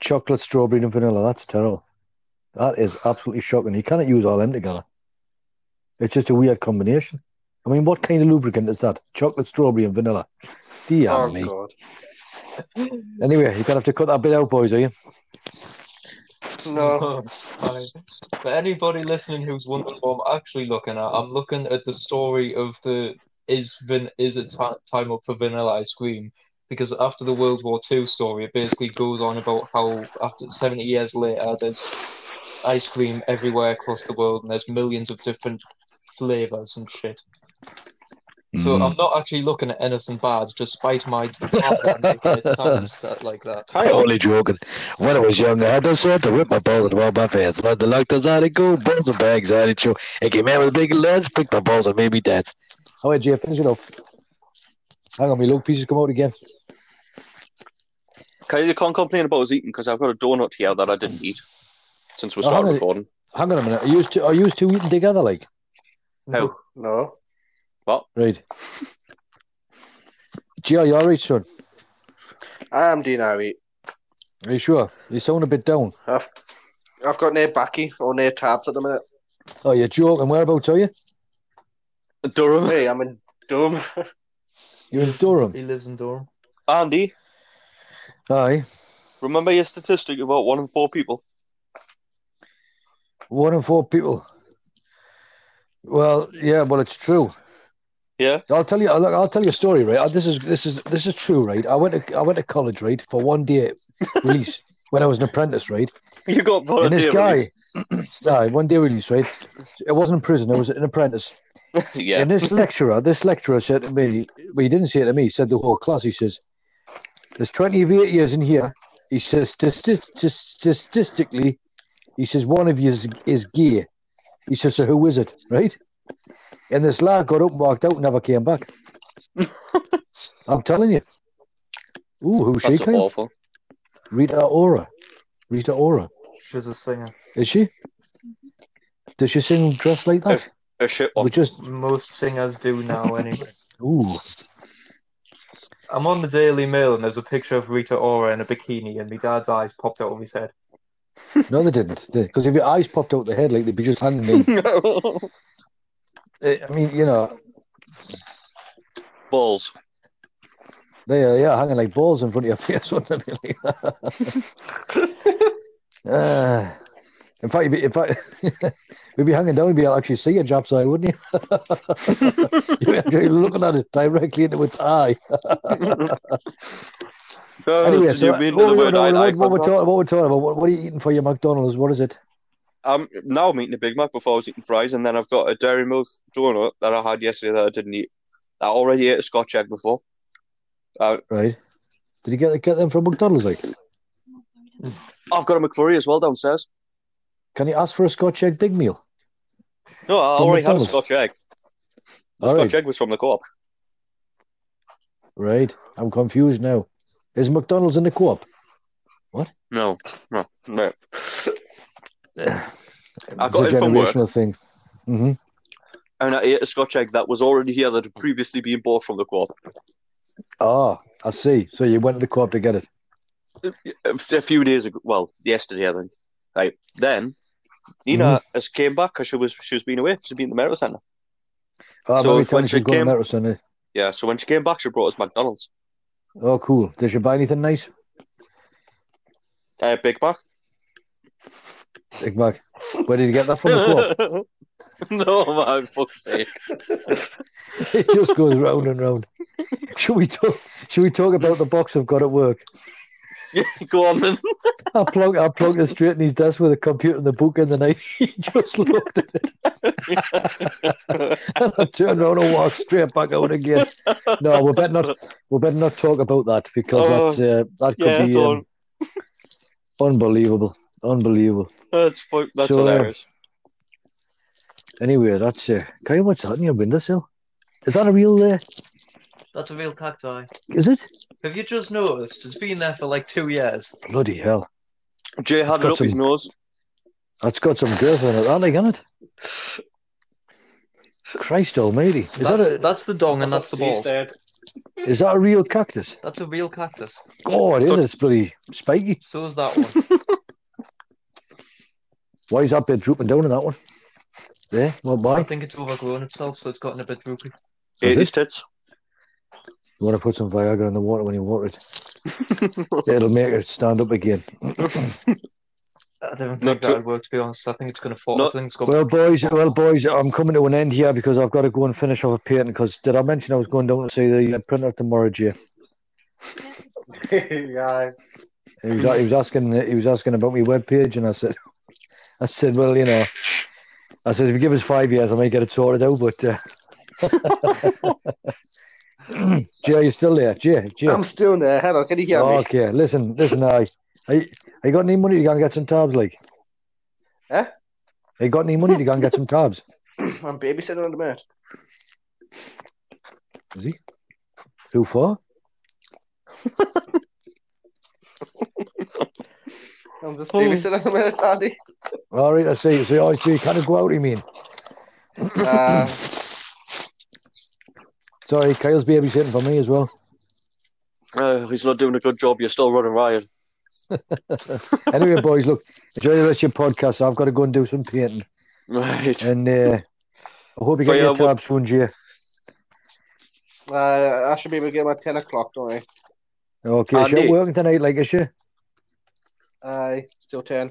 Speaker 6: Chocolate, strawberry, and vanilla. That's terrible. That is absolutely shocking. You cannot use all them together. It's just a weird combination. I mean, what kind of lubricant is that? Chocolate, strawberry, and vanilla. Dear
Speaker 3: oh
Speaker 6: me.
Speaker 3: god.
Speaker 6: Anyway, you're gonna have to cut that bit out, boys, are you?
Speaker 3: No.
Speaker 5: Oh, For anybody listening who's wondering what I'm actually looking at, I'm looking at the story of the is van is it ti time up for vanilla ice cream? Because after the World War II story, it basically goes on about how after 70 years later, there's ice cream everywhere across the world, and there's millions of different flavors and shit. So I'm not actually looking at anything bad, despite my making it sound that- like that.
Speaker 2: Kyle,
Speaker 6: Only joking. When I was younger, I just had to rip my balls and roll my fans. But the luck does not include balls and bags. I didn't show. It came out with big legs, picked my balls, and made me dance. All right, Jay, finish it off. Hang on, my lug pieces come out again.
Speaker 2: Kyle, you can't complain about us eating because I've got a donut here that I didn't eat since we
Speaker 6: Oh,
Speaker 2: started
Speaker 6: hang on.
Speaker 2: recording.
Speaker 6: Hang on a minute. Are you two, are you two eating together? Like,
Speaker 2: How?
Speaker 3: No.
Speaker 2: What?
Speaker 6: Right. Gee, are you all right, son?
Speaker 3: I'm Dean Harry.
Speaker 6: Are you sure? You sound a bit down.
Speaker 3: I've, I've got near Backy or near Tabs at the minute.
Speaker 6: Oh, you're joking. Whereabouts are you?
Speaker 2: Durham.
Speaker 3: Hey, I'm in Durham.
Speaker 6: You're in Durham.
Speaker 5: He lives in Durham.
Speaker 2: Andy,
Speaker 6: Aye.
Speaker 2: remember your statistic about one in four people?
Speaker 6: One in four people. Well, yeah, well, it's true.
Speaker 2: Yeah.
Speaker 6: I'll tell you. I'll, I'll tell you a story, right? Uh, This is this is this is true, right? I went to I went to college, right, for one day release when I was an apprentice, right?
Speaker 2: You got
Speaker 6: and this
Speaker 2: volunteer.
Speaker 6: guy, aye, one day release, right? It wasn't prison. It was an apprentice.
Speaker 2: yeah.
Speaker 6: And this lecturer, this lecturer said to me, well, he didn't say it to me, he said the whole class, he says, there's 28 years in here. He says, "Statis- tis- statistically, he says, one of you is, is gay. He says, so who is it, right? And this lad got up and walked out and never came back. I'm telling you. Ooh, who's she?
Speaker 2: That's
Speaker 6: Kyle?
Speaker 2: awful.
Speaker 6: Rita Ora. Rita Ora.
Speaker 5: She's a singer.
Speaker 6: Is she? Does she sing dressed like that?
Speaker 2: A shit
Speaker 6: We
Speaker 2: one.
Speaker 6: just,
Speaker 5: Most singers do now, anyway.
Speaker 6: ooh.
Speaker 5: I'm on the Daily Mail and there's a picture of Rita Ora in a bikini and my dad's eyes popped out of his head.
Speaker 6: No, they didn't. Because if your eyes popped out the head, like they'd be just handing me. I mean, you know,
Speaker 2: Balls.
Speaker 6: they are yeah, hanging like balls in front of your face. wouldn't they, really? Ah. in fact, you'd be, in fact, you'd be hanging down and be able to actually see your Jap's eye, wouldn't you? you'd be actually looking at it directly into its eye.
Speaker 2: Oh,
Speaker 6: Anyway,
Speaker 2: did
Speaker 6: so
Speaker 2: you mean
Speaker 6: what,
Speaker 2: the
Speaker 6: we-
Speaker 2: word
Speaker 6: no,
Speaker 2: eye
Speaker 6: what-
Speaker 2: eye
Speaker 6: what we're
Speaker 2: contact?
Speaker 6: talking, what we're talking about? What, what are you eating for your McDonald's? What is it?
Speaker 2: I'm now I'm eating a Big Mac before I was eating fries, and then I've got a Dairy Milk donut that I had yesterday that I didn't eat. I already ate a Scotch egg before.
Speaker 6: Right? Did you get get them from McDonald's? Like,
Speaker 2: I've got a McFlurry as well downstairs.
Speaker 6: can you ask for a Scotch egg big meal?
Speaker 2: No, I
Speaker 6: From
Speaker 2: already had a
Speaker 6: McDonald's?
Speaker 2: Scotch egg. The
Speaker 6: All
Speaker 2: Scotch
Speaker 6: right,
Speaker 2: egg was from the co-op.
Speaker 6: right. I'm confused now. Is McDonald's in the co-op?
Speaker 2: No, no, no. I
Speaker 6: it's
Speaker 2: got
Speaker 6: a
Speaker 2: it from work,
Speaker 6: generational thing. hmm
Speaker 2: and I ate a Scotch egg that was already here that had previously been bought from the co-op.
Speaker 6: Ah, I see. So you went to the co-op to get it.
Speaker 2: a f- a few days ago. Well, yesterday, I think. Right then, Nina
Speaker 6: Mm-hmm.
Speaker 2: has came back because she was she's been away. She's been in the medical centre.
Speaker 6: Oh,
Speaker 2: So
Speaker 6: so
Speaker 2: if- when
Speaker 6: time
Speaker 2: she
Speaker 6: she's going
Speaker 2: came-
Speaker 6: to medicine. eh?
Speaker 2: Yeah, so when she came back, she brought us McDonald's,
Speaker 6: Oh, cool. Did she buy anything nice?
Speaker 2: uh, Big Mac.
Speaker 6: Big Mac. Where did you get that from? The co-op.
Speaker 2: no, man, fuck's sake.
Speaker 6: it just goes round and round. Should we talk? Should we talk about the box I've got at work?
Speaker 2: Go on then.
Speaker 6: I plug I plugged it straight in his desk with a computer and the book in the night. He just looked at it. and I turned around and walked straight back out again. No, we better not we better not talk about that because
Speaker 2: Oh,
Speaker 6: that's uh, that could
Speaker 2: yeah,
Speaker 6: be um,
Speaker 2: don't.
Speaker 6: unbelievable. Unbelievable.
Speaker 2: That's fu- that's
Speaker 6: So, uh,
Speaker 2: hilarious.
Speaker 6: Anyway, that's uh Kyle, what's that in your windowsill? Is that a real uh,
Speaker 5: That's a real cacti.
Speaker 6: is it?
Speaker 5: Have you just noticed? It's been there for like two years.
Speaker 6: Bloody hell.
Speaker 2: Jay had it
Speaker 6: got
Speaker 2: up his
Speaker 6: some-
Speaker 2: nose.
Speaker 6: That's got some girth on it, that like, hasn't it? Christ almighty. Is
Speaker 5: that's,
Speaker 6: that
Speaker 5: that's the dong and that's the
Speaker 3: what she
Speaker 5: balls.
Speaker 3: said.
Speaker 6: a is that a real cactus?
Speaker 5: That's a real cactus.
Speaker 6: Oh it is, it's bloody spiky.
Speaker 5: So is that one.
Speaker 6: Why is that bit drooping down in that one? There, well,
Speaker 5: I
Speaker 6: why?
Speaker 5: think it's overgrown itself, so it's gotten a bit droopy.
Speaker 2: Ate
Speaker 6: it?
Speaker 2: his tits.
Speaker 6: You want to put some Viagra in the water when you water it. It'll make it stand up again.
Speaker 5: I don't think
Speaker 2: Not
Speaker 5: that
Speaker 2: too-
Speaker 5: would work, to be honest. I think it's going to fall. I
Speaker 2: Not-
Speaker 5: think it's going
Speaker 6: Well, boys, well, boys, I'm coming to an end here because I've got to go and finish off a painting. Because did I mention I was going down to see the uh, printer tomorrow, Jay?
Speaker 3: yeah.
Speaker 6: He was, he was asking, he was asking about my web page, and I said, I said, well, you know, I said if you give us five years, I may get it sorted out. But uh... Jay, are you still there? Jay, Jay.
Speaker 3: I'm still there. Hello, can you hear me?
Speaker 6: okay, listen, listen, I, I, I got any money to go and get some tabs, like?
Speaker 3: Eh?
Speaker 6: I got any money to go and get some tabs?
Speaker 3: I'm babysitting at the minute.
Speaker 6: Is he? Who for?
Speaker 3: I'm just babysitting at the minute, Daddy.
Speaker 6: All right, I see. So, oh, so you kind of go out, you mean?
Speaker 3: Uh,
Speaker 6: Sorry, Kyle's babysitting for me as well.
Speaker 2: Uh, he's not doing a good job. You're still running riot.
Speaker 6: Anyway, boys, look, enjoy the rest of your podcast. I've got to go and do some painting.
Speaker 2: Right.
Speaker 6: And uh, I hope you
Speaker 2: But,
Speaker 6: get your
Speaker 2: uh, what-
Speaker 6: tabs phone, Jay.
Speaker 3: Uh, I should be able to get my 10 o'clock, don't I?
Speaker 6: Okay,
Speaker 2: Andy.
Speaker 6: she's working tonight, like, is she?
Speaker 3: Aye, still 10.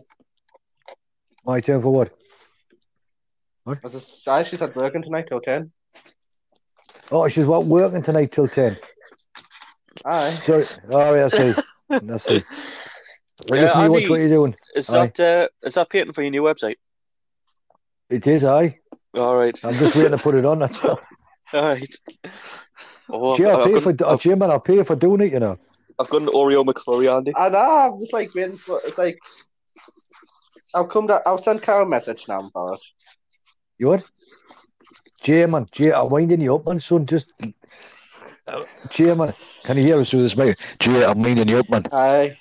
Speaker 6: My turn for what?
Speaker 3: As it, aye, she's at working tonight till 10.
Speaker 6: Oh, she's what, working tonight till 10.
Speaker 3: Aye.
Speaker 6: Sorry. All right, I see. I see. Well,
Speaker 2: Yeah,
Speaker 6: listen, you watch
Speaker 2: Andy.
Speaker 6: what you're doing.
Speaker 2: Is
Speaker 6: Aye.
Speaker 2: that uh, is that patent for your new website?
Speaker 6: It is, aye.
Speaker 2: All right.
Speaker 6: I'm just waiting to put it on. That's all.
Speaker 2: All right. Oh,
Speaker 6: Jay, I'll
Speaker 2: I've,
Speaker 6: pay
Speaker 2: got,
Speaker 6: for, oh, Jay, man, I'll pay for doing it, you know.
Speaker 2: I've got an Oreo McFlurry, Andy.
Speaker 3: I know, I'm just like waiting for it's like I'll come down I'll send Carol a message now about it.
Speaker 6: You what? Jay, man, Jay, I'm winding you up, man, son. Just. Jay, man, can you hear us through this mic? Jay, I'm winding you up, man.
Speaker 3: Aye.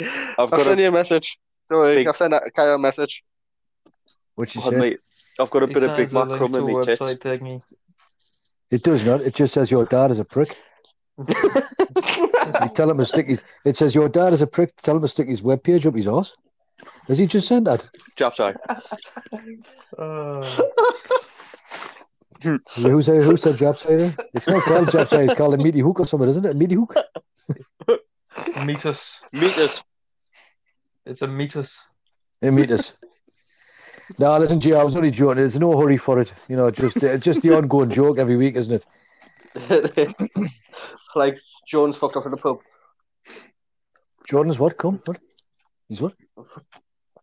Speaker 2: I've
Speaker 3: I'll
Speaker 2: got
Speaker 3: send
Speaker 2: a,
Speaker 3: you a message. Don't worry,
Speaker 2: Big-
Speaker 3: I'll send Carol a message.
Speaker 6: What you
Speaker 2: oh,
Speaker 6: say?
Speaker 2: mate, I've got a bit of Big Mac crumb in me tits.
Speaker 5: thingy.
Speaker 6: It does not. It just says your dad is a prick. you tell him to stick his. It says your dad is a prick. Tell him to stick his webpage up his ass. Has he just said that?
Speaker 2: Chaps eye.
Speaker 5: Oh,
Speaker 6: Who said who said job site? eh? It's not called job site. It's called a meaty hook or something, isn't it? Meaty hook.
Speaker 5: meet us.
Speaker 2: Meet us.
Speaker 5: It's a meet us.
Speaker 6: They meet us. No, listen, Jay, I was only joking. There's no hurry for it. You know, just uh, just the ongoing joke every week, isn't it?
Speaker 3: like Jones fucked up in the pub.
Speaker 6: Jordan's what? Come, what? He's what?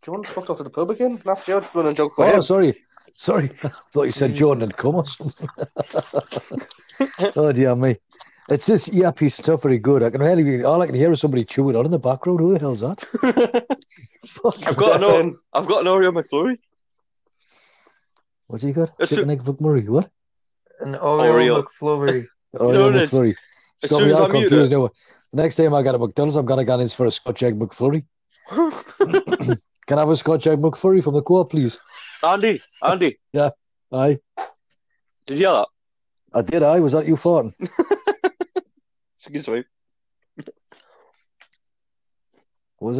Speaker 3: Jones fucked up in the pub again? Last year it's running joke for
Speaker 6: Oh,
Speaker 3: him.
Speaker 6: sorry, sorry. I thought you said Jordan had come or something. oh dear me, it's this yappy stuff. Very good. I can hardly. All I can hear is somebody chewing on in the background. Who the hell's that?
Speaker 2: I've got an Oreo. I've got an Oreo McFlurry.
Speaker 6: What's he got?
Speaker 2: As soo-
Speaker 6: Chicken egg McMurray. What?
Speaker 5: An
Speaker 2: Oreo.
Speaker 5: Oreo McFlurry.
Speaker 6: Oh,
Speaker 2: No,
Speaker 6: yeah,
Speaker 2: it's-
Speaker 6: McFlurry.
Speaker 2: as
Speaker 6: Got
Speaker 2: soon
Speaker 6: me
Speaker 2: as
Speaker 6: all
Speaker 2: I mute
Speaker 6: confused now. The next time I get a McDonald's, I'm gonna go in for a Scotch egg McFlurry. Can I have a Scotch egg McFlurry from the co-op, please?
Speaker 2: Andy, Andy,
Speaker 6: Aye,
Speaker 2: did you hear that?
Speaker 6: I did. Aye, was that you farting?
Speaker 2: Excuse me.
Speaker 6: Was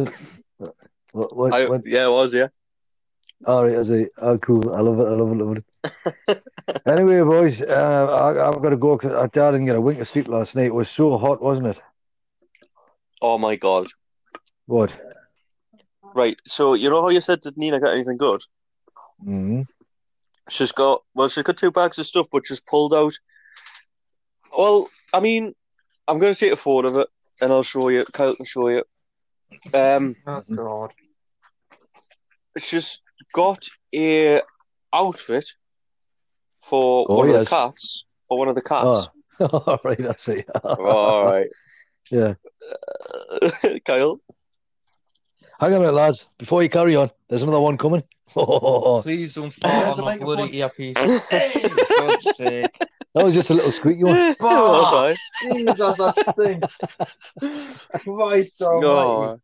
Speaker 6: it? What? What?
Speaker 2: I,
Speaker 6: what?
Speaker 2: yeah, it was, yeah.
Speaker 6: All right, I see. Oh, cool. I love it. I love it. Love it. anyway, boys, uh, I, I've got to go. 'cause I didn't get a wink of sleep last night. It was so hot, wasn't it?
Speaker 2: Oh my god.
Speaker 6: What?
Speaker 2: Right, so you know how you said did Nina get anything good?
Speaker 6: Mm-hmm.
Speaker 2: She's got well, she's got two bags of stuff, but she's pulled out. Well, I mean, I'm going to take a photo of it, and I'll show you. Kyle can show you. Um,
Speaker 5: Oh God.
Speaker 2: she's got a outfit for
Speaker 6: Oh,
Speaker 2: one of
Speaker 6: yes.
Speaker 2: the cats. For one of the
Speaker 6: Oh.
Speaker 2: cats.
Speaker 6: all right, I see.
Speaker 2: All right,
Speaker 6: Oh. Yeah.
Speaker 2: Kyle.
Speaker 6: Hang on a minute, lads. Before you carry on, there's another one coming. Oh, that
Speaker 5: Please don't
Speaker 3: There's
Speaker 5: fart
Speaker 3: the
Speaker 5: on my
Speaker 3: microphone.
Speaker 5: bloody earpiece. hey, for God's sake.
Speaker 6: was just a little squeaky one.
Speaker 5: Ah!
Speaker 2: Was I?
Speaker 3: Jesus, that stinks. Christ
Speaker 5: Oh
Speaker 2: No.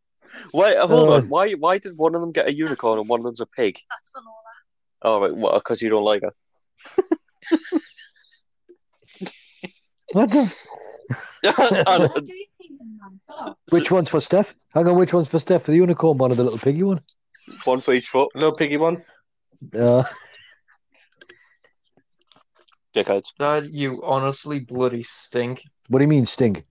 Speaker 2: Wait, hold
Speaker 6: Uh.
Speaker 2: on. Why? Why did one of them get a unicorn and one of them's a pig?
Speaker 7: That's Lola.
Speaker 2: All Oh, right, well, because you don't like her.
Speaker 6: What the?
Speaker 2: And-
Speaker 7: What do you think, man? Oh,
Speaker 6: Which one's for Steph? Hang on, which one's for Steph? For the unicorn one or the little piggy one?
Speaker 2: one for each foot,
Speaker 3: Little piggy one.
Speaker 6: Uh,
Speaker 2: dickheads.
Speaker 5: Dad, you honestly bloody stink.
Speaker 6: what do you mean, stink?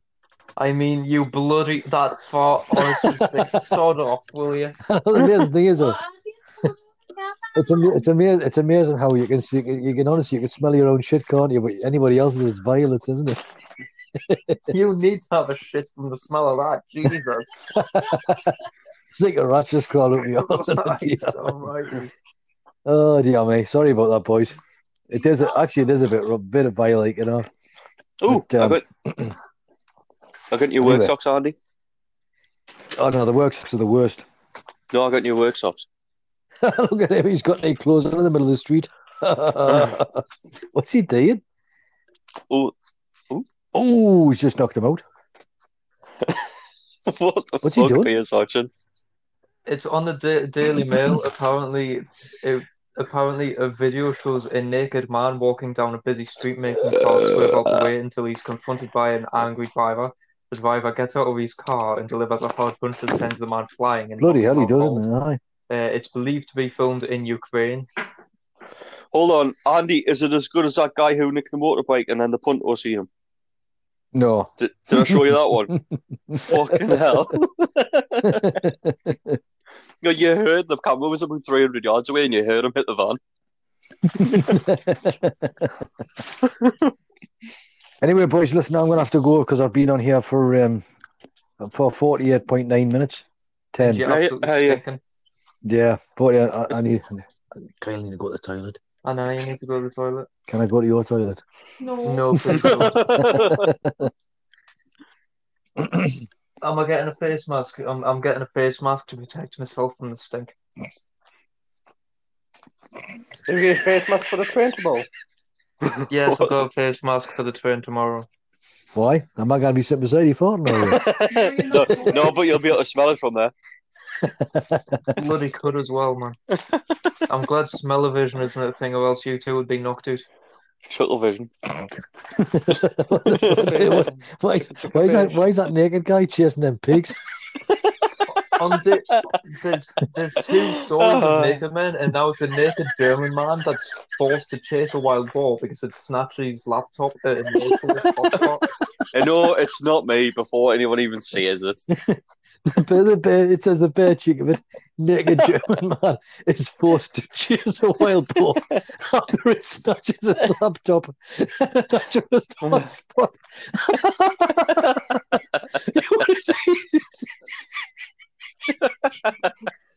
Speaker 5: I mean, you bloody that fart honestly stinks. Sod off, will you?
Speaker 6: the amazing thing is,
Speaker 7: I
Speaker 6: though,
Speaker 7: think
Speaker 6: it's, ama- it's, amazing, it's amazing how you can see, you can honestly, you can smell your own shit, can't you? But anybody else's is violet, isn't it?
Speaker 5: You need to have a shit from the smell of that, Jesus.
Speaker 6: It's like a rat just crawled up your arse.
Speaker 5: Christ almighty.
Speaker 6: Oh dear me, sorry about that, boys. It is actually it is a bit a bit of violet, you know.
Speaker 2: Oh,
Speaker 6: But, um,
Speaker 2: I got, I got new work
Speaker 6: Anyway.
Speaker 2: socks, Andy.
Speaker 6: Oh no, the works are the worst.
Speaker 2: No, I got new work socks.
Speaker 6: Look at him, he's got no clothes on in the middle of the street. What's he doing?
Speaker 2: Oh,
Speaker 6: Oh, he's just knocked him out.
Speaker 2: what the
Speaker 6: What's he
Speaker 2: fuck,
Speaker 6: doing?
Speaker 2: Peter Saxon?
Speaker 5: It's on the da- Daily Mail. Apparently, it, apparently a video shows a naked man walking down a busy street making cars swerve out the way until he's confronted by an angry driver. The driver gets out of his car and delivers a hard punch that sends the man flying. And
Speaker 6: Bloody hell, he
Speaker 5: knocks him out
Speaker 6: doesn't. Aye.
Speaker 5: cold. Uh, it's believed to be filmed in Ukraine.
Speaker 2: Hold on, Andy, is it as good as that guy who nicked the motorbike and then the punt was seen him?
Speaker 6: No.
Speaker 2: Did, did I show you that one? Fucking hell. You, you heard the camera was about 300 yards away and you heard him hit the van.
Speaker 6: anyway, boys, listen, I'm going to have to go because I've been on here for um, for 48.9 minutes. 10.
Speaker 5: You're
Speaker 6: Yeah,
Speaker 2: Hey,
Speaker 5: absolutely
Speaker 2: hey, yeah.
Speaker 5: stinking.
Speaker 6: 40, I, I need. I kind of need to go to the toilet.
Speaker 5: I know you need to go to the toilet.
Speaker 6: Can I go to your toilet?
Speaker 5: No, please don't. Am I getting a face mask? I'm, I'm getting a face mask to protect myself from the stink.
Speaker 3: Did you get a face mask for the train tomorrow?
Speaker 5: Yes, I've got a face mask for the train tomorrow.
Speaker 6: Why? Am I going to be sitting beside you for it?
Speaker 2: no,
Speaker 6: or-
Speaker 2: no, but you'll be able to smell it from there.
Speaker 5: Bloody could as well, man. I'm glad smell-o-vision isn't a thing, or else you two would be knocked out.
Speaker 2: Shuttle vision.
Speaker 6: why, why, is that, why is that naked guy chasing them pigs?
Speaker 5: On di- there's, there's two stories of naked men, and now it's a naked German man that's forced to chase a wild boar because it snatched his laptop uh, at a local hotspot.
Speaker 2: And no, it's not me before anyone even sees it.
Speaker 6: The bear, the bear, it says the bare cheek of it. Naked German man is forced to chase a wild boar after it snatches his laptop. Snatches his hotspot.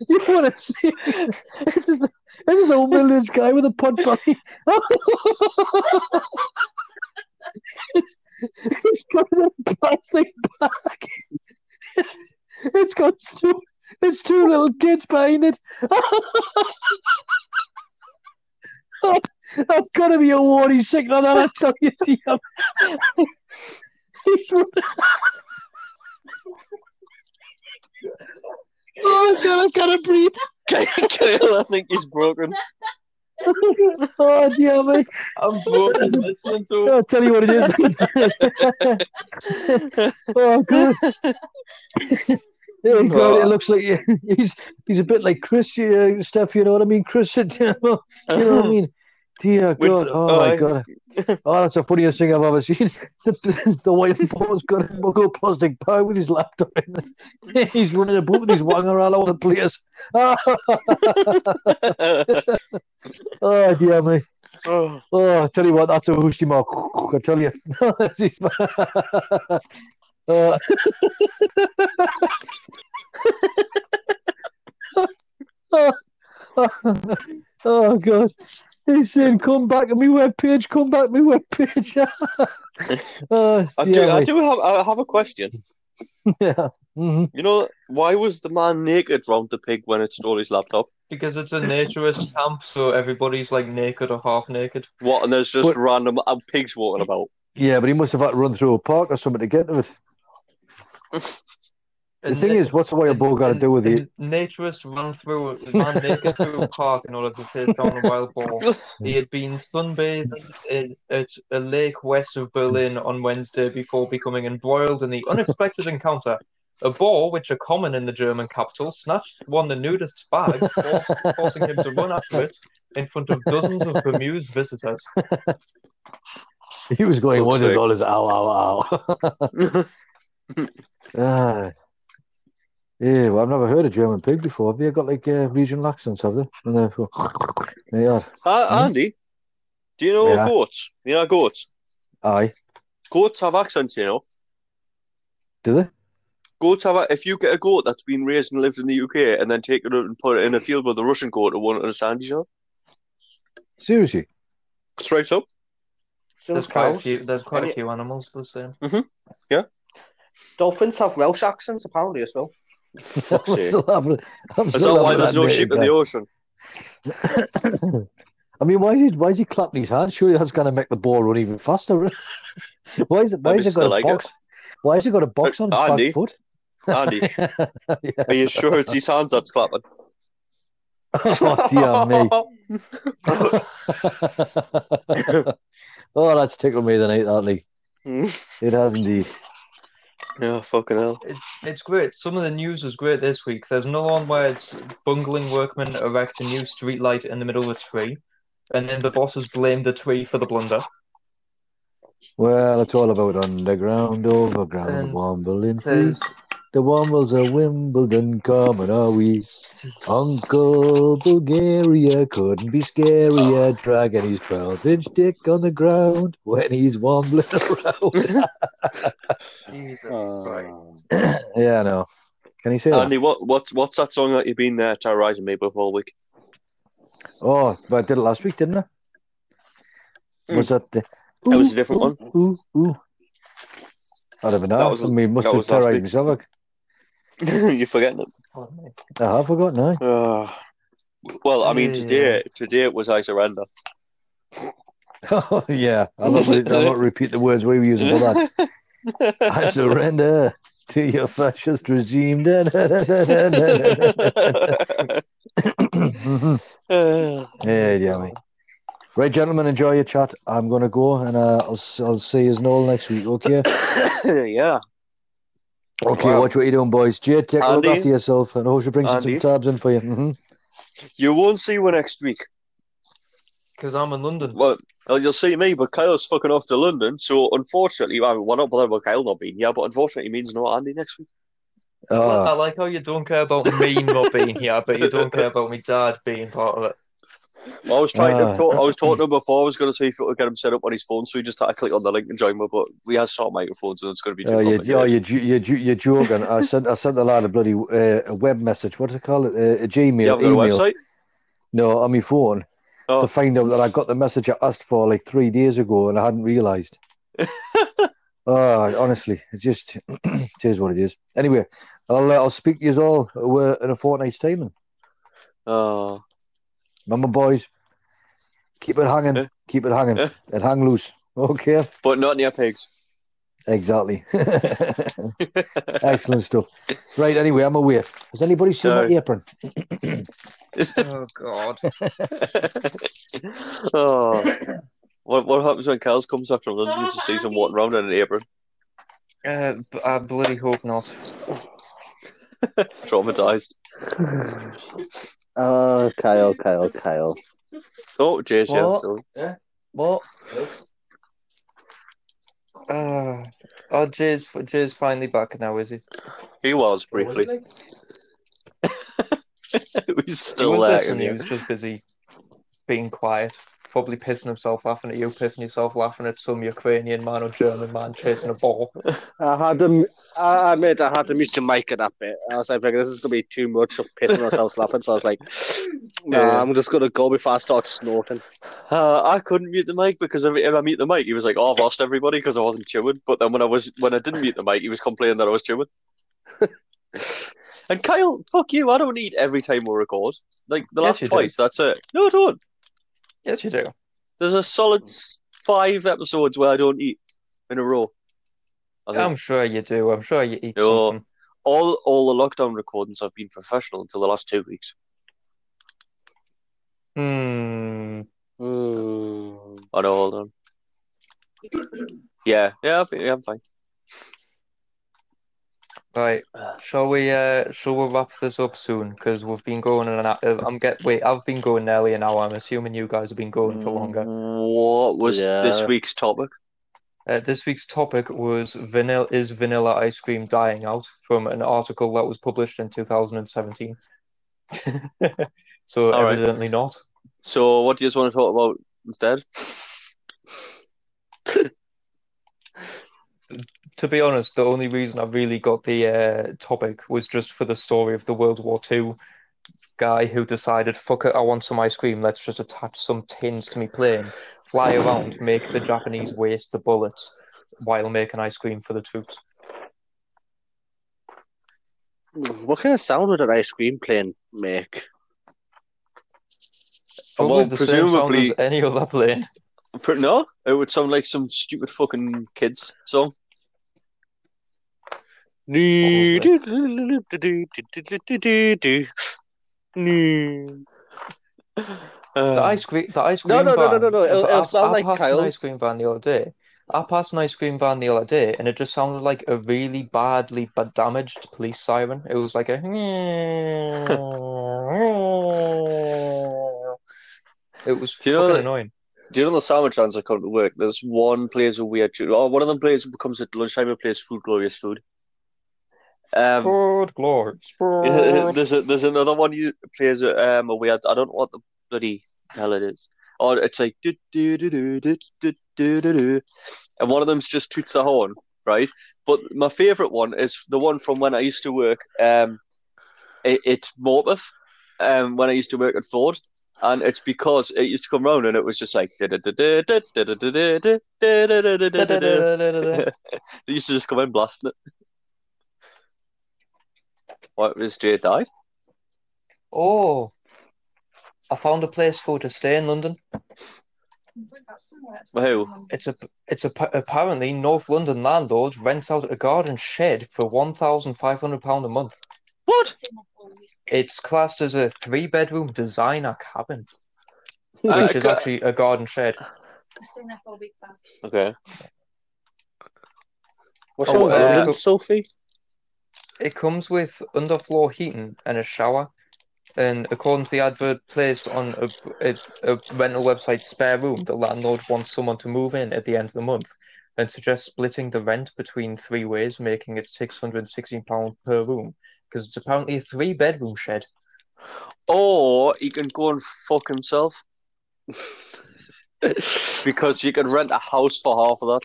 Speaker 6: you want to see? This is this is a village guy with a pot belly. it's got a plastic bag. It's got two. It's two little kids behind it. That's got to be a warning signal. That I tell you, see him. oh God, I gotta breathe.
Speaker 2: Kyle, I think he's broken.
Speaker 6: oh dear me!
Speaker 5: I'm broken listening to it.
Speaker 6: I'll tell you what it is. oh God! There you go. It looks like he- he's he's a bit like Chris uh, stuff. You know what I mean, Chris? You know, you know
Speaker 2: Uh-huh.
Speaker 6: what I mean? Dear
Speaker 2: With-
Speaker 6: God! Oh my
Speaker 2: aye.
Speaker 6: God! Oh, that's the funniest thing I've ever seen. The, the white boy's got a buckle plastic bag with his laptop in it. He's running about with his wanger all over the place. Oh, oh dear me!
Speaker 2: oh,
Speaker 6: Oh, I tell you what, that's a hoosty mark. I tell you. Uh, Uh, oh, God. He's saying, come back to me webpage, come back to me Uh, webpage. oh,
Speaker 2: I, do,
Speaker 6: dear
Speaker 2: I
Speaker 6: me.
Speaker 2: do have, I have a question.
Speaker 6: Yeah. Mhm.
Speaker 2: You know, why was the man naked round the pig when it stole his laptop?
Speaker 5: Because it's a naturist camp, so everybody's like naked or half naked.
Speaker 2: What? And there's just
Speaker 6: What-
Speaker 2: random uh, pigs walking about.
Speaker 6: Yeah, but he must have had to run through a park or something to get to it. The
Speaker 5: And
Speaker 6: thing
Speaker 5: na-
Speaker 6: is, what's the wild boar got to
Speaker 5: and-
Speaker 6: do with it?
Speaker 5: and Naturist ran through ran naked through a park in order to take down a wild boar. He had been sunbathing in, at a lake west of Berlin on Wednesday before becoming embroiled in the unexpected encounter. A boar, which are common in the German capital, snatched one of the nudist's bags, forced, forcing him to run after it in front of dozens of bemused visitors.
Speaker 6: He was going,
Speaker 2: Looks
Speaker 6: what is
Speaker 2: like-
Speaker 6: all this? Ow, ow, ow. Ah. Yeah, well, I've never heard a German pig before. Have they got like uh, regional accents, have they? And they go, they are.
Speaker 2: Uh, Andy, do you know
Speaker 6: Yeah.
Speaker 2: goats? You know goats?
Speaker 6: Aye,
Speaker 2: Goats have accents, you know.
Speaker 6: do they?
Speaker 2: Goats have a, if you get a goat that's been raised and lived in the UK and then take it out and put it in a field with a Russian goat, it won't understand each other.
Speaker 6: Seriously?
Speaker 2: Straight up.
Speaker 3: So
Speaker 5: There's
Speaker 3: is
Speaker 5: quite a
Speaker 3: cows.
Speaker 5: few. There's quite
Speaker 3: Any-
Speaker 5: a few animals the same.
Speaker 3: Dolphins have Welsh accents apparently as well.
Speaker 2: Fuck's sake.
Speaker 6: Still having- I'm
Speaker 2: Is that
Speaker 6: still
Speaker 2: why
Speaker 6: having
Speaker 2: there's
Speaker 6: that
Speaker 2: no
Speaker 6: naked
Speaker 2: sheep in the ocean?
Speaker 6: guy. I mean, why is he why is he clapping his hands? Surely that's going to make the ball run even faster. why is it? Why
Speaker 2: Maybe
Speaker 6: is it
Speaker 2: still like
Speaker 6: got a
Speaker 2: it. Ah,
Speaker 6: box? Why has he got a box on his
Speaker 2: Andy.
Speaker 6: back foot?
Speaker 2: Andy,
Speaker 6: Yeah.
Speaker 2: are you sure it's his hands that's clapping?
Speaker 6: Oh dear me. oh, that's tickled me tonight, that Lee. It has indeed.
Speaker 2: yeah, fucking hell.
Speaker 5: It's, it's great. Some of the news is great this week. There's another one where it's bungling workmen erect a new street light in the middle of a tree, and then the bosses blame the tree for the blunder.
Speaker 6: Well, it's all about underground, overground,
Speaker 5: And
Speaker 6: Wimbledon
Speaker 5: There's
Speaker 6: feast. The Wombles are Wimbledon common, are we? Uncle Bulgaria couldn't be scarier, dragging his 12 inch dick on the ground when he's wombling around.
Speaker 5: Jesus Christ.
Speaker 2: Uh,
Speaker 6: yeah, I know. Can you say that?
Speaker 2: Andy, what, what, what's that song that you've been uh, terrorising me with all week?
Speaker 6: Oh, but I did it last week, didn't I?
Speaker 2: Mm.
Speaker 6: Was that the.
Speaker 2: That was a different
Speaker 6: ooh, Ooh, ooh. I don't know.
Speaker 2: That was-
Speaker 6: I mean, must
Speaker 2: that
Speaker 6: have
Speaker 2: was last
Speaker 6: terrorised
Speaker 2: week.
Speaker 6: myself.
Speaker 2: You're forgetting it.
Speaker 5: Pardon me.
Speaker 6: I I have forgotten, eh? now. Ah.
Speaker 2: Uh, well, I mean,
Speaker 5: Yeah.
Speaker 2: today today it was I Surrender.
Speaker 6: Oh, yeah. I'll not, re- I'll not repeat the words we were using for that. I surrender to your fascist regime. Da, da, da, da, da, da, da, da. Mhm.
Speaker 2: Uh,
Speaker 6: yeah, yeah. mate. Right, gentlemen, enjoy your chat. I'm going to go and uh, I'll, s- I'll see you all next week, okay?
Speaker 2: yeah.
Speaker 6: Okay,
Speaker 2: Wow.
Speaker 6: watch what you're doing, boys. Jay, take a look
Speaker 2: Andy?
Speaker 6: after yourself and I hope she brings some
Speaker 2: Andy?
Speaker 6: tabs in for you. hmm
Speaker 2: You won't see me next week.
Speaker 5: Because I'm in London.
Speaker 2: Well, well, you'll see me, but Kyle's fucking off to London, so unfortunately, I mean, well, not bothered about Kyle not being here, but unfortunately, it means no Andy next week.
Speaker 5: Well, I
Speaker 6: Oh,
Speaker 5: like how you don't care about me not being here, but you don't care about me dad being part of it.
Speaker 2: Well, I was trying
Speaker 6: Ah.
Speaker 2: to talk, I was talking to him before. I was going to see if it would get him set up on his phone, so he just had to click on the link and join me. But we have sort microphones, and it's going to be. Too
Speaker 6: oh, you, oh
Speaker 2: complicated.
Speaker 6: you, ju- you, ju- you're joking. I sent I sent the lad a bloody uh, a web message. What's it called? Uh, a Gmail
Speaker 2: You haven't got a
Speaker 6: email.
Speaker 2: website?
Speaker 6: No, on my phone
Speaker 2: Oh.
Speaker 6: to find out that I got the message I asked for like three days ago and I hadn't realised. oh, honestly, it's just it is what it is. Anyway, I'll uh, I'll speak to you all uh, in a fortnight's time. Then.
Speaker 2: Oh,
Speaker 6: Remember, boys, keep it hanging,
Speaker 2: Yeah.
Speaker 6: keep it hanging,
Speaker 2: Yeah.
Speaker 6: and hang loose. Okay,
Speaker 2: but not near pigs.
Speaker 6: exactly. Excellent stuff. Right, anyway, I'm away. Has anybody seen that
Speaker 2: No.
Speaker 6: apron?
Speaker 5: Oh, God.
Speaker 2: oh. What, what happens when Kyle's comes after London to see someone walking around in an apron?
Speaker 5: Uh, b- I bloody hope not.
Speaker 2: Traumatized.
Speaker 3: Oh, Kyle, Kyle, Kyle.
Speaker 2: Oh, JC,
Speaker 5: What?
Speaker 2: sorry.
Speaker 5: What? Uh, oh, Jay's, Jay's finally back now, is he?
Speaker 2: He was briefly. He's still
Speaker 5: he was
Speaker 2: there.
Speaker 5: listening,
Speaker 2: isn't he?
Speaker 5: He was just busy being quiet, probably pissing himself laughing at you, pissing yourself laughing at some Ukrainian man or German man chasing a ball.
Speaker 8: I had to, I, I made, I had to mute the mic at that bit. I was like, this is gonna be too much of pissing ourselves laughing. So I was like, nah,
Speaker 2: Yeah.
Speaker 8: I'm just gonna go before I start snorting.
Speaker 2: Uh, I couldn't mute the mic because every time I mute the mic, he was like, "Oh, I've lost everybody because I wasn't chewing." But then when I was when I didn't mute the mic, he was complaining that I was chewing. and Kyle, fuck you! I don't eat every time we record. Like the
Speaker 5: Yes,
Speaker 2: last
Speaker 5: you do.
Speaker 2: twice, that's it. No, I don't.
Speaker 5: Yes, you do.
Speaker 2: There's a solid
Speaker 5: Hmm.
Speaker 2: s- five episodes where I don't eat in a row. I think
Speaker 5: I'm sure you do. I'm sure you eat
Speaker 2: No.
Speaker 5: something.
Speaker 2: all all the lockdown recordings have been professional until the last two weeks.
Speaker 5: Hmm.
Speaker 2: I know, hold on. Yeah, yeah, I think, yeah, I'm fine.
Speaker 5: Right. Shall we? Uh, shall we wrap this up soon? Because we've been going an hour. I'm get. Wait, I've been going nearly an hour. I'm assuming you guys have been going for
Speaker 2: Hmm.
Speaker 5: longer.
Speaker 2: What was
Speaker 8: Yeah.
Speaker 2: this week's topic?
Speaker 5: Uh, this week's topic was vanilla is vanilla ice cream dying out from an article that was published in 2017. so
Speaker 2: All right.
Speaker 5: evidently not.
Speaker 2: So, what do you just want to talk about instead?
Speaker 5: To be honest, the only reason I really got the uh, topic was just for the story of the World War II guy who decided, fuck it, I want some ice cream. Let's just attach some tins to me plane, fly around, make the Japanese waste the bullets while making ice cream for the troops.
Speaker 8: What kind of sound would an ice cream plane make?
Speaker 5: Probably
Speaker 2: Well,
Speaker 5: the same sound as
Speaker 2: presumably-
Speaker 5: any other plane.
Speaker 2: Pr- No, it would sound like some stupid fucking kids song.
Speaker 8: Nee- do- do- do- do- do- do- do- do- do- do- do. Nee.
Speaker 5: The
Speaker 2: Uh,
Speaker 5: ice cream, the ice cream No, no, van. no, no, no, no. If
Speaker 9: It'll- it'll
Speaker 5: I,
Speaker 9: sound
Speaker 5: I
Speaker 9: like
Speaker 5: passed an
Speaker 9: Kyle's.
Speaker 5: ice cream van the other day. I passed an ice cream van the other day, and it just sounded like a really badly but damaged police siren. It was like a. It was
Speaker 2: Do you know
Speaker 5: fucking
Speaker 2: that-
Speaker 5: annoying.
Speaker 2: do you know the sandwich hands that come to work? There's one plays a weird, or oh, one of them plays comes at lunchtime and plays food glorious food. Um,
Speaker 5: Good glory. Oh.
Speaker 2: there's a, there's another one you plays a um a weird I don't know what the bloody hell it is. Or it's like do do do do do do do do do and one of them's just toots the horn, right? But my favourite one is the one from when I used to work um it, it's Morpeth um when I used to work at Ford. And it's because it used to come round and it was just like da da da da da da da da da da da da da da da da they used to just come in blasting it. What was Jay died?
Speaker 5: Oh, I found a place for to stay in London.
Speaker 2: Who?
Speaker 5: It's a, it's a, apparently North London landlord rents out a garden shed for one thousand five hundred pound a month.
Speaker 2: What?
Speaker 5: It's classed as a three bedroom designer cabin,
Speaker 2: Uh,
Speaker 5: which is
Speaker 2: ca-
Speaker 5: actually a garden shed.
Speaker 2: Okay.
Speaker 9: What's
Speaker 5: Oh,
Speaker 9: wrong with
Speaker 5: uh,
Speaker 9: London, Sophie?
Speaker 5: It comes with underfloor heating and a shower. And according to the advert placed on a, a, a rental website, Spare Room, the landlord wants someone to move in at the end of the month and suggests splitting the rent between three ways, making it £616 per room because it's apparently a three bedroom shed.
Speaker 2: Or he can go and fuck himself. because you can rent a house for half of that.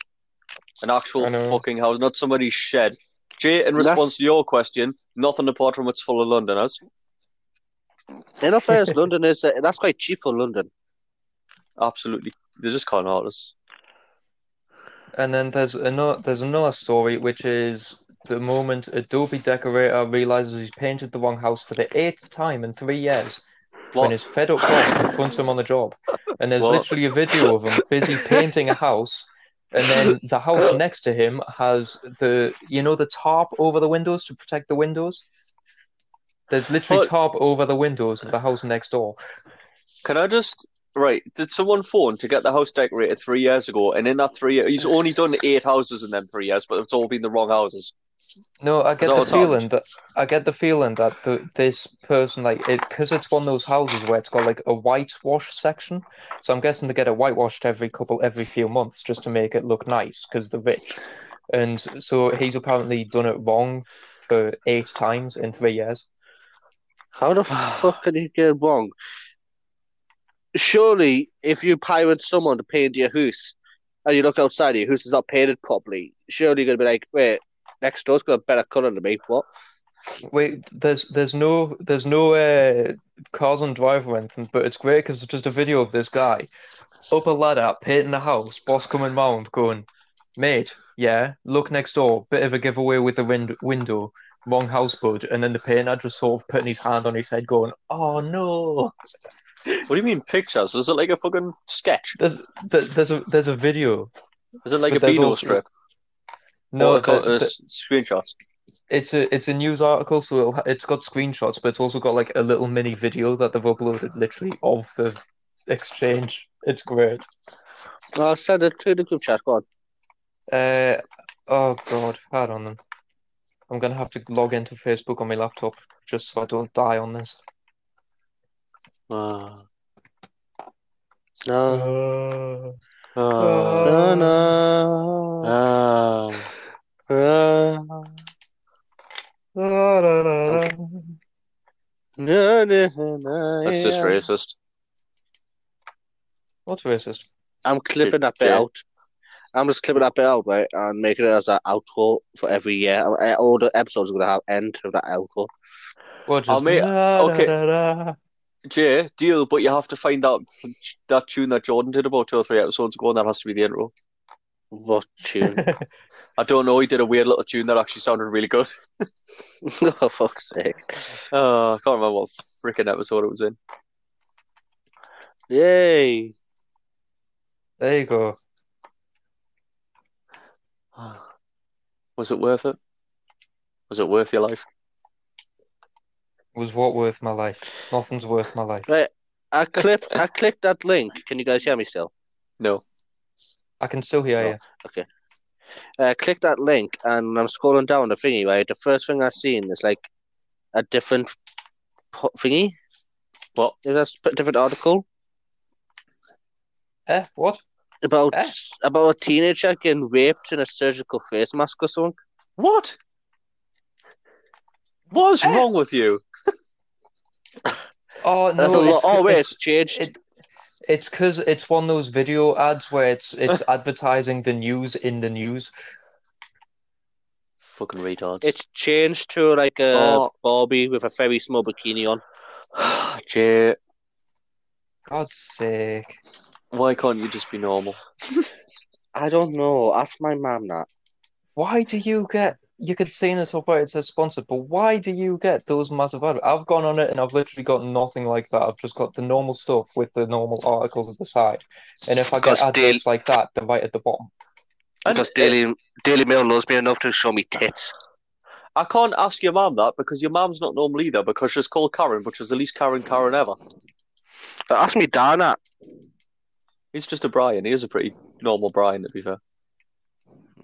Speaker 2: An actual
Speaker 5: I know.
Speaker 2: fucking house, not somebody's shed. Jay, in
Speaker 9: That's-
Speaker 2: response to your question, nothing apart from it's full of Londoners.
Speaker 9: In all fairness, London is uh, that's quite cheap for London.
Speaker 2: Absolutely. They just can't hurt us.
Speaker 5: And then there's another there's another story which is the moment Adobe decorator realizes he's painted the wrong house for the eighth time in three years
Speaker 2: What?
Speaker 5: when his fed up boss confronts him on the job. And there's
Speaker 2: What?
Speaker 5: literally a video of him busy painting a house, and then the house next to him has the you know the tarp over the windows to protect the windows. There's literally
Speaker 2: What?
Speaker 5: tarp over the windows of the house next door.
Speaker 2: Can I just right? Did someone phone to get the house decorated three years ago? And in that three, years, he's only done eight houses in them three years, but it's all been the wrong houses.
Speaker 5: No, I
Speaker 2: that
Speaker 5: get the
Speaker 2: what's happened?
Speaker 5: feeling that I get the feeling that the, this person like it because it's one of those houses where it's got like a whitewash section. So I'm guessing they get it whitewashed every couple every few months just to make it look nice because they're rich. And so he's apparently done it wrong for eight times in three years.
Speaker 9: How the fuck can you get it wrong? Surely, if you pirate someone to paint your house, and you look outside, your house is not painted properly. Surely you're gonna be like, wait, next door's got a better colour than me. What?
Speaker 5: Wait, there's there's no there's no uh, cars on drive or anything, but it's great because it's just a video of this guy up a ladder, painting the house, boss coming round, going, mate, yeah, look next door, bit of a giveaway with the wind- window, wrong house bud, and then the painter just sort of putting his hand on his head, going, oh no.
Speaker 2: What do you mean pictures? Is it like a fucking sketch?
Speaker 5: There's th- there's a there's a video.
Speaker 2: Is it like
Speaker 5: But
Speaker 2: a
Speaker 5: there's
Speaker 2: Beano
Speaker 5: also-
Speaker 2: strip?
Speaker 5: No,
Speaker 2: Or a co-
Speaker 5: the-
Speaker 2: uh,
Speaker 5: the-
Speaker 2: s- screenshots.
Speaker 5: it's a it's a news article, so it'll, ha- it's got screenshots, but it's also got like a little mini video that they've uploaded literally of the exchange. It's great.
Speaker 9: I'll send it to the group chat. Go on.
Speaker 5: Uh, oh God, hold on then. I'm gonna have to log into Facebook on my laptop just so I don't die on this.
Speaker 2: Uh,
Speaker 9: No,
Speaker 5: Uh,
Speaker 9: no,
Speaker 2: uh,
Speaker 9: no.
Speaker 2: uh,
Speaker 9: Uh, no, no, no,
Speaker 2: that's just
Speaker 9: yeah.
Speaker 2: racist.
Speaker 5: what's racist?
Speaker 9: I'm clipping that bit
Speaker 2: Yeah.
Speaker 9: out. I'm just clipping that bit out, right, and making it as an outro for every year. Uh, All the episodes are gonna have end of that outro.
Speaker 5: What
Speaker 2: I'll
Speaker 5: is-
Speaker 2: make-
Speaker 5: da,
Speaker 2: okay.
Speaker 5: da, da, da.
Speaker 2: Jay, deal, but you have to find that that tune that Jordan did about two or three episodes ago, and that has to be the intro.
Speaker 9: What tune?
Speaker 2: I don't know. He did a weird little tune that actually sounded really good.
Speaker 9: oh, fuck's sake!
Speaker 2: Uh, I can't remember what freaking episode it was in.
Speaker 9: Yay!
Speaker 5: There you go.
Speaker 2: Was it worth it? Was it worth your life?
Speaker 5: Was what worth my life? Nothing's worth my life.
Speaker 3: I clip I clicked that link. Can you guys hear me still?
Speaker 2: No.
Speaker 5: I can still hear
Speaker 3: No.
Speaker 5: you.
Speaker 3: uh, click that link and when I'm scrolling down the thingy, right? The first thing I seen is like a different po- thingy.
Speaker 2: What?
Speaker 3: Is that a different article
Speaker 5: Eh? What?
Speaker 3: about
Speaker 5: Eh?
Speaker 3: about a teenager getting raped in a surgical face mask or something?
Speaker 2: What? What is
Speaker 9: Eh.
Speaker 2: wrong with you?
Speaker 5: Oh
Speaker 3: That's a
Speaker 5: no!
Speaker 3: lot.
Speaker 5: it's-
Speaker 3: Oh wait,
Speaker 5: it's-
Speaker 3: it's changed.
Speaker 5: it- It's because it's one of those video ads where it's it's advertising the news in the news.
Speaker 2: Fucking retards.
Speaker 3: It's changed to like a
Speaker 2: Oh.
Speaker 3: Barbie with a very small bikini on.
Speaker 2: Jay,
Speaker 5: God's sake!
Speaker 2: why can't you just be normal?
Speaker 3: I don't know. Ask my mum that.
Speaker 5: Why do you get? You could see in the top right it says sponsored, but why do you get those massive ads? I've gone on it and I've literally got nothing like that. I've just got the normal stuff with the normal articles at the side, and if I get
Speaker 3: Because
Speaker 5: ads
Speaker 3: daily-
Speaker 5: like that, they're right at the bottom.
Speaker 2: And
Speaker 3: Because Daily Daily Mail loves me enough to show me tits.
Speaker 2: I can't ask your mum that because your mum's not normal either because she's called Karen, which is the least Karen Karen ever.
Speaker 3: But Uh, ask me Dan that.
Speaker 2: He's just a Brian. He is a pretty normal Brian, to be fair.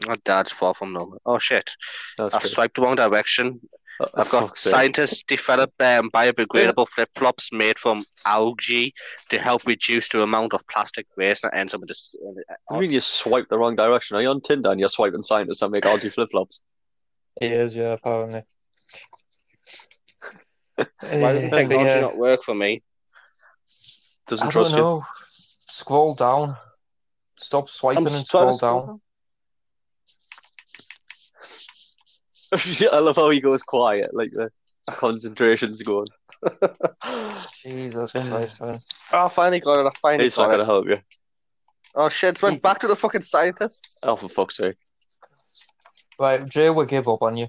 Speaker 3: My dad's far from normal. Oh shit.
Speaker 2: That's
Speaker 3: I've
Speaker 2: true.
Speaker 3: swiped the wrong direction.
Speaker 2: Oh,
Speaker 3: I've got
Speaker 2: fuck's sake.
Speaker 3: scientists develop um, biodegradable flip flops made from algae to help reduce the amount of plastic waste that ends up in the. s- in the-
Speaker 2: What do you mean you swipe the wrong direction? Are you on Tinder and you're swiping scientists that make algae flip flops?
Speaker 5: It is, yeah, apparently.
Speaker 3: Why does the
Speaker 5: Eh,
Speaker 3: technology
Speaker 5: yeah.
Speaker 3: not work for me?
Speaker 2: Doesn't
Speaker 5: I don't
Speaker 2: trust you.
Speaker 5: know. Scroll down. Stop swiping and scroll down.
Speaker 2: I love how he goes quiet, like the concentration's going.
Speaker 5: Jesus Christ, man.
Speaker 3: Oh, I finally got it. I finally
Speaker 2: It's not
Speaker 3: got
Speaker 2: going to
Speaker 3: it.
Speaker 2: help you.
Speaker 3: Oh shit! It's went back to the fucking scientists.
Speaker 2: Oh, for fuck's sake.
Speaker 5: Right, Jay will give up on you.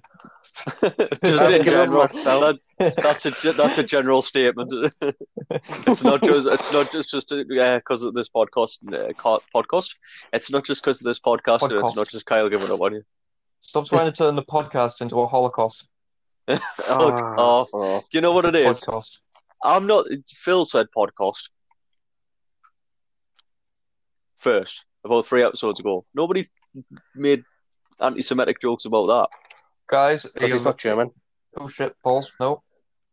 Speaker 2: just
Speaker 3: I'll
Speaker 2: in
Speaker 3: give up
Speaker 2: general.
Speaker 3: myself.
Speaker 2: That, that's a ge- that's a general statement. it's not just it's not just just because of this podcast uh, co- podcast. It's not just because of this podcast. and It's
Speaker 5: Podcast.
Speaker 2: not just Kyle giving up on you.
Speaker 5: Stop trying to turn the podcast into a Holocaust
Speaker 2: Fuck off.
Speaker 3: oh.
Speaker 2: Do you know what it is?
Speaker 5: Ah. podcast.
Speaker 2: I'm not. Phil said podcast first about three episodes ago. Nobody made anti-Semitic jokes about that.
Speaker 5: Guys, are
Speaker 3: Because
Speaker 5: you
Speaker 3: he's not German.
Speaker 5: oh shit, balls? No.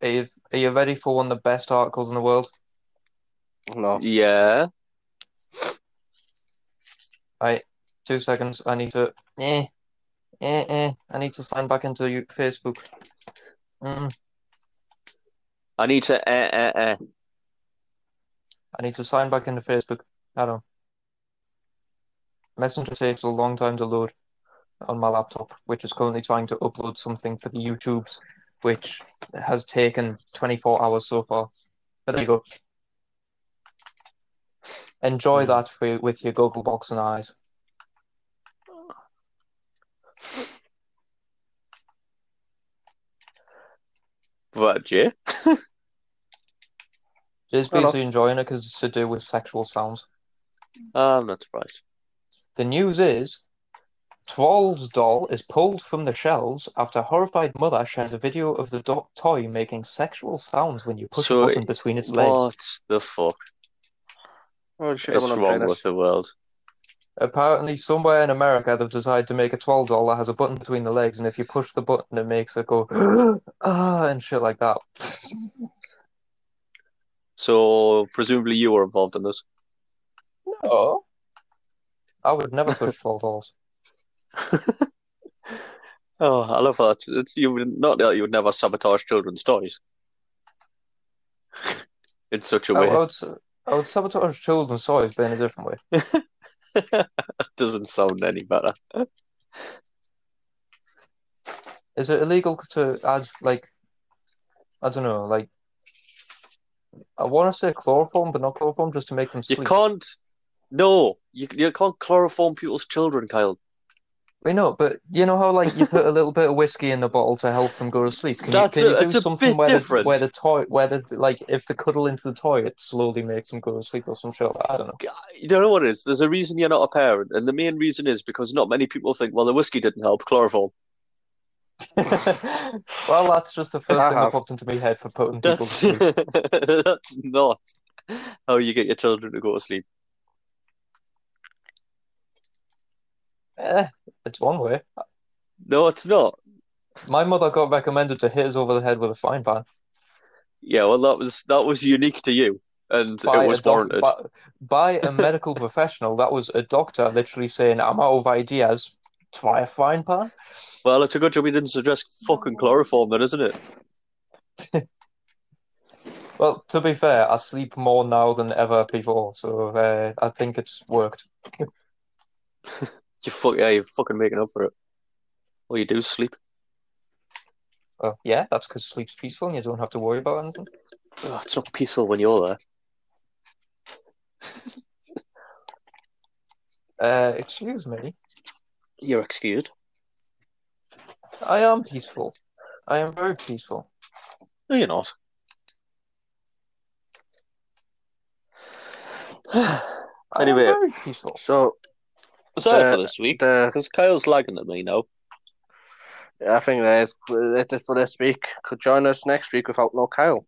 Speaker 5: Are you, are you ready for one of the best articles in the world?
Speaker 3: No.
Speaker 5: Oh.
Speaker 2: Yeah.
Speaker 5: Right, two seconds. I need to. Eh, eh, eh. I need to sign back into you, Facebook. Mm,
Speaker 2: I need to. Eh, eh, eh.
Speaker 5: I need to sign back into Facebook. I don't. Messenger takes a long time to load on my laptop, which is currently trying to upload something for the YouTubes, which has taken 24 hours so far. But there you go. Enjoy that for, with your Google Box and eyes.
Speaker 2: But Jay,
Speaker 5: Just
Speaker 3: Hello.
Speaker 5: basically enjoying it because it's to do with sexual sounds.
Speaker 2: I'm not surprised.
Speaker 5: The news is Troll's doll is pulled from the shelves after horrified mother shares a video of the do- toy making sexual sounds when you push
Speaker 2: So
Speaker 5: a button between its legs.
Speaker 2: What the fuck
Speaker 3: Oh shit!
Speaker 2: is
Speaker 3: I'm on
Speaker 2: wrong
Speaker 3: Venus.
Speaker 2: with the world?
Speaker 5: Apparently, somewhere in America, they've decided to make a troll doll that has a button between the legs, and if you push the button, it makes it go ah and shit like that.
Speaker 2: So presumably you were involved in this.
Speaker 5: No, I would never touch troll dolls.
Speaker 2: Oh, I love that. It's you would- not that you would never sabotage children's toys in such a
Speaker 5: I,
Speaker 2: way.
Speaker 5: I would, s- I would sabotage children's toys, but in a different way.
Speaker 2: That doesn't sound any better.
Speaker 5: Is it illegal to add like I don't know, like I want to say chloroform, but not chloroform, just to make them
Speaker 2: You
Speaker 5: sleep.
Speaker 2: can't. No, you you can't chloroform people's children, Kyle.
Speaker 5: We know, but you know how like you put a little bit of whiskey in the bottle to help them go to sleep. Can you,
Speaker 2: That's
Speaker 5: can
Speaker 2: a-
Speaker 5: you do
Speaker 2: it's a
Speaker 5: something
Speaker 2: bit
Speaker 5: where
Speaker 2: different.
Speaker 5: the where the toy where the like if they cuddle into the toy, it slowly makes them go to sleep or some shit? like that? I don't know.
Speaker 2: You don't know what it is. There's a reason you're not a parent, and the main reason is because not many people think, well, the whiskey didn't help chloroform.
Speaker 5: Well, that's just the first
Speaker 3: I
Speaker 5: thing that
Speaker 3: have.
Speaker 5: popped into my head for putting people to
Speaker 2: That's
Speaker 5: sleep.
Speaker 2: that's not. How you get your children to go to sleep?
Speaker 5: Eh, it's one way.
Speaker 2: No, it's not.
Speaker 5: My mother got recommended to hit us over the head with a frying pan.
Speaker 2: Yeah, well, that was that was unique to you, and
Speaker 5: by
Speaker 2: it was
Speaker 5: a doc-
Speaker 2: warranted.
Speaker 5: by, by a medical professional. That was a doctor literally saying, "I'm out of ideas. Try a frying pan."
Speaker 2: Well, it's a good job he didn't suggest fucking chloroform, then, isn't it?
Speaker 5: Well, to be fair, I sleep more now than ever before, so uh, I think it's worked.
Speaker 2: You fuck yeah, you're fucking making up for it. All you do is sleep.
Speaker 5: Uh, yeah, that's because sleep's peaceful and you don't have to worry about anything.
Speaker 2: Ugh, Oh, it's not peaceful when you're there.
Speaker 5: Uh, excuse me,
Speaker 2: You're excused.
Speaker 5: I am peaceful. I am very peaceful.
Speaker 2: No, you're not.
Speaker 5: I am
Speaker 2: Anyway.
Speaker 5: very peaceful.
Speaker 9: So
Speaker 2: Was that it
Speaker 9: Uh,
Speaker 2: for this week?
Speaker 9: the
Speaker 2: Because Kyle's lagging at me now.
Speaker 9: I think that is it for this week. Could join us next week without no Kyle.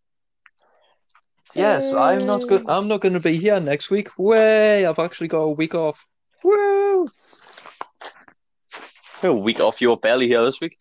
Speaker 5: Yes, I'm not good. I'm not going to be here next week. Way, I've actually got a week off. Woo!
Speaker 2: A week off your belly here this week.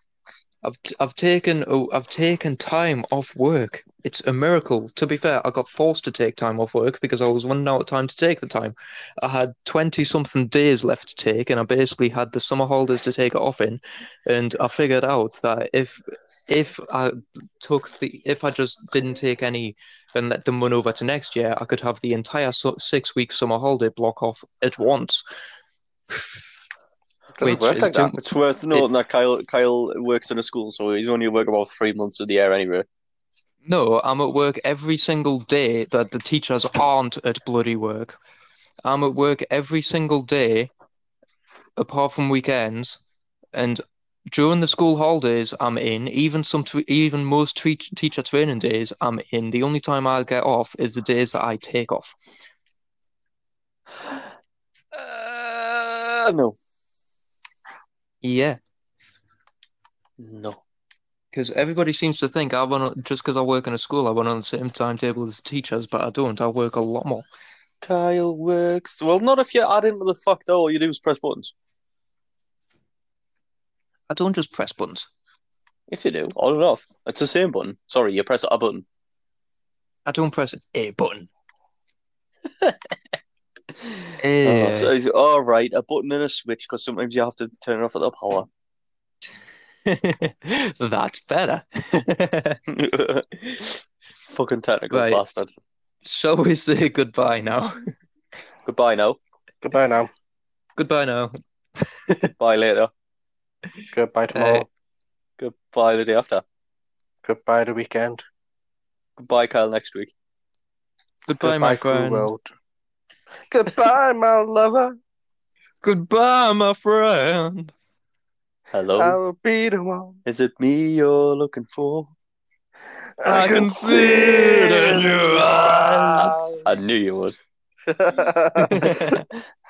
Speaker 5: I've I've taken oh, I've taken time off work. It's a miracle. To be fair, I got forced to take time off work because I was running out of time to take the time. I had twenty something days left to take, and I basically had the summer holidays to take it off in. And I figured out that if if I took the if I just didn't take any and let them run over to next year, I could have the entire su- six week summer holiday block off at once.
Speaker 9: Doesn't work
Speaker 5: is
Speaker 9: like that.
Speaker 5: dim-
Speaker 2: It's worth noting that Kyle Kyle works in a school, so he's only working about three months of the year anyway.
Speaker 5: No, I'm at work every single day that the teachers aren't at bloody work. I'm at work every single day, apart from weekends, and during the school holidays I'm in. Even some, t- even most tre- teacher training days I'm in. The only time I'll get off is the days that I take off.
Speaker 2: Uh, no,
Speaker 5: Yeah,
Speaker 2: no.
Speaker 5: because everybody seems to think I run on, just because I work in a school, I run on the same timetable as teachers, but I don't. I work a lot more.
Speaker 2: Kyle works. Well, not if you add into the fact that all you do is press buttons.
Speaker 5: I don't just press buttons.
Speaker 2: Yes, you do. On and off. It's the same button. Sorry, you press a button.
Speaker 5: I don't press a button.
Speaker 2: Oh,
Speaker 5: Eh.
Speaker 2: so, all right, a button and a switch because sometimes you have to turn it off at the power.
Speaker 5: That's better.
Speaker 2: Fucking technical
Speaker 5: Right.
Speaker 2: bastard.
Speaker 5: Shall we say goodbye now?
Speaker 2: Goodbye now.
Speaker 9: Goodbye now.
Speaker 5: Goodbye now.
Speaker 2: Bye later.
Speaker 9: Goodbye tomorrow.
Speaker 5: Uh,
Speaker 2: Goodbye the day after.
Speaker 9: Goodbye the weekend.
Speaker 2: Goodbye, Kyle, next week.
Speaker 5: goodbye, my
Speaker 9: to the
Speaker 5: friend.
Speaker 9: world. Goodbye, my lover.
Speaker 5: Goodbye, my friend.
Speaker 2: Hello.
Speaker 3: Oh.
Speaker 9: I will be the one.
Speaker 2: Is it me you're looking for?
Speaker 5: I can see it in your eyes.
Speaker 2: I knew you would.
Speaker 9: it.